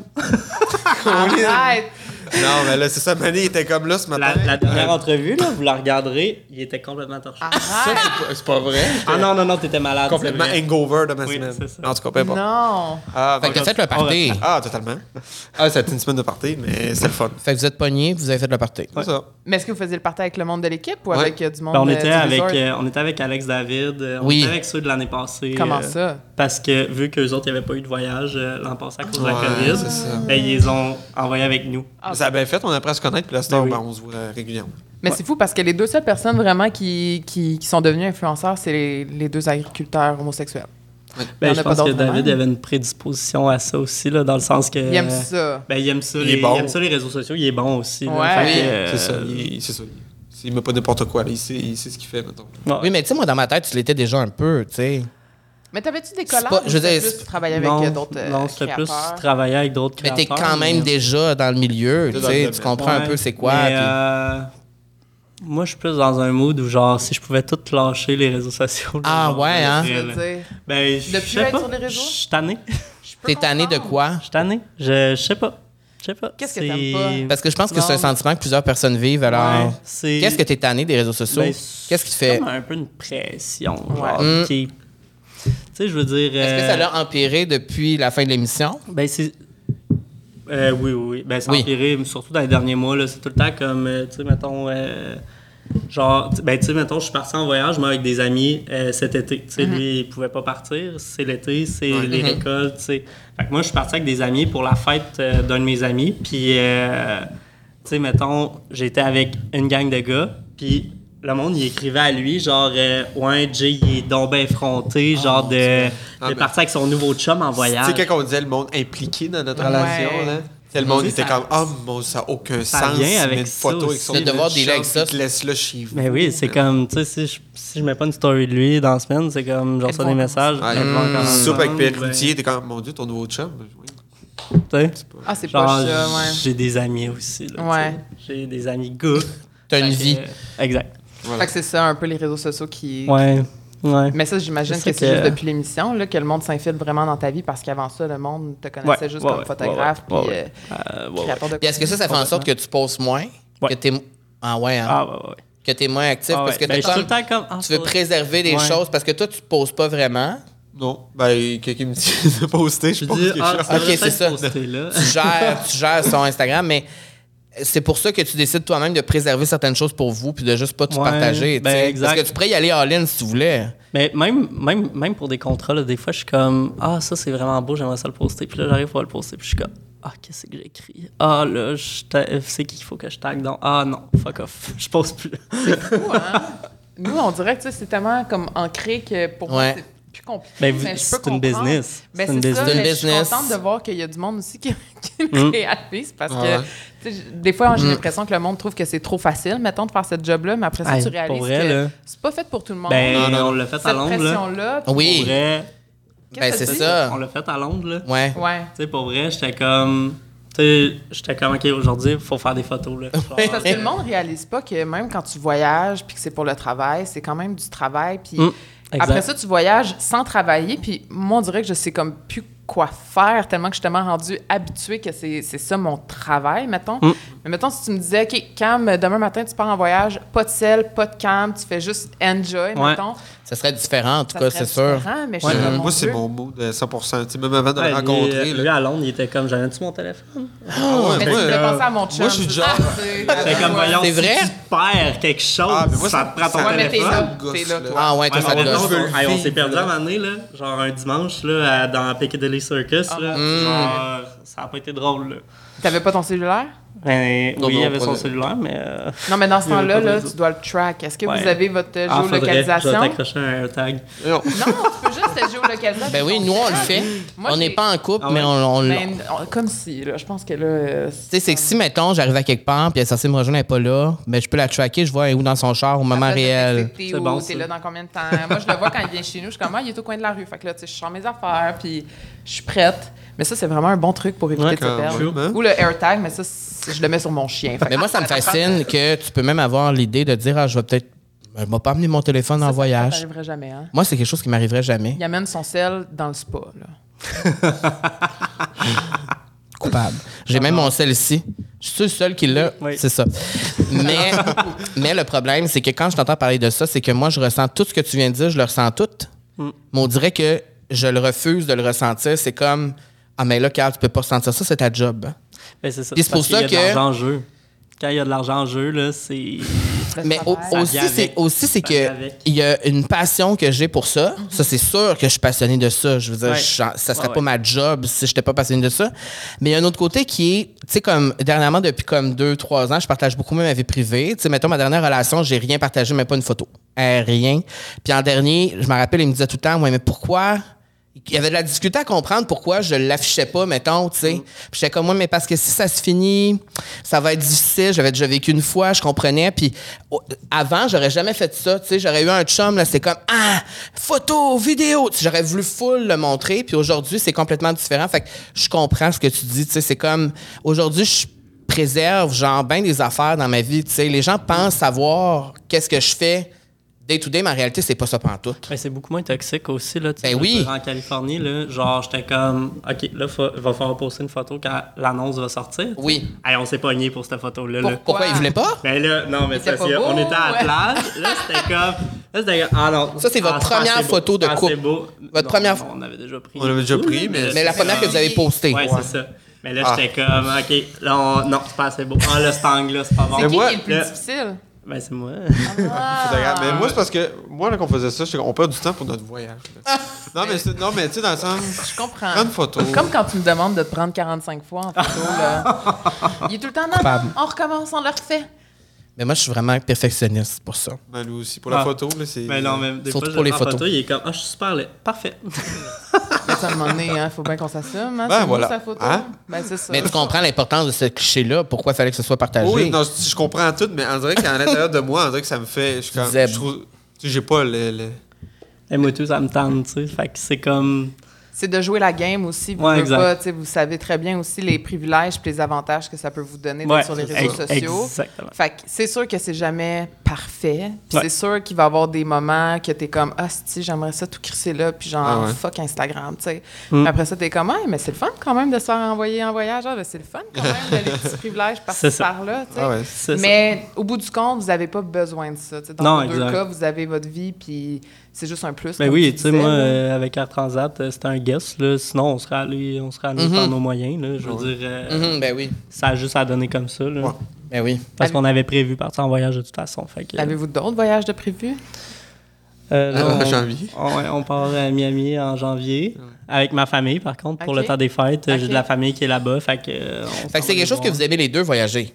Speaker 1: Arrête!
Speaker 3: non, mais là, c'est ça, Mané, il était comme là ce matin.
Speaker 4: La, la dernière entrevue, là, vous la regarderez, il était complètement torché. Ah,
Speaker 3: Ça,
Speaker 1: Arrête!
Speaker 3: c'est pas- c'est pas vrai.
Speaker 4: non, non, non, t'étais malade.
Speaker 3: Complètement
Speaker 4: c'est vrai.
Speaker 3: hangover de ma
Speaker 4: Oui,
Speaker 3: semaine.
Speaker 4: c'est ça.
Speaker 3: En tout cas, peu importe.
Speaker 1: Non!
Speaker 3: Ah,
Speaker 2: Fait que t'as
Speaker 3: voilà.
Speaker 2: fait le party.
Speaker 3: Ah, totalement. Ah, ça a été une semaine de party, mais c'est le fun.
Speaker 2: Fait que vous êtes pogné, vous avez fait le party.
Speaker 3: C'est ça.
Speaker 1: Mais est-ce que vous faisiez le partage avec le monde de l'équipe ou
Speaker 3: Ouais.
Speaker 1: avec euh, du monde
Speaker 4: Ben, on,
Speaker 1: euh,
Speaker 4: était
Speaker 1: du
Speaker 4: avec,
Speaker 1: resort?
Speaker 4: euh, on était avec Alex David, euh, on
Speaker 2: Oui.
Speaker 4: était avec ceux de l'année passée.
Speaker 1: Comment
Speaker 4: euh,
Speaker 1: ça?
Speaker 4: Parce que vu qu'eux autres, il n'y avait pas eu de voyage euh, l'an passé à cause de la
Speaker 3: Ouais,
Speaker 4: COVID,
Speaker 3: c'est ça.
Speaker 4: ben, ils les ont envoyés avec nous.
Speaker 1: Ah,
Speaker 3: Ça a bien fait, on apprend à se connaître, puis là, c'est ben,
Speaker 4: oui.
Speaker 3: on se voit régulièrement.
Speaker 1: Mais c'est fou parce que les deux seules personnes vraiment qui, qui, qui sont devenues influenceurs, c'est les, les deux agriculteurs homosexuels. Il y
Speaker 4: Ben,
Speaker 1: en
Speaker 4: je
Speaker 1: a pas
Speaker 4: pense que
Speaker 1: d'autres
Speaker 4: David
Speaker 1: même.
Speaker 4: avait une prédisposition à ça aussi, là, dans le sens que.
Speaker 1: Ils aiment ça.
Speaker 4: Ben, il aime ça,
Speaker 3: Il
Speaker 4: les,
Speaker 3: est bon.
Speaker 4: il aime ça, les réseaux sociaux, il est bon aussi. là.
Speaker 1: Ouais.
Speaker 4: Fait que,
Speaker 1: Oui,
Speaker 4: euh,
Speaker 3: C'est ça, il- c'est ça. il- Il met pas n'importe quoi, là, il sait, il sait ce qu'il fait, mettons.
Speaker 4: ouais.
Speaker 2: Oui, mais tu sais, moi, dans ma tête, tu l'étais déjà un peu, tu sais.
Speaker 1: Mais t'avais-tu des
Speaker 2: C'est
Speaker 1: collabs?
Speaker 2: pas- je
Speaker 1: ou
Speaker 2: veux dire,
Speaker 1: c'était
Speaker 2: c'est-
Speaker 1: plus travailler avec
Speaker 4: non,
Speaker 1: euh, d'autres euh,
Speaker 4: non, c'était plus
Speaker 1: créateurs?
Speaker 4: travailler avec d'autres
Speaker 2: Mais
Speaker 4: créateurs.
Speaker 2: t'es quand même déjà dans le milieu, tu
Speaker 3: dans le
Speaker 2: sais.
Speaker 3: domaine.
Speaker 2: Tu comprends un
Speaker 4: Ouais.
Speaker 2: peu c'est quoi.
Speaker 4: Mais,
Speaker 2: puis-
Speaker 4: euh, moi, je suis plus dans un mood où, genre, si je pouvais tout lâcher les réseaux sociaux. là,
Speaker 2: Ah,
Speaker 4: genre,
Speaker 2: ouais,
Speaker 4: je
Speaker 2: hein?
Speaker 1: Je
Speaker 4: dirais,
Speaker 1: veux
Speaker 4: là.
Speaker 1: dire,
Speaker 4: Ben, je
Speaker 1: De plus
Speaker 4: sais
Speaker 1: être
Speaker 4: pas.
Speaker 1: sur les réseaux?
Speaker 4: Je suis tanné.
Speaker 1: je peux
Speaker 4: euh,
Speaker 2: T'es tanné de
Speaker 1: comprendre.
Speaker 2: quoi?
Speaker 4: Je suis tanné. Je, je sais pas. Je sais pas.
Speaker 1: Qu'est-ce que
Speaker 4: C'est-
Speaker 1: t'aimes
Speaker 2: Parce que je pense que
Speaker 4: Non.
Speaker 2: c'est un sentiment que plusieurs personnes vivent, alors.
Speaker 4: Ouais, c'est-
Speaker 2: Qu'est-ce que t'es tanné des réseaux sociaux?
Speaker 4: Ben,
Speaker 2: Qu'est-ce qui te fait.
Speaker 4: C'est comme un peu une pression, genre,
Speaker 2: Ouais. Mm.
Speaker 4: qui... Tu sais, je veux dire...
Speaker 2: Est-ce que ça
Speaker 4: euh,
Speaker 2: l'a empiré depuis la fin de l'émission?
Speaker 4: Ben, c'est. Euh, oui, oui, oui. Ben, c'est
Speaker 2: Oui.
Speaker 4: empiré, mais surtout dans les derniers mois. là. C'est tout le temps comme, euh, tu sais, mettons. euh, genre, tu- ben, tu sais, mettons, je suis parti en voyage, moi, avec des amis euh, cet été. Tu sais, lui, il pouvait pas partir. C'est l'été, c'est
Speaker 3: Mhm.
Speaker 4: les récoltes, tu sais. Fait que moi, je suis parti avec des amis pour la fête euh, d'un de mes amis. Puis, euh, tu sais, mettons, j'étais avec une gang de gars. Puis. Le monde, il écrivait à lui, genre, euh, ouais, Jay, il est donc ben fronté, genre, de, de
Speaker 3: Ah, ben-
Speaker 4: partir avec son nouveau chum en voyage.
Speaker 3: Tu sais, quand on disait le monde impliqué dans notre
Speaker 1: Ouais.
Speaker 3: relation, là, tu sais, le monde
Speaker 1: Tu sais,
Speaker 3: était
Speaker 1: ça-
Speaker 3: comme, oh mon, ça n'a aucun
Speaker 4: ça
Speaker 3: sens.
Speaker 4: vient
Speaker 3: il met
Speaker 4: avec
Speaker 3: une
Speaker 4: ça
Speaker 3: photo
Speaker 4: aussi.
Speaker 3: son
Speaker 2: De devoir
Speaker 3: petit
Speaker 2: dealer avec
Speaker 3: chum,
Speaker 2: ça.
Speaker 3: puis te laisse-le chez vous.
Speaker 4: Mais oui, c'est comme, tu sais, si je, si je mets pas une story de lui dans la semaine, c'est comme, je reçois des
Speaker 1: vont
Speaker 4: messages.
Speaker 3: Ouais,
Speaker 4: elles vont
Speaker 3: il
Speaker 4: quand même
Speaker 3: soupe avec Pierre
Speaker 4: ensemble,
Speaker 3: Cloutier, t'es comme, mon Dieu, ton nouveau chum. Oui.
Speaker 4: ben, tu sais,
Speaker 1: Ah, c'est pas
Speaker 4: Genre,
Speaker 1: ça, ouais.
Speaker 4: j'ai des amis aussi, là. tu
Speaker 1: Ouais.
Speaker 4: sais. J'ai des amis gars.
Speaker 2: T'as une
Speaker 4: Fait que,
Speaker 2: vie.
Speaker 4: euh, exact.
Speaker 1: Fait que c'est ça, un peu les réseaux sociaux qui...
Speaker 4: Ouais. Ouais.
Speaker 1: Mais ça, j'imagine
Speaker 4: C'est
Speaker 1: que
Speaker 4: ça
Speaker 1: c'est
Speaker 4: que-
Speaker 1: juste depuis l'émission là, que le monde s'infiltre vraiment dans ta vie parce qu'avant ça, le monde te connaissait
Speaker 4: Ouais,
Speaker 1: juste
Speaker 4: ouais,
Speaker 1: comme
Speaker 4: ouais,
Speaker 1: photographe
Speaker 4: ouais, ouais,
Speaker 1: puis
Speaker 4: ouais. Euh, ouais,
Speaker 1: euh,
Speaker 4: ouais.
Speaker 1: créateur de
Speaker 2: Puis est-ce que ça, ça fait en sorte que tu poses moins?
Speaker 4: Ouais.
Speaker 2: Que t'es. Ah ouais, hein?
Speaker 4: Ah, ouais, ouais.
Speaker 2: Que t'es moins actif?
Speaker 4: Ah,
Speaker 2: parce
Speaker 4: ouais.
Speaker 2: que
Speaker 4: Ben,
Speaker 2: t'as
Speaker 4: je suis tout
Speaker 2: comme-
Speaker 4: le temps comme. ah,
Speaker 2: Tu veux
Speaker 4: faudrait-
Speaker 2: préserver les
Speaker 4: Ouais.
Speaker 2: choses parce que toi, tu poses pas vraiment.
Speaker 3: Non, ben, quelqu'un me dit de poster, je
Speaker 4: Je
Speaker 3: pense
Speaker 4: dis,
Speaker 3: que
Speaker 4: ah,
Speaker 3: je
Speaker 4: ça
Speaker 2: Ok,
Speaker 4: devrait
Speaker 2: c'est
Speaker 4: être
Speaker 2: ça.
Speaker 4: posté, là.
Speaker 2: tu gères, tu gères son Instagram, mais c'est pour ça que tu décides toi-même de préserver certaines choses pour vous puis de juste pas tout
Speaker 4: Ouais,
Speaker 2: partager.
Speaker 4: ben,
Speaker 2: tu sais.
Speaker 4: exact.
Speaker 2: Parce que tu pourrais y aller all-in si tu voulais.
Speaker 4: Mais même, même, même pour des contrats, là, des fois, je suis comme Ah, ça, c'est vraiment beau, j'aimerais ça le poster. Puis là, j'arrive pas à le poster. Puis je suis comme Ah, qu'est-ce que j'ai écrit Ah, là, je ta- c'est qui qu'il faut que je tag dans Ah, non, fuck off. Je poste plus.
Speaker 1: Nous, on dirait que tu sais, c'est tellement comme ancré que pour moi,
Speaker 2: Ouais.
Speaker 1: c'est plus compliqué.
Speaker 4: Ben,
Speaker 1: mais
Speaker 4: vous-
Speaker 1: je
Speaker 4: c'est
Speaker 1: peux
Speaker 4: une
Speaker 1: comprendre.
Speaker 4: business.
Speaker 1: Ben,
Speaker 4: C'est une
Speaker 1: c'est ça, mais
Speaker 2: C'est
Speaker 4: business. Mm.
Speaker 2: une
Speaker 1: Je
Speaker 2: business.
Speaker 1: suis contente de voir qu'il y a du monde aussi qui, qui le réalise parce
Speaker 3: Ouais.
Speaker 1: que tu sais, j- des fois, j'ai l'impression que le monde trouve que c'est trop facile, mettons, de faire ce job-là, mais après ça, tu
Speaker 4: Hey, pour
Speaker 1: réalises
Speaker 4: vrai,
Speaker 1: que
Speaker 4: là.
Speaker 1: c'est pas fait pour tout le monde.
Speaker 4: Ben,
Speaker 3: non, non.
Speaker 4: on l'a fait à
Speaker 1: Cette
Speaker 4: Londres, là.
Speaker 1: pression-là.
Speaker 4: Pour
Speaker 2: Oui.
Speaker 4: vrai,
Speaker 1: Qu'est-ce
Speaker 2: Ben,
Speaker 1: que
Speaker 2: c'est
Speaker 1: t'as dit?
Speaker 2: ça.
Speaker 4: on l'a fait à Londres, là.
Speaker 2: Ouais.
Speaker 1: Ouais.
Speaker 4: Tu sais, pour vrai, j'étais comme. Tu sais, j'étais comme, OK, aujourd'hui, faut faire des photos, là. Genre,
Speaker 1: Parce
Speaker 4: euh,
Speaker 1: que le monde réalise pas que même quand tu voyages puis que c'est pour le travail, c'est quand même du travail. Puis
Speaker 4: Mm, exact.
Speaker 1: après ça, tu voyages sans travailler. Puis moi, on dirait que je sais comme plus quoi faire tellement que je suis tellement rendue habituée que c'est c'est ça mon travail, mettons.
Speaker 4: Mm.
Speaker 1: Mais mettons, si tu me disais, OK, Cam, demain matin, tu pars en voyage, pas de sel, pas de cam, tu fais juste enjoy,
Speaker 4: Ouais.
Speaker 1: mettons.
Speaker 2: Ça serait différent, en tout
Speaker 1: Ça
Speaker 2: cas,
Speaker 1: serait
Speaker 2: c'est sûr.
Speaker 1: différent, mais je
Speaker 4: Ouais.
Speaker 1: suis comme,
Speaker 3: Euh, Moi, c'est
Speaker 1: Dieu.
Speaker 3: mon mot de 100 Tu sais, Même avant de
Speaker 4: ouais, euh,
Speaker 3: le rencontrer.
Speaker 4: lui,
Speaker 3: là.
Speaker 4: lui, à Londres, il était comme J'avais-tu mon téléphone
Speaker 3: Ah ouais,
Speaker 1: Mais tu
Speaker 3: moi,
Speaker 1: me fais
Speaker 3: euh,
Speaker 1: penser à mon chum.
Speaker 3: Moi, je suis
Speaker 1: c'est-
Speaker 3: genre.
Speaker 1: Ah, c'est-
Speaker 4: J'étais comme, voyons,
Speaker 2: C'est
Speaker 4: si
Speaker 2: vrai?
Speaker 4: tu perds quelque chose,
Speaker 3: Ah, mais moi,
Speaker 4: ça
Speaker 3: ça-
Speaker 4: te prend ton
Speaker 3: ça-
Speaker 1: Ouais, mais t'es
Speaker 4: téléphone.
Speaker 1: là,
Speaker 3: Gosse,
Speaker 1: t'es là,
Speaker 3: là.
Speaker 1: toi.
Speaker 2: Ah ouais, toi,
Speaker 4: Ouais,
Speaker 2: ça
Speaker 4: mais
Speaker 2: te
Speaker 4: on-
Speaker 3: gosse.
Speaker 4: on-
Speaker 3: Je veux
Speaker 2: donne.
Speaker 3: le
Speaker 4: hey, on
Speaker 3: vivre,
Speaker 4: s'est perdu
Speaker 3: là.
Speaker 4: à un moment donné, là, genre un dimanche là, à- dans Piccadilly Circus. là, genre, ça n'a pas été drôle. Là.
Speaker 1: T'avais pas ton cellulaire?
Speaker 4: Ben,
Speaker 2: Non,
Speaker 4: oui,
Speaker 2: non,
Speaker 4: il avait
Speaker 2: pas
Speaker 4: son
Speaker 2: de-
Speaker 4: cellulaire, mais. euh,
Speaker 1: Non, mais dans ce
Speaker 4: Il y avait
Speaker 1: temps-là,
Speaker 4: pas de
Speaker 1: là,
Speaker 4: réseau.
Speaker 1: tu dois le track. Est-ce que
Speaker 4: Ouais.
Speaker 1: vous avez votre euh,
Speaker 4: ah, faudrait-
Speaker 1: géolocalisation?
Speaker 4: Je vais
Speaker 1: non,
Speaker 4: t'accrocher un tag.
Speaker 3: Non.
Speaker 1: Ah. tu peux juste le géolocaliser.
Speaker 2: Ben oui, nous, on le fait.
Speaker 1: Moi,
Speaker 2: on n'est
Speaker 1: j'ai-
Speaker 2: pas en couple,
Speaker 4: Ah ouais.
Speaker 2: mais on, on-
Speaker 1: Ben, on- comme si, là, je pense que là. euh,
Speaker 2: Tu sais, c'est que si, mettons, j'arrive à quelque part, puis elle est censée me rejoindre, elle n'est pas là, mais je peux la tracker, je vois elle est où dans son char au moment
Speaker 1: après,
Speaker 2: réel.
Speaker 1: t'es- T'es
Speaker 4: C'est
Speaker 1: où?
Speaker 4: bon,
Speaker 1: T'es
Speaker 4: ça.
Speaker 1: là dans combien de temps? Moi, je le vois quand il vient chez nous. Je suis comme, ah, il est au coin de la rue. Fait que là, tu sais, je sors mes affaires, puis je suis prête. Mais ça, c'est vraiment un bon truc pour éviter
Speaker 4: Ouais,
Speaker 1: de se
Speaker 3: quand
Speaker 1: perdre.
Speaker 3: même, hein.
Speaker 1: Ou le AirTag, mais ça, c'est- je le mets sur mon chien. Fait que-
Speaker 2: Mais moi, ça me fascine que tu peux même avoir l'idée de dire, ah, je vais peut-être. Je ne vais pas amener mon téléphone en
Speaker 1: Ça
Speaker 2: voyage.
Speaker 1: t'arriverait jamais, hein?
Speaker 2: Moi, c'est quelque chose qui m'arriverait jamais.
Speaker 1: Il amène son sel dans le spa, là.
Speaker 2: coupable. J'ai même mon sel ici. Je suis le seul qui l'a.
Speaker 4: Oui.
Speaker 2: C'est ça. Mais, mais le problème, c'est que quand je t'entends parler de ça, c'est que moi, je ressens tout ce que tu viens de dire, je le ressens tout. Mais on dirait que je le refuse de le ressentir. C'est comme Ah, mais là, Carl, tu peux pas ressentir ça, c'est ta job.
Speaker 4: Ben, c'est ça.
Speaker 2: Puis c'est
Speaker 4: parce
Speaker 2: pour ça
Speaker 4: qu'il y a de
Speaker 2: que-
Speaker 4: l'argent en jeu. Quand il y a de l'argent en jeu, là, c'est.
Speaker 1: Le
Speaker 2: Mais au-
Speaker 1: travail.
Speaker 4: Ça
Speaker 2: aussi,
Speaker 4: vient
Speaker 2: c'est
Speaker 4: avec.
Speaker 2: aussi c'est
Speaker 4: Ça
Speaker 2: que
Speaker 4: vient avec.
Speaker 2: il y a une passion que j'ai pour ça. Ça, c'est sûr que je suis passionné de ça. Je veux dire,
Speaker 4: Ouais.
Speaker 2: je- ça serait
Speaker 4: Ouais,
Speaker 2: pas
Speaker 4: ouais.
Speaker 2: ma job si j'étais pas passionné de ça. Mais il y a un autre côté qui est, tu sais, comme dernièrement depuis comme deux, trois ans, je partage beaucoup même ma vie privée. Tu sais, mettons ma dernière relation, j'ai rien partagé, même pas une photo, Euh, rien. Puis en dernier, je me rappelle, il me disait tout le temps, ouais, mais pourquoi? Il y avait de la difficulté à comprendre pourquoi je l'affichais pas, mettons, tu sais.
Speaker 4: Mhm.
Speaker 2: Puis j'étais comme, moi, mais parce que si ça se finit, ça va être difficile. J'avais déjà vécu une fois, je comprenais. Puis au- avant, j'aurais jamais fait ça, tu sais. J'aurais eu un chum, là, c'est comme, ah, photo, vidéo. Tu sais, J'aurais voulu full le montrer. Puis aujourd'hui, c'est complètement différent. Fait que je comprends ce que tu dis, tu sais. C'est comme, aujourd'hui, je préserve genre ben des affaires dans ma vie. tu sais. Les gens pensent savoir qu'est-ce que je fais day to day, mais en réalité, c'est pas ça pantoute.
Speaker 4: Ben, c'est beaucoup moins toxique aussi. Là, tu
Speaker 2: Ben
Speaker 4: sais,
Speaker 2: oui.
Speaker 4: En Californie, là, genre, j'étais comme, OK, là, fa- va falloir poster une photo quand l'annonce va sortir.
Speaker 2: Oui.
Speaker 4: Hey, on s'est pogné pour cette photo-là.
Speaker 2: Pour-
Speaker 4: là.
Speaker 2: pourquoi ils voulaient pas?
Speaker 4: Ben là, non, mais
Speaker 1: était
Speaker 4: ça,
Speaker 1: pas
Speaker 4: c'est-
Speaker 1: beau,
Speaker 4: on était à la
Speaker 1: ouais.
Speaker 4: plage. Là, c'était comme. Là, c'était comme. Ah non.
Speaker 2: Ça, c'est votre
Speaker 4: Ah,
Speaker 2: première
Speaker 4: c'est beau.
Speaker 2: photo de
Speaker 4: Ah,
Speaker 2: couple.
Speaker 4: c'est beau.
Speaker 2: Votre
Speaker 4: Non,
Speaker 2: première-
Speaker 4: non, on avait déjà pris.
Speaker 3: On avait déjà
Speaker 4: tout,
Speaker 3: pris,
Speaker 4: là,
Speaker 3: mais-
Speaker 4: là,
Speaker 2: Mais la
Speaker 4: c'est
Speaker 2: première que
Speaker 4: comme-
Speaker 2: vous avez postée. Ah.
Speaker 4: Ouais, c'est ça. Mais là, j'étais comme, OK, là, on- non, c'est pas assez beau. Ah, là, cet angle-là, c'est pas bon.
Speaker 1: C'est qui qui
Speaker 3: moi,
Speaker 1: est le plus
Speaker 4: le-
Speaker 1: difficile?
Speaker 4: Ben, c'est moi.
Speaker 3: Photographe. Mais moi, c'est parce que moi, là, qu'on faisait ça, j'étais comme, on perd du temps pour notre voyage.
Speaker 1: Ah.
Speaker 3: là. non, mais, c'est- non, mais tu sais, dans le sens.
Speaker 1: Je comprends.
Speaker 3: Prends une photo.
Speaker 1: Comme quand tu me demandes de te prendre 45 fois en photo, là. Il est tout le temps, non,
Speaker 2: Coupable.
Speaker 1: non, on recommence, on le refait.
Speaker 2: Mais moi, je suis vraiment perfectionniste pour ça.
Speaker 3: Malou aussi. Pour
Speaker 4: Ah.
Speaker 3: la photo, là, c'est.
Speaker 4: Mais non, mais des
Speaker 2: Surtout
Speaker 4: fois, je
Speaker 2: pour les
Speaker 4: prends la photo,
Speaker 2: photos.
Speaker 4: il est comme, ah, je suis super laid. Parfait.
Speaker 1: Mais ça, à un moment donné, hein, faut bien qu'on s'assume. Hein,
Speaker 3: Ben,
Speaker 1: c'est
Speaker 3: voilà.
Speaker 1: nous, sa photo.
Speaker 3: Hein?
Speaker 1: Ben, c'est ça.
Speaker 2: Mais tu comprends l'importance de ce cliché-là, pourquoi il fallait que ce soit partagé.
Speaker 3: Oui, non, je, je comprends tout, mais on dirait qu'à l'intérieur de moi, on dirait que ça me fait. Je, suis comme,
Speaker 2: disais-
Speaker 3: je trouve. Tu sais, j'ai pas le. le-
Speaker 4: Et moi, tout, ça me tente, tu sais. Fait que c'est comme.
Speaker 1: C'est de jouer la game aussi. Vous,
Speaker 4: Ouais,
Speaker 1: voulez
Speaker 4: exact.
Speaker 1: pas, tu sais, vous savez très bien aussi les privilèges et les avantages que ça peut vous donner d'être
Speaker 4: Ouais,
Speaker 1: sur les
Speaker 4: c'est
Speaker 1: réseaux
Speaker 4: ça.
Speaker 1: sociaux.
Speaker 4: Exactement.
Speaker 1: Fait que c'est sûr que c'est jamais parfait. Puis
Speaker 4: Ouais.
Speaker 1: C'est sûr qu'il va y avoir des moments que t'es comme ah si j'aimerais ça tout crisser là puis genre
Speaker 3: Ah ouais.
Speaker 1: fuck Instagram, tu sais.
Speaker 4: Hmm.
Speaker 1: Puis Après ça t'es comme ah mais c'est le fun quand même de se faire envoyer en voyage, Ah, ben, c'est le fun quand même de les petits privilèges par
Speaker 4: C'est ça.
Speaker 1: par là, tu sais.
Speaker 3: Ah ouais.
Speaker 4: C'est ça.
Speaker 1: Mais au bout du compte, vous n'avez pas besoin de ça. tu sais. Dans
Speaker 4: Non,
Speaker 1: les deux
Speaker 4: exact.
Speaker 1: cas, vous avez votre vie, puis C'est juste un plus. comme
Speaker 4: Mais Ben
Speaker 1: tu
Speaker 4: oui, tu sais,
Speaker 1: disais,
Speaker 4: moi,
Speaker 1: là.
Speaker 4: euh, avec Air Transat, euh, c'était un guess. Là. Sinon, on serait allé, on serait allé
Speaker 2: Mhm.
Speaker 4: par nos moyens. Là. Je veux dire, euh,
Speaker 2: Mhm, ben oui.
Speaker 4: ça a juste à donner comme ça. là.
Speaker 3: Ouais.
Speaker 2: Ben oui.
Speaker 4: Parce qu'on avait prévu partir en voyage de toute façon. Fait que,
Speaker 1: Avez-vous d'autres voyages de prévus?
Speaker 4: euh, là,
Speaker 3: En
Speaker 4: on-
Speaker 3: janvier.
Speaker 4: on, ouais, on part à Miami en janvier avec ma famille, par contre, pour
Speaker 1: Ok.
Speaker 4: le temps des fêtes. euh, J'ai
Speaker 1: Ok.
Speaker 4: de la famille qui est là-bas. Fait que, euh, on
Speaker 2: Fait
Speaker 4: s'en
Speaker 2: que c'est quelque
Speaker 4: va
Speaker 2: chose
Speaker 4: les
Speaker 2: que
Speaker 4: voir.
Speaker 2: vous aimez les deux voyager.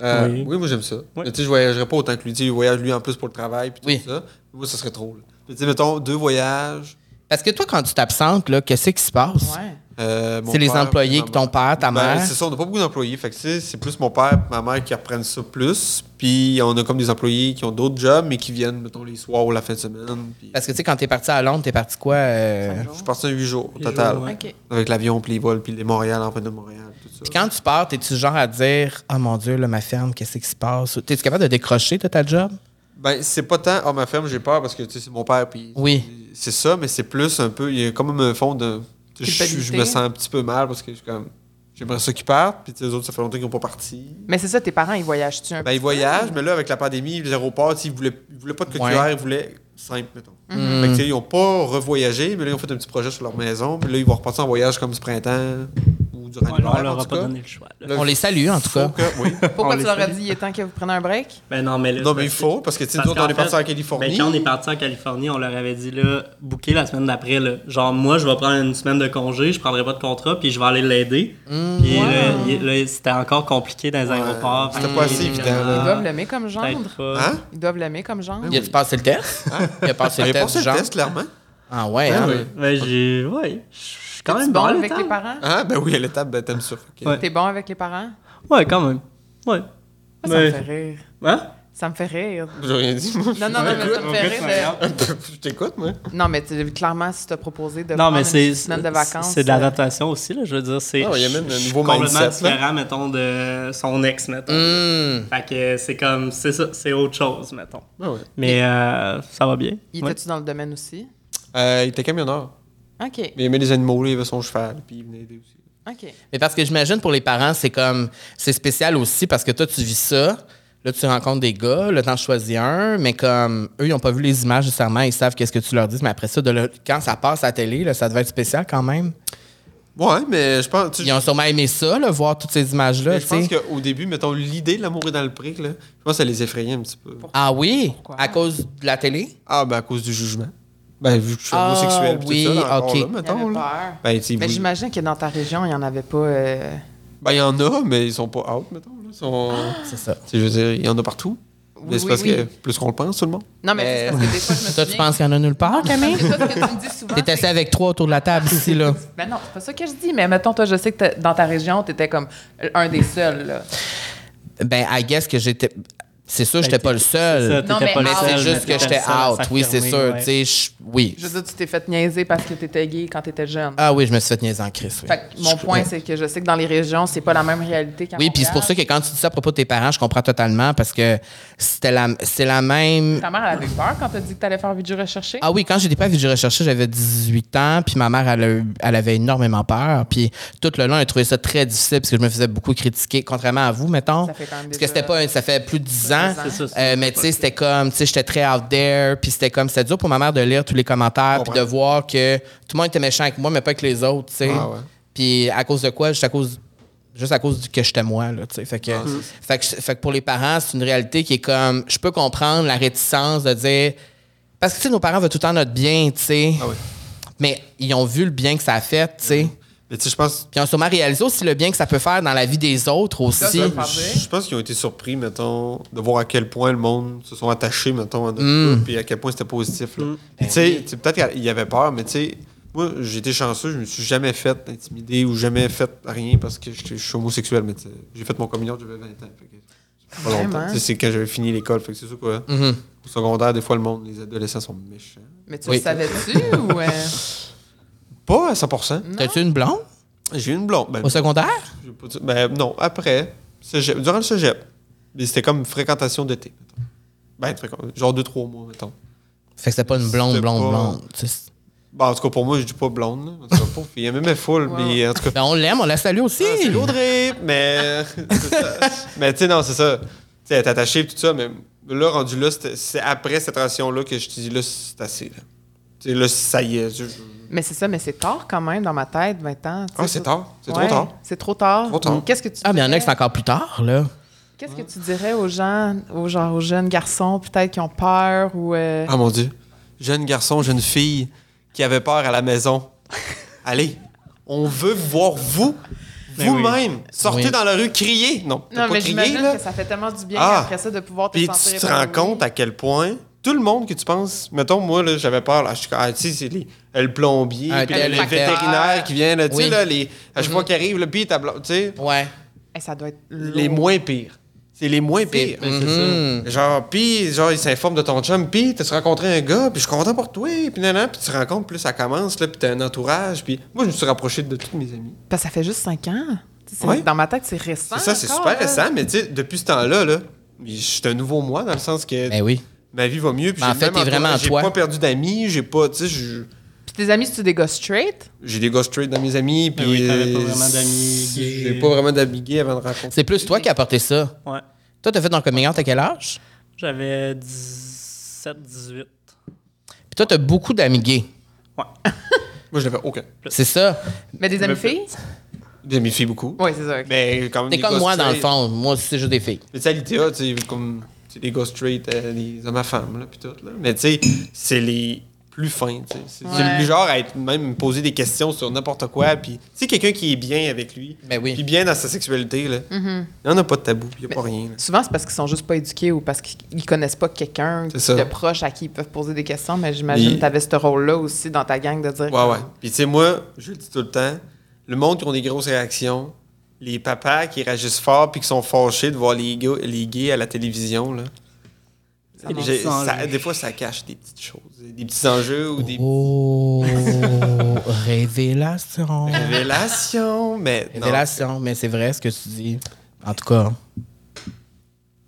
Speaker 3: Euh, oui.
Speaker 4: Oui.
Speaker 3: moi j'aime ça. Mais
Speaker 4: Ouais.
Speaker 3: tu sais, je voyagerais pas autant que lui. Tu sais, il voyage lui en plus pour le travail puis tout
Speaker 2: Oui.
Speaker 3: ça. Moi, ça serait trop. là. Tu sais, mettons, deux voyages.
Speaker 2: Parce que toi, quand tu t'absentes, là, qu'est-ce qui se passe?
Speaker 1: Ouais.
Speaker 3: euh, mon
Speaker 2: C'est les
Speaker 3: père,
Speaker 2: employés
Speaker 3: ma
Speaker 2: que ton
Speaker 3: mère.
Speaker 2: père, ta
Speaker 3: Ben,
Speaker 2: mère.
Speaker 3: c'est ça, on n'a pas beaucoup d'employés. Fait que c'est c'est plus mon père et ma mère qui apprennent ça plus. Puis on a comme des employés qui ont d'autres jobs, mais qui viennent, mettons, les soirs ou la fin de semaine. puis-
Speaker 2: Parce que, tu sais, quand t'es parti à Londres, t'es parti quoi? euh,
Speaker 1: Cinq jours.
Speaker 3: Je suis parti en huit jours au
Speaker 4: Huit
Speaker 3: total.
Speaker 4: jours, ouais.
Speaker 1: OK.
Speaker 3: Avec l'avion, puis les vols, puis les Montréal, en fait de Montréal, tout ça.
Speaker 2: Puis quand tu pars, t'es-tu genre à dire, oh mon Dieu, là, ma ferme, qu'est-ce qui se passe? T'es-tu capable de décrocher de ta job?
Speaker 3: Ben, c'est pas tant. Ah, ma ferme, j'ai peur parce que tu sais, c'est mon père, puis.
Speaker 2: Oui.
Speaker 3: C'est ça, mais c'est plus un peu. Il y a quand même un fond de. tu sais, Je, je
Speaker 1: Culpabilité.
Speaker 3: me sens un petit peu mal parce que je suis comme. J'aimerais ça qu'ils partent, puis tu sais, les autres, ça fait longtemps qu'ils n'ont pas parti.
Speaker 1: Mais c'est ça, tes parents, ils voyagent-tu un
Speaker 3: Ben, ils voyagent, mais là, avec la pandémie, les aéroports, tu sais, ils voulaient, ils voulaient pas de coquillère,
Speaker 2: Ouais. Mhm.
Speaker 3: ils voulaient simple, mettons. Fait que, tu sais, ils ont pas revoyagé, mais là, ils ont fait un petit projet sur leur maison, puis là, ils vont repartir en voyage comme ce printemps ou durant
Speaker 4: Ouais, là,
Speaker 3: l'hiver.
Speaker 4: on leur
Speaker 3: en
Speaker 4: a
Speaker 3: tout
Speaker 4: pas
Speaker 3: cas.
Speaker 4: donné le choix. là.
Speaker 3: Là,
Speaker 2: On les salue, en tout cas.
Speaker 3: Euh, Faut que- oui.
Speaker 1: Pourquoi
Speaker 4: On
Speaker 1: tu
Speaker 4: les
Speaker 1: leur as
Speaker 4: fait.
Speaker 1: dit, il est temps que vous preniez un break?
Speaker 4: Ben non, mais là,
Speaker 3: Non,
Speaker 4: c'est
Speaker 3: mais il
Speaker 4: parce
Speaker 3: faut, parce que, tu sais,
Speaker 4: parce
Speaker 3: nous autres, on
Speaker 4: qu'en
Speaker 3: est partis
Speaker 4: fait,
Speaker 3: en Californie.
Speaker 4: ben, quand on est parti en Californie, on leur avait dit, là, booker la semaine d'après, là. Genre, moi, je vais prendre une semaine de congé, je prendrai pas de contrat, puis je vais aller l'aider.
Speaker 3: Hmm.
Speaker 4: Puis là, il- là, c'était encore compliqué dans les aéroports.
Speaker 3: c'était
Speaker 4: Fait
Speaker 3: pas
Speaker 4: que,
Speaker 3: assez évident,
Speaker 4: euh, ben,
Speaker 3: là.
Speaker 1: Ils doivent l'aimer comme
Speaker 4: peut-être
Speaker 1: gendre.
Speaker 4: pas.
Speaker 3: Hein?
Speaker 1: Ils doivent l'aimer comme gendre.
Speaker 2: Il a-tu passé le test? Il a passé
Speaker 3: Ah,
Speaker 2: le
Speaker 3: il a
Speaker 2: test,
Speaker 3: passé
Speaker 2: du
Speaker 3: le
Speaker 2: genre?
Speaker 3: test, clairement.
Speaker 2: Ah ouais,
Speaker 3: Ah
Speaker 2: hein?
Speaker 3: oui.
Speaker 4: Ben, j'ai. Ouais. Je suis quand
Speaker 1: T'es
Speaker 4: même
Speaker 1: bon
Speaker 4: bon à
Speaker 1: avec
Speaker 4: l'état.
Speaker 1: les parents?
Speaker 3: Ah, ben oui, à l'étape, ben t'aimes ça. Fait que-
Speaker 4: Ouais.
Speaker 1: T'es bon avec les parents? Ah,
Speaker 4: Ouais, quand même. Ouais.
Speaker 1: Ça me
Speaker 4: Mais.
Speaker 1: fait rire.
Speaker 4: Hein?
Speaker 1: Ça me fait rire.
Speaker 3: J'ai rien dit, moi.
Speaker 1: Non, non, non, mais ça me fait rire. de-
Speaker 3: Je t'écoute, moi.
Speaker 1: Non, mais tu- clairement, si tu as proposé de
Speaker 4: Non,
Speaker 1: prendre
Speaker 4: mais c'est.
Speaker 1: une semaine de vacances...
Speaker 4: C'est de
Speaker 1: euh,
Speaker 4: l'adaptation aussi, là. Je veux dire, c'est.
Speaker 3: Ah ouais, il y a même un
Speaker 4: je- je suis
Speaker 3: nouveau
Speaker 4: complètement
Speaker 3: mindset, là.
Speaker 4: différent, mettons, de son ex, mettons.
Speaker 2: Hmm.
Speaker 4: Fait que c'est comme, c'est ça, c'est autre chose, mettons.
Speaker 3: Ah ouais.
Speaker 4: Mais euh, ça va bien.
Speaker 1: Il
Speaker 4: Ouais.
Speaker 1: était-tu dans le domaine aussi?
Speaker 3: Euh, il était camionneur.
Speaker 1: OK,
Speaker 3: Mais il aimait les animaux, là, il avait son cheval, puis il venait aider aussi.
Speaker 1: OK.
Speaker 2: Mais parce que j'imagine pour les parents, c'est comme. C'est spécial aussi parce que toi, tu vis ça. Là, tu rencontres des gars, là, t'en choisis un, mais comme eux, ils n'ont pas vu les images nécessairement, ils savent qu'est-ce que tu leur dis, mais après ça, de le- quand ça passe à la télé, là, ça devait être spécial quand même.
Speaker 3: Ouais, mais je pense. tu sais,
Speaker 2: Ils ont sûrement aimé ça, là, voir toutes ces images-là.
Speaker 3: mais je pense
Speaker 2: tu sais.
Speaker 3: qu'au début, mettons, l'idée de l'amour est dans le pré, là, je pense que ça les effrayait un petit peu.
Speaker 2: Ah oui?
Speaker 1: Pourquoi?
Speaker 2: À cause de la télé?
Speaker 3: Ah, ben à cause du jugement. Ben, vu que je suis
Speaker 2: Ah,
Speaker 3: homosexuel, puis
Speaker 2: oui,
Speaker 3: tout ça, là, encore
Speaker 2: ok.
Speaker 3: là,
Speaker 1: Il avait
Speaker 3: mettons. là.
Speaker 1: peur.
Speaker 3: Ben, tu sais,
Speaker 1: Mais
Speaker 3: vous-
Speaker 1: j'imagine que dans ta région, il n'y en avait pas... euh,
Speaker 3: ben, il y en a, mais ils sont pas out, mettons. Là. Ils sont...
Speaker 2: C'est ça.
Speaker 3: Tu sais, Je veux dire, il y en a partout. mais
Speaker 1: oui,
Speaker 3: c'est parce
Speaker 1: oui.
Speaker 3: que plus qu'on le pense, tout le monde.
Speaker 1: Non, mais, c'est
Speaker 2: Mais-
Speaker 1: parce que des fois, je me
Speaker 2: Toi,
Speaker 1: souviens...
Speaker 2: tu penses qu'il y en a nulle part, Camille?
Speaker 1: Mais toi, ce que tu me dis souvent,
Speaker 2: T'es
Speaker 1: c'est
Speaker 2: assis avec trois autour de la table ici, là.
Speaker 1: Ben non, c'est pas ça que je dis, mais mettons, toi, je sais que t'as- dans ta région, t'étais comme euh, un des seuls. Là.
Speaker 2: Ben, I guess que j'étais. C'est sûr, j'étais pas le
Speaker 4: C'est ça,
Speaker 2: seul.
Speaker 4: t'étais
Speaker 1: Non, mais
Speaker 4: pas le
Speaker 1: out,
Speaker 2: Ben, C'est
Speaker 4: seul,
Speaker 1: je
Speaker 2: juste
Speaker 4: mais
Speaker 2: que
Speaker 4: t'étais
Speaker 2: j'étais
Speaker 4: le seul à
Speaker 2: out. Oui, c'est
Speaker 4: s'affirmer,
Speaker 2: sûr.
Speaker 4: ouais.
Speaker 2: Tu sais, je- oui.
Speaker 1: Je veux dire, tu t'es fait niaiser parce que t'étais gay quand t'étais jeune.
Speaker 2: Ah oui, je me suis fait niaiser en crise. Oui,
Speaker 1: Fait que mon
Speaker 2: Je-
Speaker 1: point,
Speaker 2: ouais.
Speaker 1: c'est que je sais que dans les régions, c'est pas la même réalité qu'à
Speaker 2: Oui, puis c'est pour ça
Speaker 1: Montréal.
Speaker 2: que quand tu dis ça à propos de tes parents, je comprends totalement parce que c'était la, c'est la même.
Speaker 1: Ta mère, elle avait peur quand t'as dit que t'allais faire du recherché.
Speaker 2: Ah oui, quand j'étais pas à Ville du recherché, j'avais 18 ans, puis ma mère, elle, a eu- elle avait énormément peur. Puis tout le long, elle trouvait ça très difficile parce que je me faisais beaucoup critiquer, contrairement à vous, mettons.
Speaker 1: Ça fait quand même
Speaker 2: parce
Speaker 1: déjà-
Speaker 2: que c'était pas, un- ça fait plus de 10 ans.
Speaker 1: C'est
Speaker 4: ça, c'est
Speaker 2: Euh, mais tu sais, c'était comme, tu sais, j'étais très out there, puis c'était comme, c'était dur pour ma mère de lire tous les commentaires, puis de voir que tout le monde était méchant avec moi, mais pas avec les autres, tu sais.
Speaker 3: Ah ouais.
Speaker 2: Puis à cause de quoi? Juste à cause juste à cause du que j'étais moi là, tu sais. fait que,
Speaker 3: Ah,
Speaker 2: fait que fait que pour les parents, c'est une réalité qui est comme je peux comprendre la réticence de dire parce que tu sais nos parents veulent tout le temps notre bien, tu sais.
Speaker 3: Ah oui. Mm-hmm.
Speaker 2: Mais ils ont vu le bien que ça a fait, tu sais.
Speaker 3: Mais tu sais, je pense
Speaker 2: Puis ils ont sûrement réalisé aussi le bien que ça peut faire dans la vie des autres
Speaker 1: Ça,
Speaker 2: aussi.
Speaker 1: ça va faire
Speaker 3: Eh, Je pense qu'ils ont été surpris, mettons, de voir à quel point le monde se sont attachés, mettons, à notre couple, puis à quel point c'était positif. là. Puis, Tu sais, tu sais, peut-être qu'il y avait peur, mais tu sais, moi, j'ai été chanceux, je me suis jamais fait intimider ou jamais fait rien parce que j'étais- je suis homosexuel, mais tu sais, j'ai fait mon communion, j'avais 20 ans. fait que c'est Pas
Speaker 1: Vraiment?
Speaker 3: longtemps. Tu sais, C'est quand j'avais fini l'école. Fait que c'est sûr quoi. Au secondaire, des fois, le monde, les adolescents sont méchants.
Speaker 1: Mais tu
Speaker 2: Oui.
Speaker 1: le savais-tu ou... euh,
Speaker 3: Pas à 100
Speaker 2: T'as-tu une blonde
Speaker 3: J'ai eu une blonde. Ben,
Speaker 2: au secondaire?
Speaker 3: j'ai pas dit- ben, non, après, cégep, durant le cégep. Mais c'était comme fréquentation d'été, mettons. Ben, fréquent- genre deux, trois mois, mettons.
Speaker 2: Fait que c'était pas une blonde,
Speaker 3: C'était
Speaker 2: blonde,
Speaker 3: pas-
Speaker 2: blonde. tu sais.
Speaker 3: Bon, Ben, en tout cas, pour moi, je dis pas blonde. là. En tout cas, pauvre fille. Elle m'aimait full,
Speaker 1: Wow.
Speaker 3: mais en tout cas...
Speaker 2: Ben, on l'aime, on la salue aussi.
Speaker 3: Ah, c'est Audrey! Mais... c'est ça. mais tu sais, non, c'est ça. Tu sais, elle est attachée et tout ça, mais Là, rendu là, c'était- c'est après cette relation-là que je te dis, là, c'est assez. Là, Tu sais, là ça y est. je- je-
Speaker 1: Mais c'est ça, mais c'est tard quand même dans ma tête, 20 ans. tu sais,
Speaker 3: Ah, c'est
Speaker 1: ça-
Speaker 3: tard. C'est
Speaker 1: Ouais,
Speaker 3: trop tard.
Speaker 1: C'est trop tard.
Speaker 3: Trop tard.
Speaker 1: Qu'est-ce que tu
Speaker 2: Ah, mais il y en a
Speaker 1: dirais-
Speaker 2: qui c'est encore plus tard, là.
Speaker 1: Qu'est-ce que tu dirais aux gens, aux, genre, aux jeunes garçons, peut-être qui ont peur ou. euh,
Speaker 3: Ah mon Dieu. Jeune garçon, jeune fille qui avait peur à la maison. Allez, on veut voir vous,
Speaker 4: Ben oui.
Speaker 3: vous-même. Sortez
Speaker 2: Oui.
Speaker 3: dans la rue, criez. Non, t'as
Speaker 1: Non,
Speaker 3: pas
Speaker 1: mais
Speaker 3: crié,
Speaker 1: j'imagine
Speaker 3: là.
Speaker 1: que ça fait tellement du bien
Speaker 3: Ah.
Speaker 1: après ça de pouvoir te
Speaker 3: Puis
Speaker 1: sentir.
Speaker 3: tu te rends
Speaker 1: épanoui.
Speaker 3: compte à quel point tout le monde que tu penses, mettons, moi, là, j'avais peur, là, je suis comme, ah, tu sais, c'est les- le plombier,
Speaker 2: Ah,
Speaker 3: puis
Speaker 2: t'as
Speaker 3: le,
Speaker 2: le
Speaker 3: le vétérinaire
Speaker 1: facteur. Mm-hmm.
Speaker 3: qui vient, là, tu sais,
Speaker 2: Oui.
Speaker 3: là, les, à chaque fois qu'ils arrivent, là, puis ta blonde, tu sais,
Speaker 2: Ouais.
Speaker 1: Eh, ça doit être.
Speaker 3: les
Speaker 1: lourd.
Speaker 3: moins pires. C'est les moins pires. Mhm.
Speaker 4: Mais c'est ça.
Speaker 3: Genre, pis, genre, il s'informe de ton chum, pis t'as rencontré un gars, pis je suis content pour toi, pis nan, nan, pis tu te rends compte, plus ça commence, là, pis t'as un entourage, pis moi, je me suis rapproché de tous mes amis.
Speaker 1: Parce que ça fait juste 5 ans. Tu sais, c'est-
Speaker 3: Ouais.
Speaker 1: Dans ma tête, c'est récent.
Speaker 3: C'est ça, c'est
Speaker 1: encore,
Speaker 3: super
Speaker 1: là.
Speaker 3: récent, mais tu sais, depuis ce temps-là, là, je suis un nouveau moi, dans le sens que
Speaker 2: Ben oui.
Speaker 3: ma vie va mieux, pis
Speaker 2: Ben, en
Speaker 3: j'ai
Speaker 2: fait,
Speaker 3: même
Speaker 2: t'es
Speaker 3: entourage,
Speaker 2: vraiment
Speaker 3: J'ai
Speaker 2: toi.
Speaker 3: pas perdu d'amis, j'ai pas, tu sais, je-
Speaker 1: Puis tes amis, c'est-tu des gars straight?
Speaker 3: j'ai des gars straight dans mes amis, pis.
Speaker 4: Ben oui, t'avais pas vraiment d'amis gays.
Speaker 3: J'ai pas vraiment d'amis gays avant de rencontrer.
Speaker 2: C'est plus toi qui as apporté ça.
Speaker 4: Ouais.
Speaker 2: Toi, t'as fait ton coming out à quel âge?
Speaker 4: J'avais 17, 18.
Speaker 2: Puis toi, t'as beaucoup d'amis gays.
Speaker 4: Ouais.
Speaker 3: Moi, je l'avais aucun.
Speaker 2: C'est ça.
Speaker 1: Mais des amis
Speaker 4: Mais-
Speaker 1: filles?
Speaker 3: J'ai mes filles beaucoup.
Speaker 1: Oui, c'est ça. ok.
Speaker 3: Mais quand même.
Speaker 2: T'es
Speaker 3: des
Speaker 2: comme
Speaker 3: gars
Speaker 2: moi, dans le
Speaker 3: straight.
Speaker 2: fond. Moi, c'est juste des filles.
Speaker 3: Mais tu sais, à l'ITA, tu sais, comme tu sais, les gars straight, euh, les hommes à femmes, là, puis tout, là. Mais tu sais, c'est les plus fins, tu sais. C'est c'est
Speaker 1: Ouais.
Speaker 3: le plus genre à être même poser des questions sur n'importe quoi, puis tu sais, quelqu'un qui est bien avec lui,
Speaker 2: Ben oui.
Speaker 3: puis bien dans sa sexualité, là.
Speaker 1: Mm-hmm.
Speaker 3: Il n'y en a pas de tabou, il n'y a pas rien, là.
Speaker 1: Souvent, c'est parce qu'ils sont juste pas éduqués ou parce qu'ils connaissent pas quelqu'un
Speaker 3: C'est ça.
Speaker 1: de proche à qui ils peuvent poser des questions. Mais j'imagine
Speaker 3: Mais-
Speaker 1: que t'avais ce rôle-là aussi dans ta gang de dire.
Speaker 3: Ouais, ouais. Puis tu sais, moi, je le dis tout le temps, le monde qui ont des grosses réactions, les papas qui réagissent fort puis qui sont fâchés de voir les, gars, les gays à la télévision, là.
Speaker 1: Ça marche.
Speaker 3: J'ai-
Speaker 4: sans
Speaker 3: ça-
Speaker 4: lui.
Speaker 3: des fois, ça cache des petites choses, des petits enjeux ou des
Speaker 2: Oh, révélation.
Speaker 3: Révélation, mais. non.
Speaker 2: Révélation, mais c'est vrai ce que tu dis. En tout cas. hein.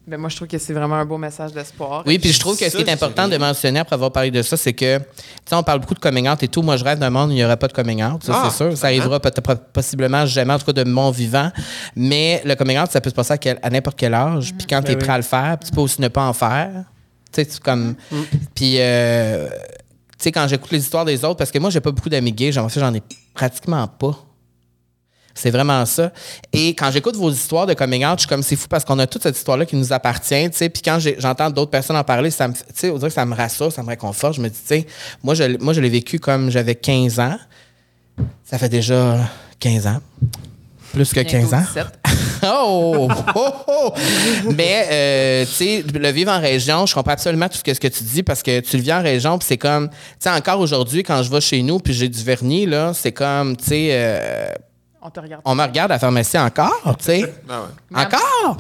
Speaker 1: Ben, moi, je trouve que c'est vraiment un beau message d'espoir.
Speaker 2: Oui, puis je trouve que ce
Speaker 3: Ça,
Speaker 2: qui est
Speaker 3: c'est
Speaker 2: important de
Speaker 3: vrai.
Speaker 2: mentionner après avoir parlé de ça, c'est que, tu sais, on parle beaucoup de coming out et tout. Moi, je rêve d'un monde où il n'y aura pas de coming out, ça,
Speaker 3: Ah,
Speaker 2: c'est sûr. Ça arrivera peut- possiblement jamais, en tout cas de mon vivant. Mais le coming out, ça peut se passer à, quel- à n'importe quel âge. Puis
Speaker 3: Ben
Speaker 2: quand tu es prêt à le faire, puis tu peux aussi ne pas en faire. Tu sais, tu- comme.
Speaker 3: Mm.
Speaker 2: Puis. euh, tu sais, quand j'écoute les histoires des autres, parce que moi, j'ai pas beaucoup d'amis gays, j'en fait, j'en ai pratiquement pas. C'est vraiment ça. Et quand j'écoute vos histoires de coming out, je suis comme c'est fou parce qu'on a toute cette histoire-là qui nous appartient, tu sais. Puis quand j'ai- j'entends d'autres personnes en parler, ça me, fait- tu sais, on dirait que ça me rassure, ça me réconforte. Je me dis, tu sais, moi, je, l'ai- moi, je l'ai vécu comme j'avais 15 ans. Ça fait déjà 15 ans. Plus que
Speaker 1: Bientôt
Speaker 2: 15 ans.
Speaker 1: 17.
Speaker 2: Oh! oh, oh. Mais, euh, tu sais, le vivre en région, je comprends absolument tout ce que, ce que tu dis parce que tu le vis en région, puis c'est comme, tu sais, encore aujourd'hui, quand je vais chez nous, puis j'ai du vernis, là, c'est comme, tu sais, euh,
Speaker 1: On te regarde.
Speaker 2: on me regarde à la pharmacie encore, tu sais.
Speaker 3: Ah ouais.
Speaker 2: Encore?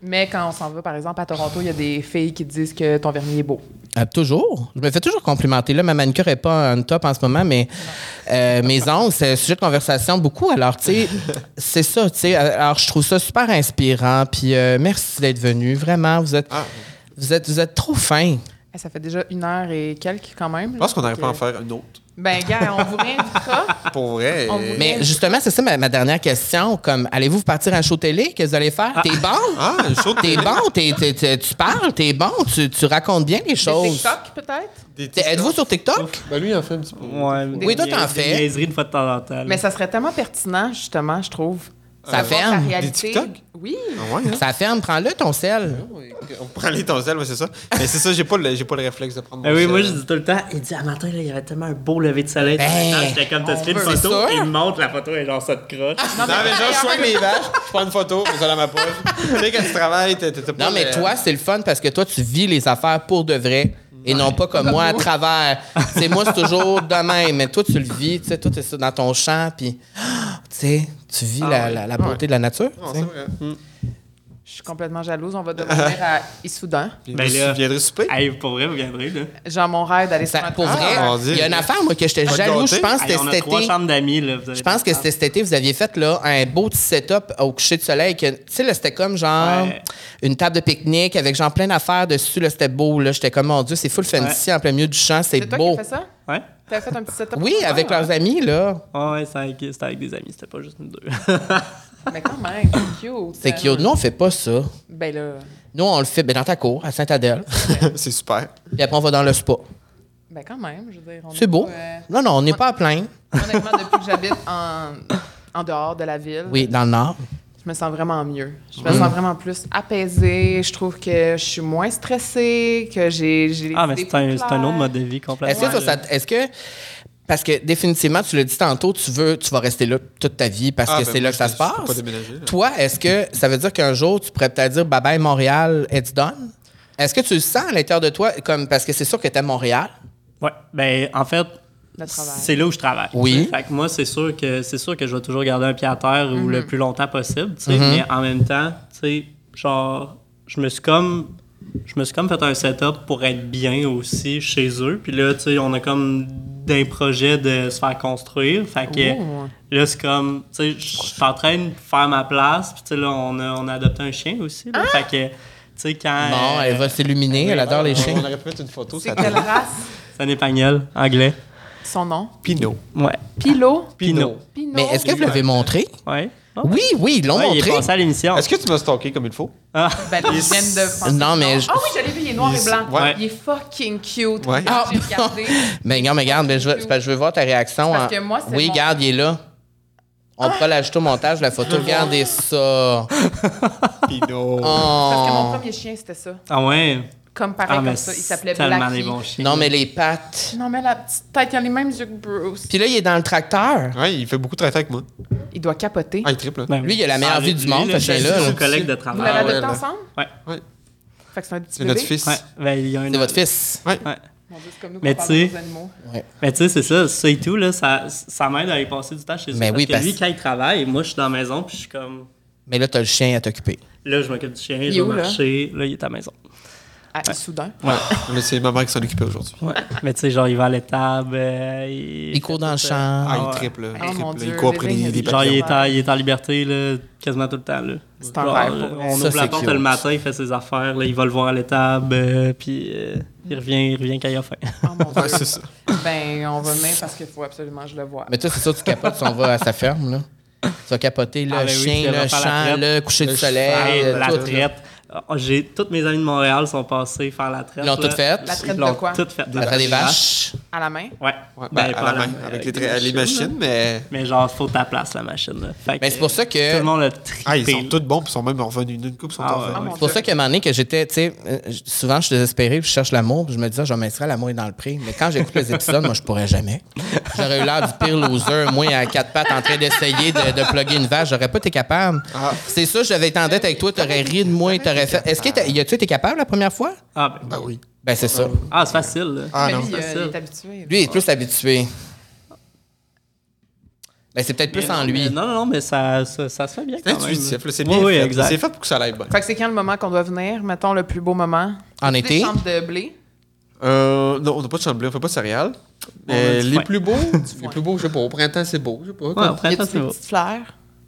Speaker 1: Mais quand on s'en va, par exemple, à Toronto, il y a des filles qui disent que ton vernis est beau.
Speaker 2: Euh, toujours. Je me fais toujours complimenter. Là, ma manucure n'est pas en top en ce moment, mais euh, mes ongles, c'est un sujet de conversation beaucoup. Alors, tu sais, c'est ça, tu sais. Alors, je trouve ça super inspirant. Puis, euh, merci d'être venu. Vraiment, vous êtes,
Speaker 3: Ah.
Speaker 2: vous êtes, vous êtes trop fin.
Speaker 1: Eh, Ça fait déjà une heure et quelques quand même.
Speaker 3: Je pense qu'on n'arrive pas à en faire une autre.
Speaker 1: Ben, gars, on vous réinvitera.
Speaker 3: Pour vrai.
Speaker 1: On vous-
Speaker 3: euh,
Speaker 2: Mais justement, c'est ça ma, ma dernière question. Comme, allez-vous partir à un show télé? Qu'est-ce que vous allez faire? T'es bon?
Speaker 3: Ah, une show de
Speaker 2: T'es
Speaker 3: télé.
Speaker 2: bon? T'es- t'es- t'es- tu parles? T'es bon? Tu, tu racontes bien les
Speaker 1: Des
Speaker 2: choses?
Speaker 1: TikTok, peut-être?
Speaker 3: Des
Speaker 2: T'es-
Speaker 3: TikTok.
Speaker 2: Êtes-vous sur TikTok?
Speaker 3: Ben lui, il en fait un petit peu.
Speaker 4: Ouais,
Speaker 2: Oui, toi, t'en
Speaker 4: des
Speaker 2: fais.
Speaker 4: niaiseries de fois de temps en temps. là.
Speaker 1: Mais ça serait tellement pertinent, justement, je trouve.
Speaker 2: Ça
Speaker 1: de voir
Speaker 2: ferme.
Speaker 1: la
Speaker 2: Des
Speaker 1: réalité.
Speaker 3: TikTok?
Speaker 1: Oui.
Speaker 3: Ah ouais, hein?
Speaker 2: Ça ferme, prends-le ton sel.
Speaker 3: On prend les tonselles, ouais, c'est ça. Mais c'est ça, j'ai pas, le- j'ai pas le réflexe de prendre mon
Speaker 4: Ah oui,
Speaker 3: sel.
Speaker 4: moi, je dis tout le temps, il dit, à matin, là, il y avait tellement un beau lever de soleil.
Speaker 2: Ben,
Speaker 4: Attends, J'étais comme, t'as pris une
Speaker 2: veut- c'est
Speaker 4: photo,
Speaker 2: sûr.
Speaker 4: il me montre la photo et genre, ça te croche.
Speaker 3: Non, mais genre, je soigne mes vaches, je prends une photo, je ça dans ma poche. tu sais, quand tu travailles, t'as t'as- t'as pas.
Speaker 2: Non, mais
Speaker 3: le-
Speaker 2: toi, c'est le fun parce que toi, tu vis les affaires pour de vrai et non pas comme moi à travers. Tu sais, moi, c'est toujours de même, mais toi, tu le vis, tu sais, toi, t'es ça dans ton champ, puis ah, tu sais, tu vis la, la- la beauté de la nature.
Speaker 3: Non,
Speaker 2: tu sais.
Speaker 3: c'est vrai.
Speaker 4: Hmm.
Speaker 1: Je suis complètement jalouse. On va devenir à Issoudun.
Speaker 4: Ben là-
Speaker 3: Tu viendrais souper?
Speaker 4: Hey, pour vrai, vous viendrez, là.
Speaker 1: Genre, mon rêve d'aller
Speaker 2: Ça-
Speaker 1: sur un
Speaker 2: pour
Speaker 1: Ah,
Speaker 2: vrai,
Speaker 3: mon
Speaker 2: il y a
Speaker 3: Dieu.
Speaker 2: une affaire, moi, que j'étais
Speaker 3: Pas de
Speaker 2: jaloux,
Speaker 3: gâté?
Speaker 2: je pense,
Speaker 4: Hey,
Speaker 2: c'était
Speaker 4: on
Speaker 2: cet
Speaker 4: a trois
Speaker 2: été.
Speaker 4: chambres d'amis, là.
Speaker 2: Je pense que c'était cet été, vous aviez fait là, un beau petit setup au coucher de soleil. que- Tu sais, là, c'était comme genre
Speaker 4: Ouais.
Speaker 2: une table de pique-nique avec genre plein d'affaires dessus. Là, c'était beau. Là, j'étais comme, mon Dieu, c'est full fancy en plein milieu du champ. C'est
Speaker 1: C'est toi qui
Speaker 2: beau.
Speaker 1: as fait ça?
Speaker 4: Ouais?
Speaker 1: T'as fait un petit setup?
Speaker 2: Oui,
Speaker 1: Ah,
Speaker 2: avec leurs amis, là.
Speaker 4: Ouais, ouais, c'était avec, c'était avec des amis, c'était pas juste nous deux.
Speaker 1: Mais quand Ben, même, c'est cute.
Speaker 3: Ben
Speaker 2: C'est cute. Nous, on fait pas ça.
Speaker 1: Ben là,
Speaker 2: Nous, on le fait ben, dans ta cour, à Sainte-Adèle.
Speaker 3: c'est super.
Speaker 2: Puis après, on va dans le spa.
Speaker 1: Ben quand même, je veux dire. on est
Speaker 2: C'est beau.
Speaker 1: pas, euh,
Speaker 2: Non, non, on n'est pas à plein.
Speaker 1: honnêtement, depuis que j'habite en, en dehors de la ville,
Speaker 2: Oui, Mm. dans le nord.
Speaker 1: je me sens vraiment mieux. Je me sens vraiment plus apaisée. Je trouve que je suis moins stressée, que j'ai j'ai les
Speaker 4: Ah, mais
Speaker 1: idées
Speaker 4: c'est un,
Speaker 1: plus
Speaker 4: c'est un autre
Speaker 1: claires.
Speaker 4: mode de vie complètement.
Speaker 2: Est-ce que ça, ça- est-ce que parce que définitivement, tu l'as dit tantôt, tu veux, tu vas rester là toute ta vie parce
Speaker 3: Ah,
Speaker 2: que
Speaker 3: ben
Speaker 2: c'est
Speaker 3: moi,
Speaker 2: là que ça
Speaker 3: je-
Speaker 2: se
Speaker 3: je peux pas
Speaker 2: passe.
Speaker 3: déménager, là.
Speaker 2: Toi, est-ce que ça veut dire qu'un jour tu pourrais peut-être dire bye bye Montréal, it's done? Est-ce que tu le sens à l'intérieur de toi comme parce que c'est sûr que t'es Montréal?
Speaker 4: Ouais, ben en fait,
Speaker 1: Le travail.
Speaker 4: c'est là où je travaille.
Speaker 2: Oui.
Speaker 4: Fait que moi, c'est sûr que c'est sûr que je vais toujours garder un pied à terre ou
Speaker 1: Mhm.
Speaker 4: le plus longtemps possible, tu sais, mais en même temps, tu sais, genre je me suis comme je me suis comme fait un setup pour être bien aussi chez eux. Puis là, tu sais, on a comme des projets de se faire construire. Fait que
Speaker 1: Ouh.
Speaker 4: là, c'est comme, tu sais, je suis en train de faire ma place. Puis tu sais, là, on a, on a adopté un chien aussi.
Speaker 1: Ah!
Speaker 4: là. Fait que, tu sais, quand.
Speaker 2: Non, elle
Speaker 4: euh,
Speaker 2: va s'illuminer, elle adore les
Speaker 3: On
Speaker 2: chiens.
Speaker 3: aurait pu mettre une photo,
Speaker 1: C'est
Speaker 3: ça
Speaker 1: quelle race?
Speaker 4: C'est un épagnol anglais.
Speaker 1: Son nom?
Speaker 3: Pinot.
Speaker 4: Ouais.
Speaker 1: Pilo?
Speaker 4: Pinot.
Speaker 1: Pino.
Speaker 2: Mais est-ce que vous l'avez montré?
Speaker 4: Ouais. Ah.
Speaker 2: Oui, oui, ils l'ont
Speaker 4: Ouais, il
Speaker 2: montré.
Speaker 4: est passé à l'émission.
Speaker 3: Est-ce que tu m'as stalké comme il faut?
Speaker 4: Ah.
Speaker 1: Ben, ils viennent de penser-
Speaker 2: Non, mais je-
Speaker 1: Ah oui, je l'ai vu, il est noir et blanc.
Speaker 3: Ouais.
Speaker 1: Il est fucking cute.
Speaker 3: Ouais.
Speaker 1: J'ai
Speaker 2: Ah,
Speaker 1: regardé.
Speaker 2: Mais Ben, regarde, mais regarde, mais je, veux, c'est parce que je veux voir ta réaction.
Speaker 1: Parce
Speaker 2: en-
Speaker 1: que moi, c'est
Speaker 2: oui,
Speaker 1: mon- Ah!
Speaker 2: regarde, il est là. On pourra l'ajouter au montage, la photo. Regardez ça.
Speaker 3: Pinot.
Speaker 1: Parce que mon
Speaker 2: Oh.
Speaker 1: premier chien, c'était ça.
Speaker 4: Ah ouais.
Speaker 1: Comme
Speaker 4: Ah,
Speaker 1: pareil
Speaker 4: mais
Speaker 1: comme ça. Il
Speaker 4: c'est
Speaker 1: s'appelait
Speaker 4: tellement
Speaker 1: Blackie.
Speaker 4: des bons chiens.
Speaker 2: Non, mais les pattes.
Speaker 1: Non, mais la petite tête, il a les mêmes yeux que Bruce.
Speaker 2: Puis là, il est dans le tracteur.
Speaker 3: Ouais, Ah, il fait beaucoup de traité avec moi.
Speaker 1: Il doit capoter.
Speaker 3: Ah, il triple. là.
Speaker 4: Ben,
Speaker 2: Lui, il a la meilleure
Speaker 4: ah,
Speaker 2: vie du monde, ce
Speaker 4: c'est
Speaker 2: chien-là,
Speaker 4: c'est
Speaker 2: là.
Speaker 4: son collègue de
Speaker 1: Vous
Speaker 4: travail.
Speaker 1: l'avez
Speaker 3: Ah, ouais,
Speaker 1: adopté
Speaker 3: là.
Speaker 1: ensemble?
Speaker 4: Ouais.
Speaker 3: Ouais.
Speaker 1: Fait que c'est un petit
Speaker 3: C'est
Speaker 1: bébé.
Speaker 3: notre fils.
Speaker 4: Ouais. Ben, il y a un
Speaker 2: C'est
Speaker 4: an.
Speaker 2: votre fils.
Speaker 4: Ouais.
Speaker 1: Mon Dieu, c'est comme nous
Speaker 4: Mais
Speaker 1: qu'on parle
Speaker 4: tu sais-
Speaker 1: aux animaux.
Speaker 4: Mais tu sais, c'est ça, ça et tout, là, ça, ça m'aide à aller passer du temps chez eux.
Speaker 2: Mais Ben oui,
Speaker 4: parce
Speaker 2: parce-
Speaker 4: que lui, quand il travaille, moi, je suis dans la maison, puis je suis comme.
Speaker 2: Mais là, t'as le chien à t'occuper.
Speaker 4: Là, je m'occupe du chien,
Speaker 1: est
Speaker 4: je
Speaker 1: où,
Speaker 4: vais
Speaker 1: là?
Speaker 4: marcher. Là? il est à la maison.
Speaker 1: Ah, soudain.
Speaker 3: Mais c'est ma mère qui s'en occupait aujourd'hui.
Speaker 4: Ouais. Mais tu sais, genre, il va à l'étable. euh, il... euh,
Speaker 2: Il court dans le champ.
Speaker 3: Ah,
Speaker 4: ouais.
Speaker 3: il triple. là. Il
Speaker 1: Ah,
Speaker 3: triple,
Speaker 1: mon
Speaker 3: là.
Speaker 1: Dieu,
Speaker 3: Il court après
Speaker 1: bébé,
Speaker 3: les,
Speaker 1: il
Speaker 3: les
Speaker 1: est
Speaker 4: Genre, il
Speaker 3: papillons.
Speaker 4: est, en, il est en liberté là, quasiment tout le temps. Là.
Speaker 1: C'est un
Speaker 4: Genre,
Speaker 1: rêve, pour vrai.
Speaker 4: On
Speaker 2: Ça,
Speaker 4: ouvre la
Speaker 2: c'est
Speaker 4: porte
Speaker 2: cute.
Speaker 4: le matin, il fait ses affaires, là, il va le voir à l'étable, euh, puis euh, il revient, il revient quand il a faim.
Speaker 1: Oh mon
Speaker 3: Ouais, c'est
Speaker 1: Dieu.
Speaker 3: ça.
Speaker 1: ben, on va venir parce qu'il faut absolument que je le voie.
Speaker 2: Mais toi, c'est ça, tu capotes si on va à sa ferme, là. Tu vas capoter le
Speaker 4: Ah, ben oui, puis
Speaker 2: chien,
Speaker 4: elle
Speaker 2: le
Speaker 4: va faire la
Speaker 2: champ,
Speaker 4: traite.
Speaker 2: le coucher du
Speaker 3: Le
Speaker 2: soleil,
Speaker 4: Hey,
Speaker 3: cheval,
Speaker 2: euh,
Speaker 4: la
Speaker 2: tout.
Speaker 4: traite. Ah, J'ai toutes mes amis de Montréal sont passés faire la traite.
Speaker 2: Ils l'ont
Speaker 4: là.
Speaker 2: toutes faites?
Speaker 1: La traite
Speaker 4: Ils l'ont
Speaker 1: de quoi?
Speaker 4: toutes faites.
Speaker 2: La traite des vaches.
Speaker 1: À la main?
Speaker 4: Ouais.
Speaker 3: Ouais, ben, Euh,
Speaker 4: Ben,
Speaker 3: à
Speaker 4: pas
Speaker 3: la main, avec les, tra- les machines, mais.
Speaker 4: Mais genre, faut ta place, la machine. Là. Fait
Speaker 2: Ben, c'est pour ça que-
Speaker 4: Tout le monde l'a trippé.
Speaker 3: Ah, ils sont tous bons, puis ils sont même revenus. Une coupe, ils sont
Speaker 4: Ah,
Speaker 3: revenus.
Speaker 4: ouais.
Speaker 1: Oh mon
Speaker 2: C'est pour
Speaker 1: Dieu.
Speaker 2: ça qu'à un moment donné que j'étais, tu sais, euh, j- souvent je suis désespéré, puis je cherche l'amour, puis je me disais, je vais m'inscrire à l'amour est dans le prix. Mais quand j'écoute les épisodes, moi, je pourrais jamais. J'aurais eu l'air du pire loser, moi, à quatre pattes, en train d'essayer de, de plugger une vache. J'aurais pas été capable.
Speaker 3: Ah.
Speaker 2: C'est ça, j'avais été en dette avec toi, t'aurais ri de moi, t'aurais fait. Est-ce que t'as- y a-tu été capable la première fois?
Speaker 4: Ah, ben,
Speaker 3: Ah oui.
Speaker 2: Ben, c'est ça.
Speaker 4: ah, c'est facile. là.
Speaker 3: Ah
Speaker 1: mais
Speaker 3: non.
Speaker 1: lui,
Speaker 4: c'est
Speaker 1: euh, il
Speaker 4: ça.
Speaker 1: est habitué.
Speaker 2: Lui, il est plus habitué. Ben, c'est peut-être
Speaker 4: Mais
Speaker 2: plus
Speaker 4: non,
Speaker 2: en lui.
Speaker 4: mais Non, non, non, mais ça, ça, ça se fait bien
Speaker 3: C'est
Speaker 4: quand même.
Speaker 3: intuitif, là, c'est
Speaker 4: Oui,
Speaker 3: bien
Speaker 4: oui,
Speaker 3: fait.
Speaker 4: exact.
Speaker 3: C'est fait pour que ça l'aille bien.
Speaker 1: Fait que c'est quand le moment qu'on doit venir? Mettons le plus beau moment.
Speaker 2: En
Speaker 1: Les
Speaker 2: été?
Speaker 1: chambres de blé.
Speaker 3: Euh, non, on n'a pas de chambre bleue, on fait pas de céréales.
Speaker 4: a
Speaker 3: Euh,
Speaker 4: du
Speaker 3: les
Speaker 4: foin.
Speaker 3: plus beaux, les plus beaux, je sais pas. Au printemps, c'est beau, je sais pas.
Speaker 4: Ouais,
Speaker 3: comme-
Speaker 4: après,
Speaker 1: Il y a
Speaker 4: ça,
Speaker 1: des
Speaker 4: c'est beau.
Speaker 1: petites fleurs.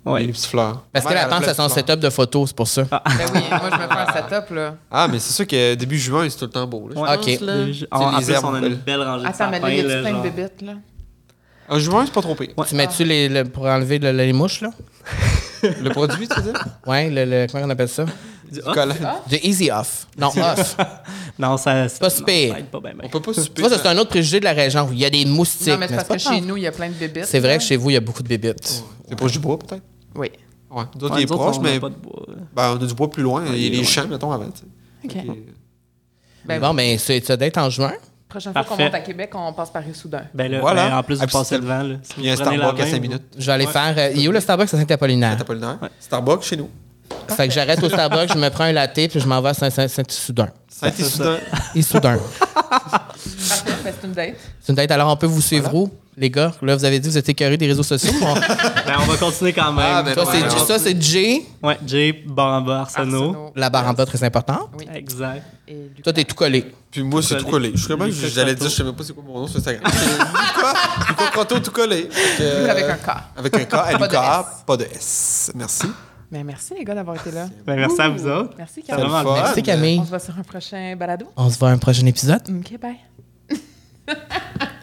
Speaker 4: Ouais.
Speaker 3: Les petites fleurs.
Speaker 2: Parce que
Speaker 3: Ouais,
Speaker 2: la
Speaker 3: plein
Speaker 2: tante,
Speaker 3: de
Speaker 2: c'est son
Speaker 3: fleurs.
Speaker 2: setup de photos, c'est pour ça.
Speaker 1: Ben oui, moi, je me fais un setup, là.
Speaker 3: Ah, mais c'est sûr que début juin, c'est tout le temps beau. Là.
Speaker 4: Ouais.
Speaker 2: Ok.
Speaker 4: Je pense, là,
Speaker 3: C'est
Speaker 4: en, en
Speaker 3: les
Speaker 4: plus,
Speaker 3: herbes
Speaker 4: on a une
Speaker 3: nouvelles.
Speaker 4: belle rangée de
Speaker 1: Attends, mais là,
Speaker 4: sapins.
Speaker 1: il y a-tu
Speaker 4: là,
Speaker 1: plein de
Speaker 4: genre.
Speaker 1: bébites, là?
Speaker 3: En juin, c'est pas trop pire.
Speaker 2: Tu mets-tu les, le- pour enlever le- les mouches, là?
Speaker 3: Le produit, tu veux dire?
Speaker 2: Ouais, le, le- comment on appelle ça?
Speaker 4: Du-
Speaker 3: Du
Speaker 4: ah,
Speaker 3: collant.
Speaker 2: Du easy off. Non, off.
Speaker 4: Non, ça.
Speaker 2: Pas
Speaker 4: non,
Speaker 2: si pire.
Speaker 4: ça aide Pas bien,
Speaker 3: On peut pas
Speaker 2: Tu
Speaker 3: souper.
Speaker 2: vois, ça, c'est un autre préjugé de la région. Il y a des moustiques.
Speaker 1: non, mais c'est
Speaker 2: mais
Speaker 1: parce
Speaker 2: pas
Speaker 1: que
Speaker 2: grave.
Speaker 1: chez nous, il y a plein de bébites.
Speaker 2: C'est
Speaker 1: là.
Speaker 2: vrai que chez vous, il y a beaucoup de bébites.
Speaker 3: C'est proche du bois, peut-être?
Speaker 1: Oui.
Speaker 3: Ouais. D'autres, il est proche, mais ben, on a du bois plus loin. Il y a les champs, mettons, avant. tu sais.
Speaker 1: OK.
Speaker 3: Fait que-
Speaker 1: Ben,
Speaker 2: Bon, mais c'est ça date en juin.
Speaker 1: prochaine fois qu'on
Speaker 4: Parfait.
Speaker 1: monte à Québec, on passe par Issoudun.
Speaker 4: Ben là,
Speaker 3: Voilà.
Speaker 4: ben, en plus,
Speaker 3: Ah,
Speaker 4: vous
Speaker 3: puis
Speaker 4: passez
Speaker 3: c'est-
Speaker 4: devant. Là, Si
Speaker 3: Il y a un
Speaker 4: vous prenez la
Speaker 3: Starbucks à
Speaker 4: main,
Speaker 3: 5
Speaker 4: vous-
Speaker 3: minutes.
Speaker 2: Je vais aller faire. euh, il est où le Starbucks à Saint-Apollinaire?
Speaker 3: Saint-Apollinaire. Starbucks chez nous.
Speaker 2: Fait que j'arrête au Starbucks, je me prends un latte, puis je m'en vais à Saint- Saint- Saint-Issoudun.
Speaker 3: Saint-Issoudun.
Speaker 2: Issoudun.
Speaker 1: Parfait, fais une date.
Speaker 2: C'est une date. Alors, on peut vous suivre où, les gars? Là, vous avez dit que vous êtes écœurés des réseaux sociaux. Bon,
Speaker 4: Ben, on va continuer quand même.
Speaker 3: Ah, ben,
Speaker 2: ça, c'est-
Speaker 3: Ouais,
Speaker 2: ça, c'est J,
Speaker 4: Ouais, Jay, Baramba, Arsenault.
Speaker 1: Arsenault.
Speaker 2: la barre en bas très importante.
Speaker 1: Oui.
Speaker 4: Exact.
Speaker 1: Et Lucas.
Speaker 2: Toi, t'es tout collé.
Speaker 3: Puis moi, c'est
Speaker 4: Collé.
Speaker 3: tout collé. Je suis même,
Speaker 4: Lucas
Speaker 3: j'allais
Speaker 4: Croteau.
Speaker 3: dire, je sais même pas c'est quoi mon nom sur Instagram. C'est Lucas, Lucas Croteau tout collé. Fait que-
Speaker 1: Avec un cas.
Speaker 3: Avec un K, à
Speaker 1: Pas de
Speaker 3: Lucas,
Speaker 1: S.
Speaker 3: pas de S. Merci.
Speaker 1: Mais Ben, merci, les gars, d'avoir été là.
Speaker 4: Ben, merci à vous autres.
Speaker 1: Merci,
Speaker 4: C'est
Speaker 1: Carole.
Speaker 4: vraiment
Speaker 3: le fun.
Speaker 4: le
Speaker 2: Merci, Camille.
Speaker 1: On se voit sur un prochain balado.
Speaker 2: On se voit à un prochain épisode.
Speaker 1: OK, bye.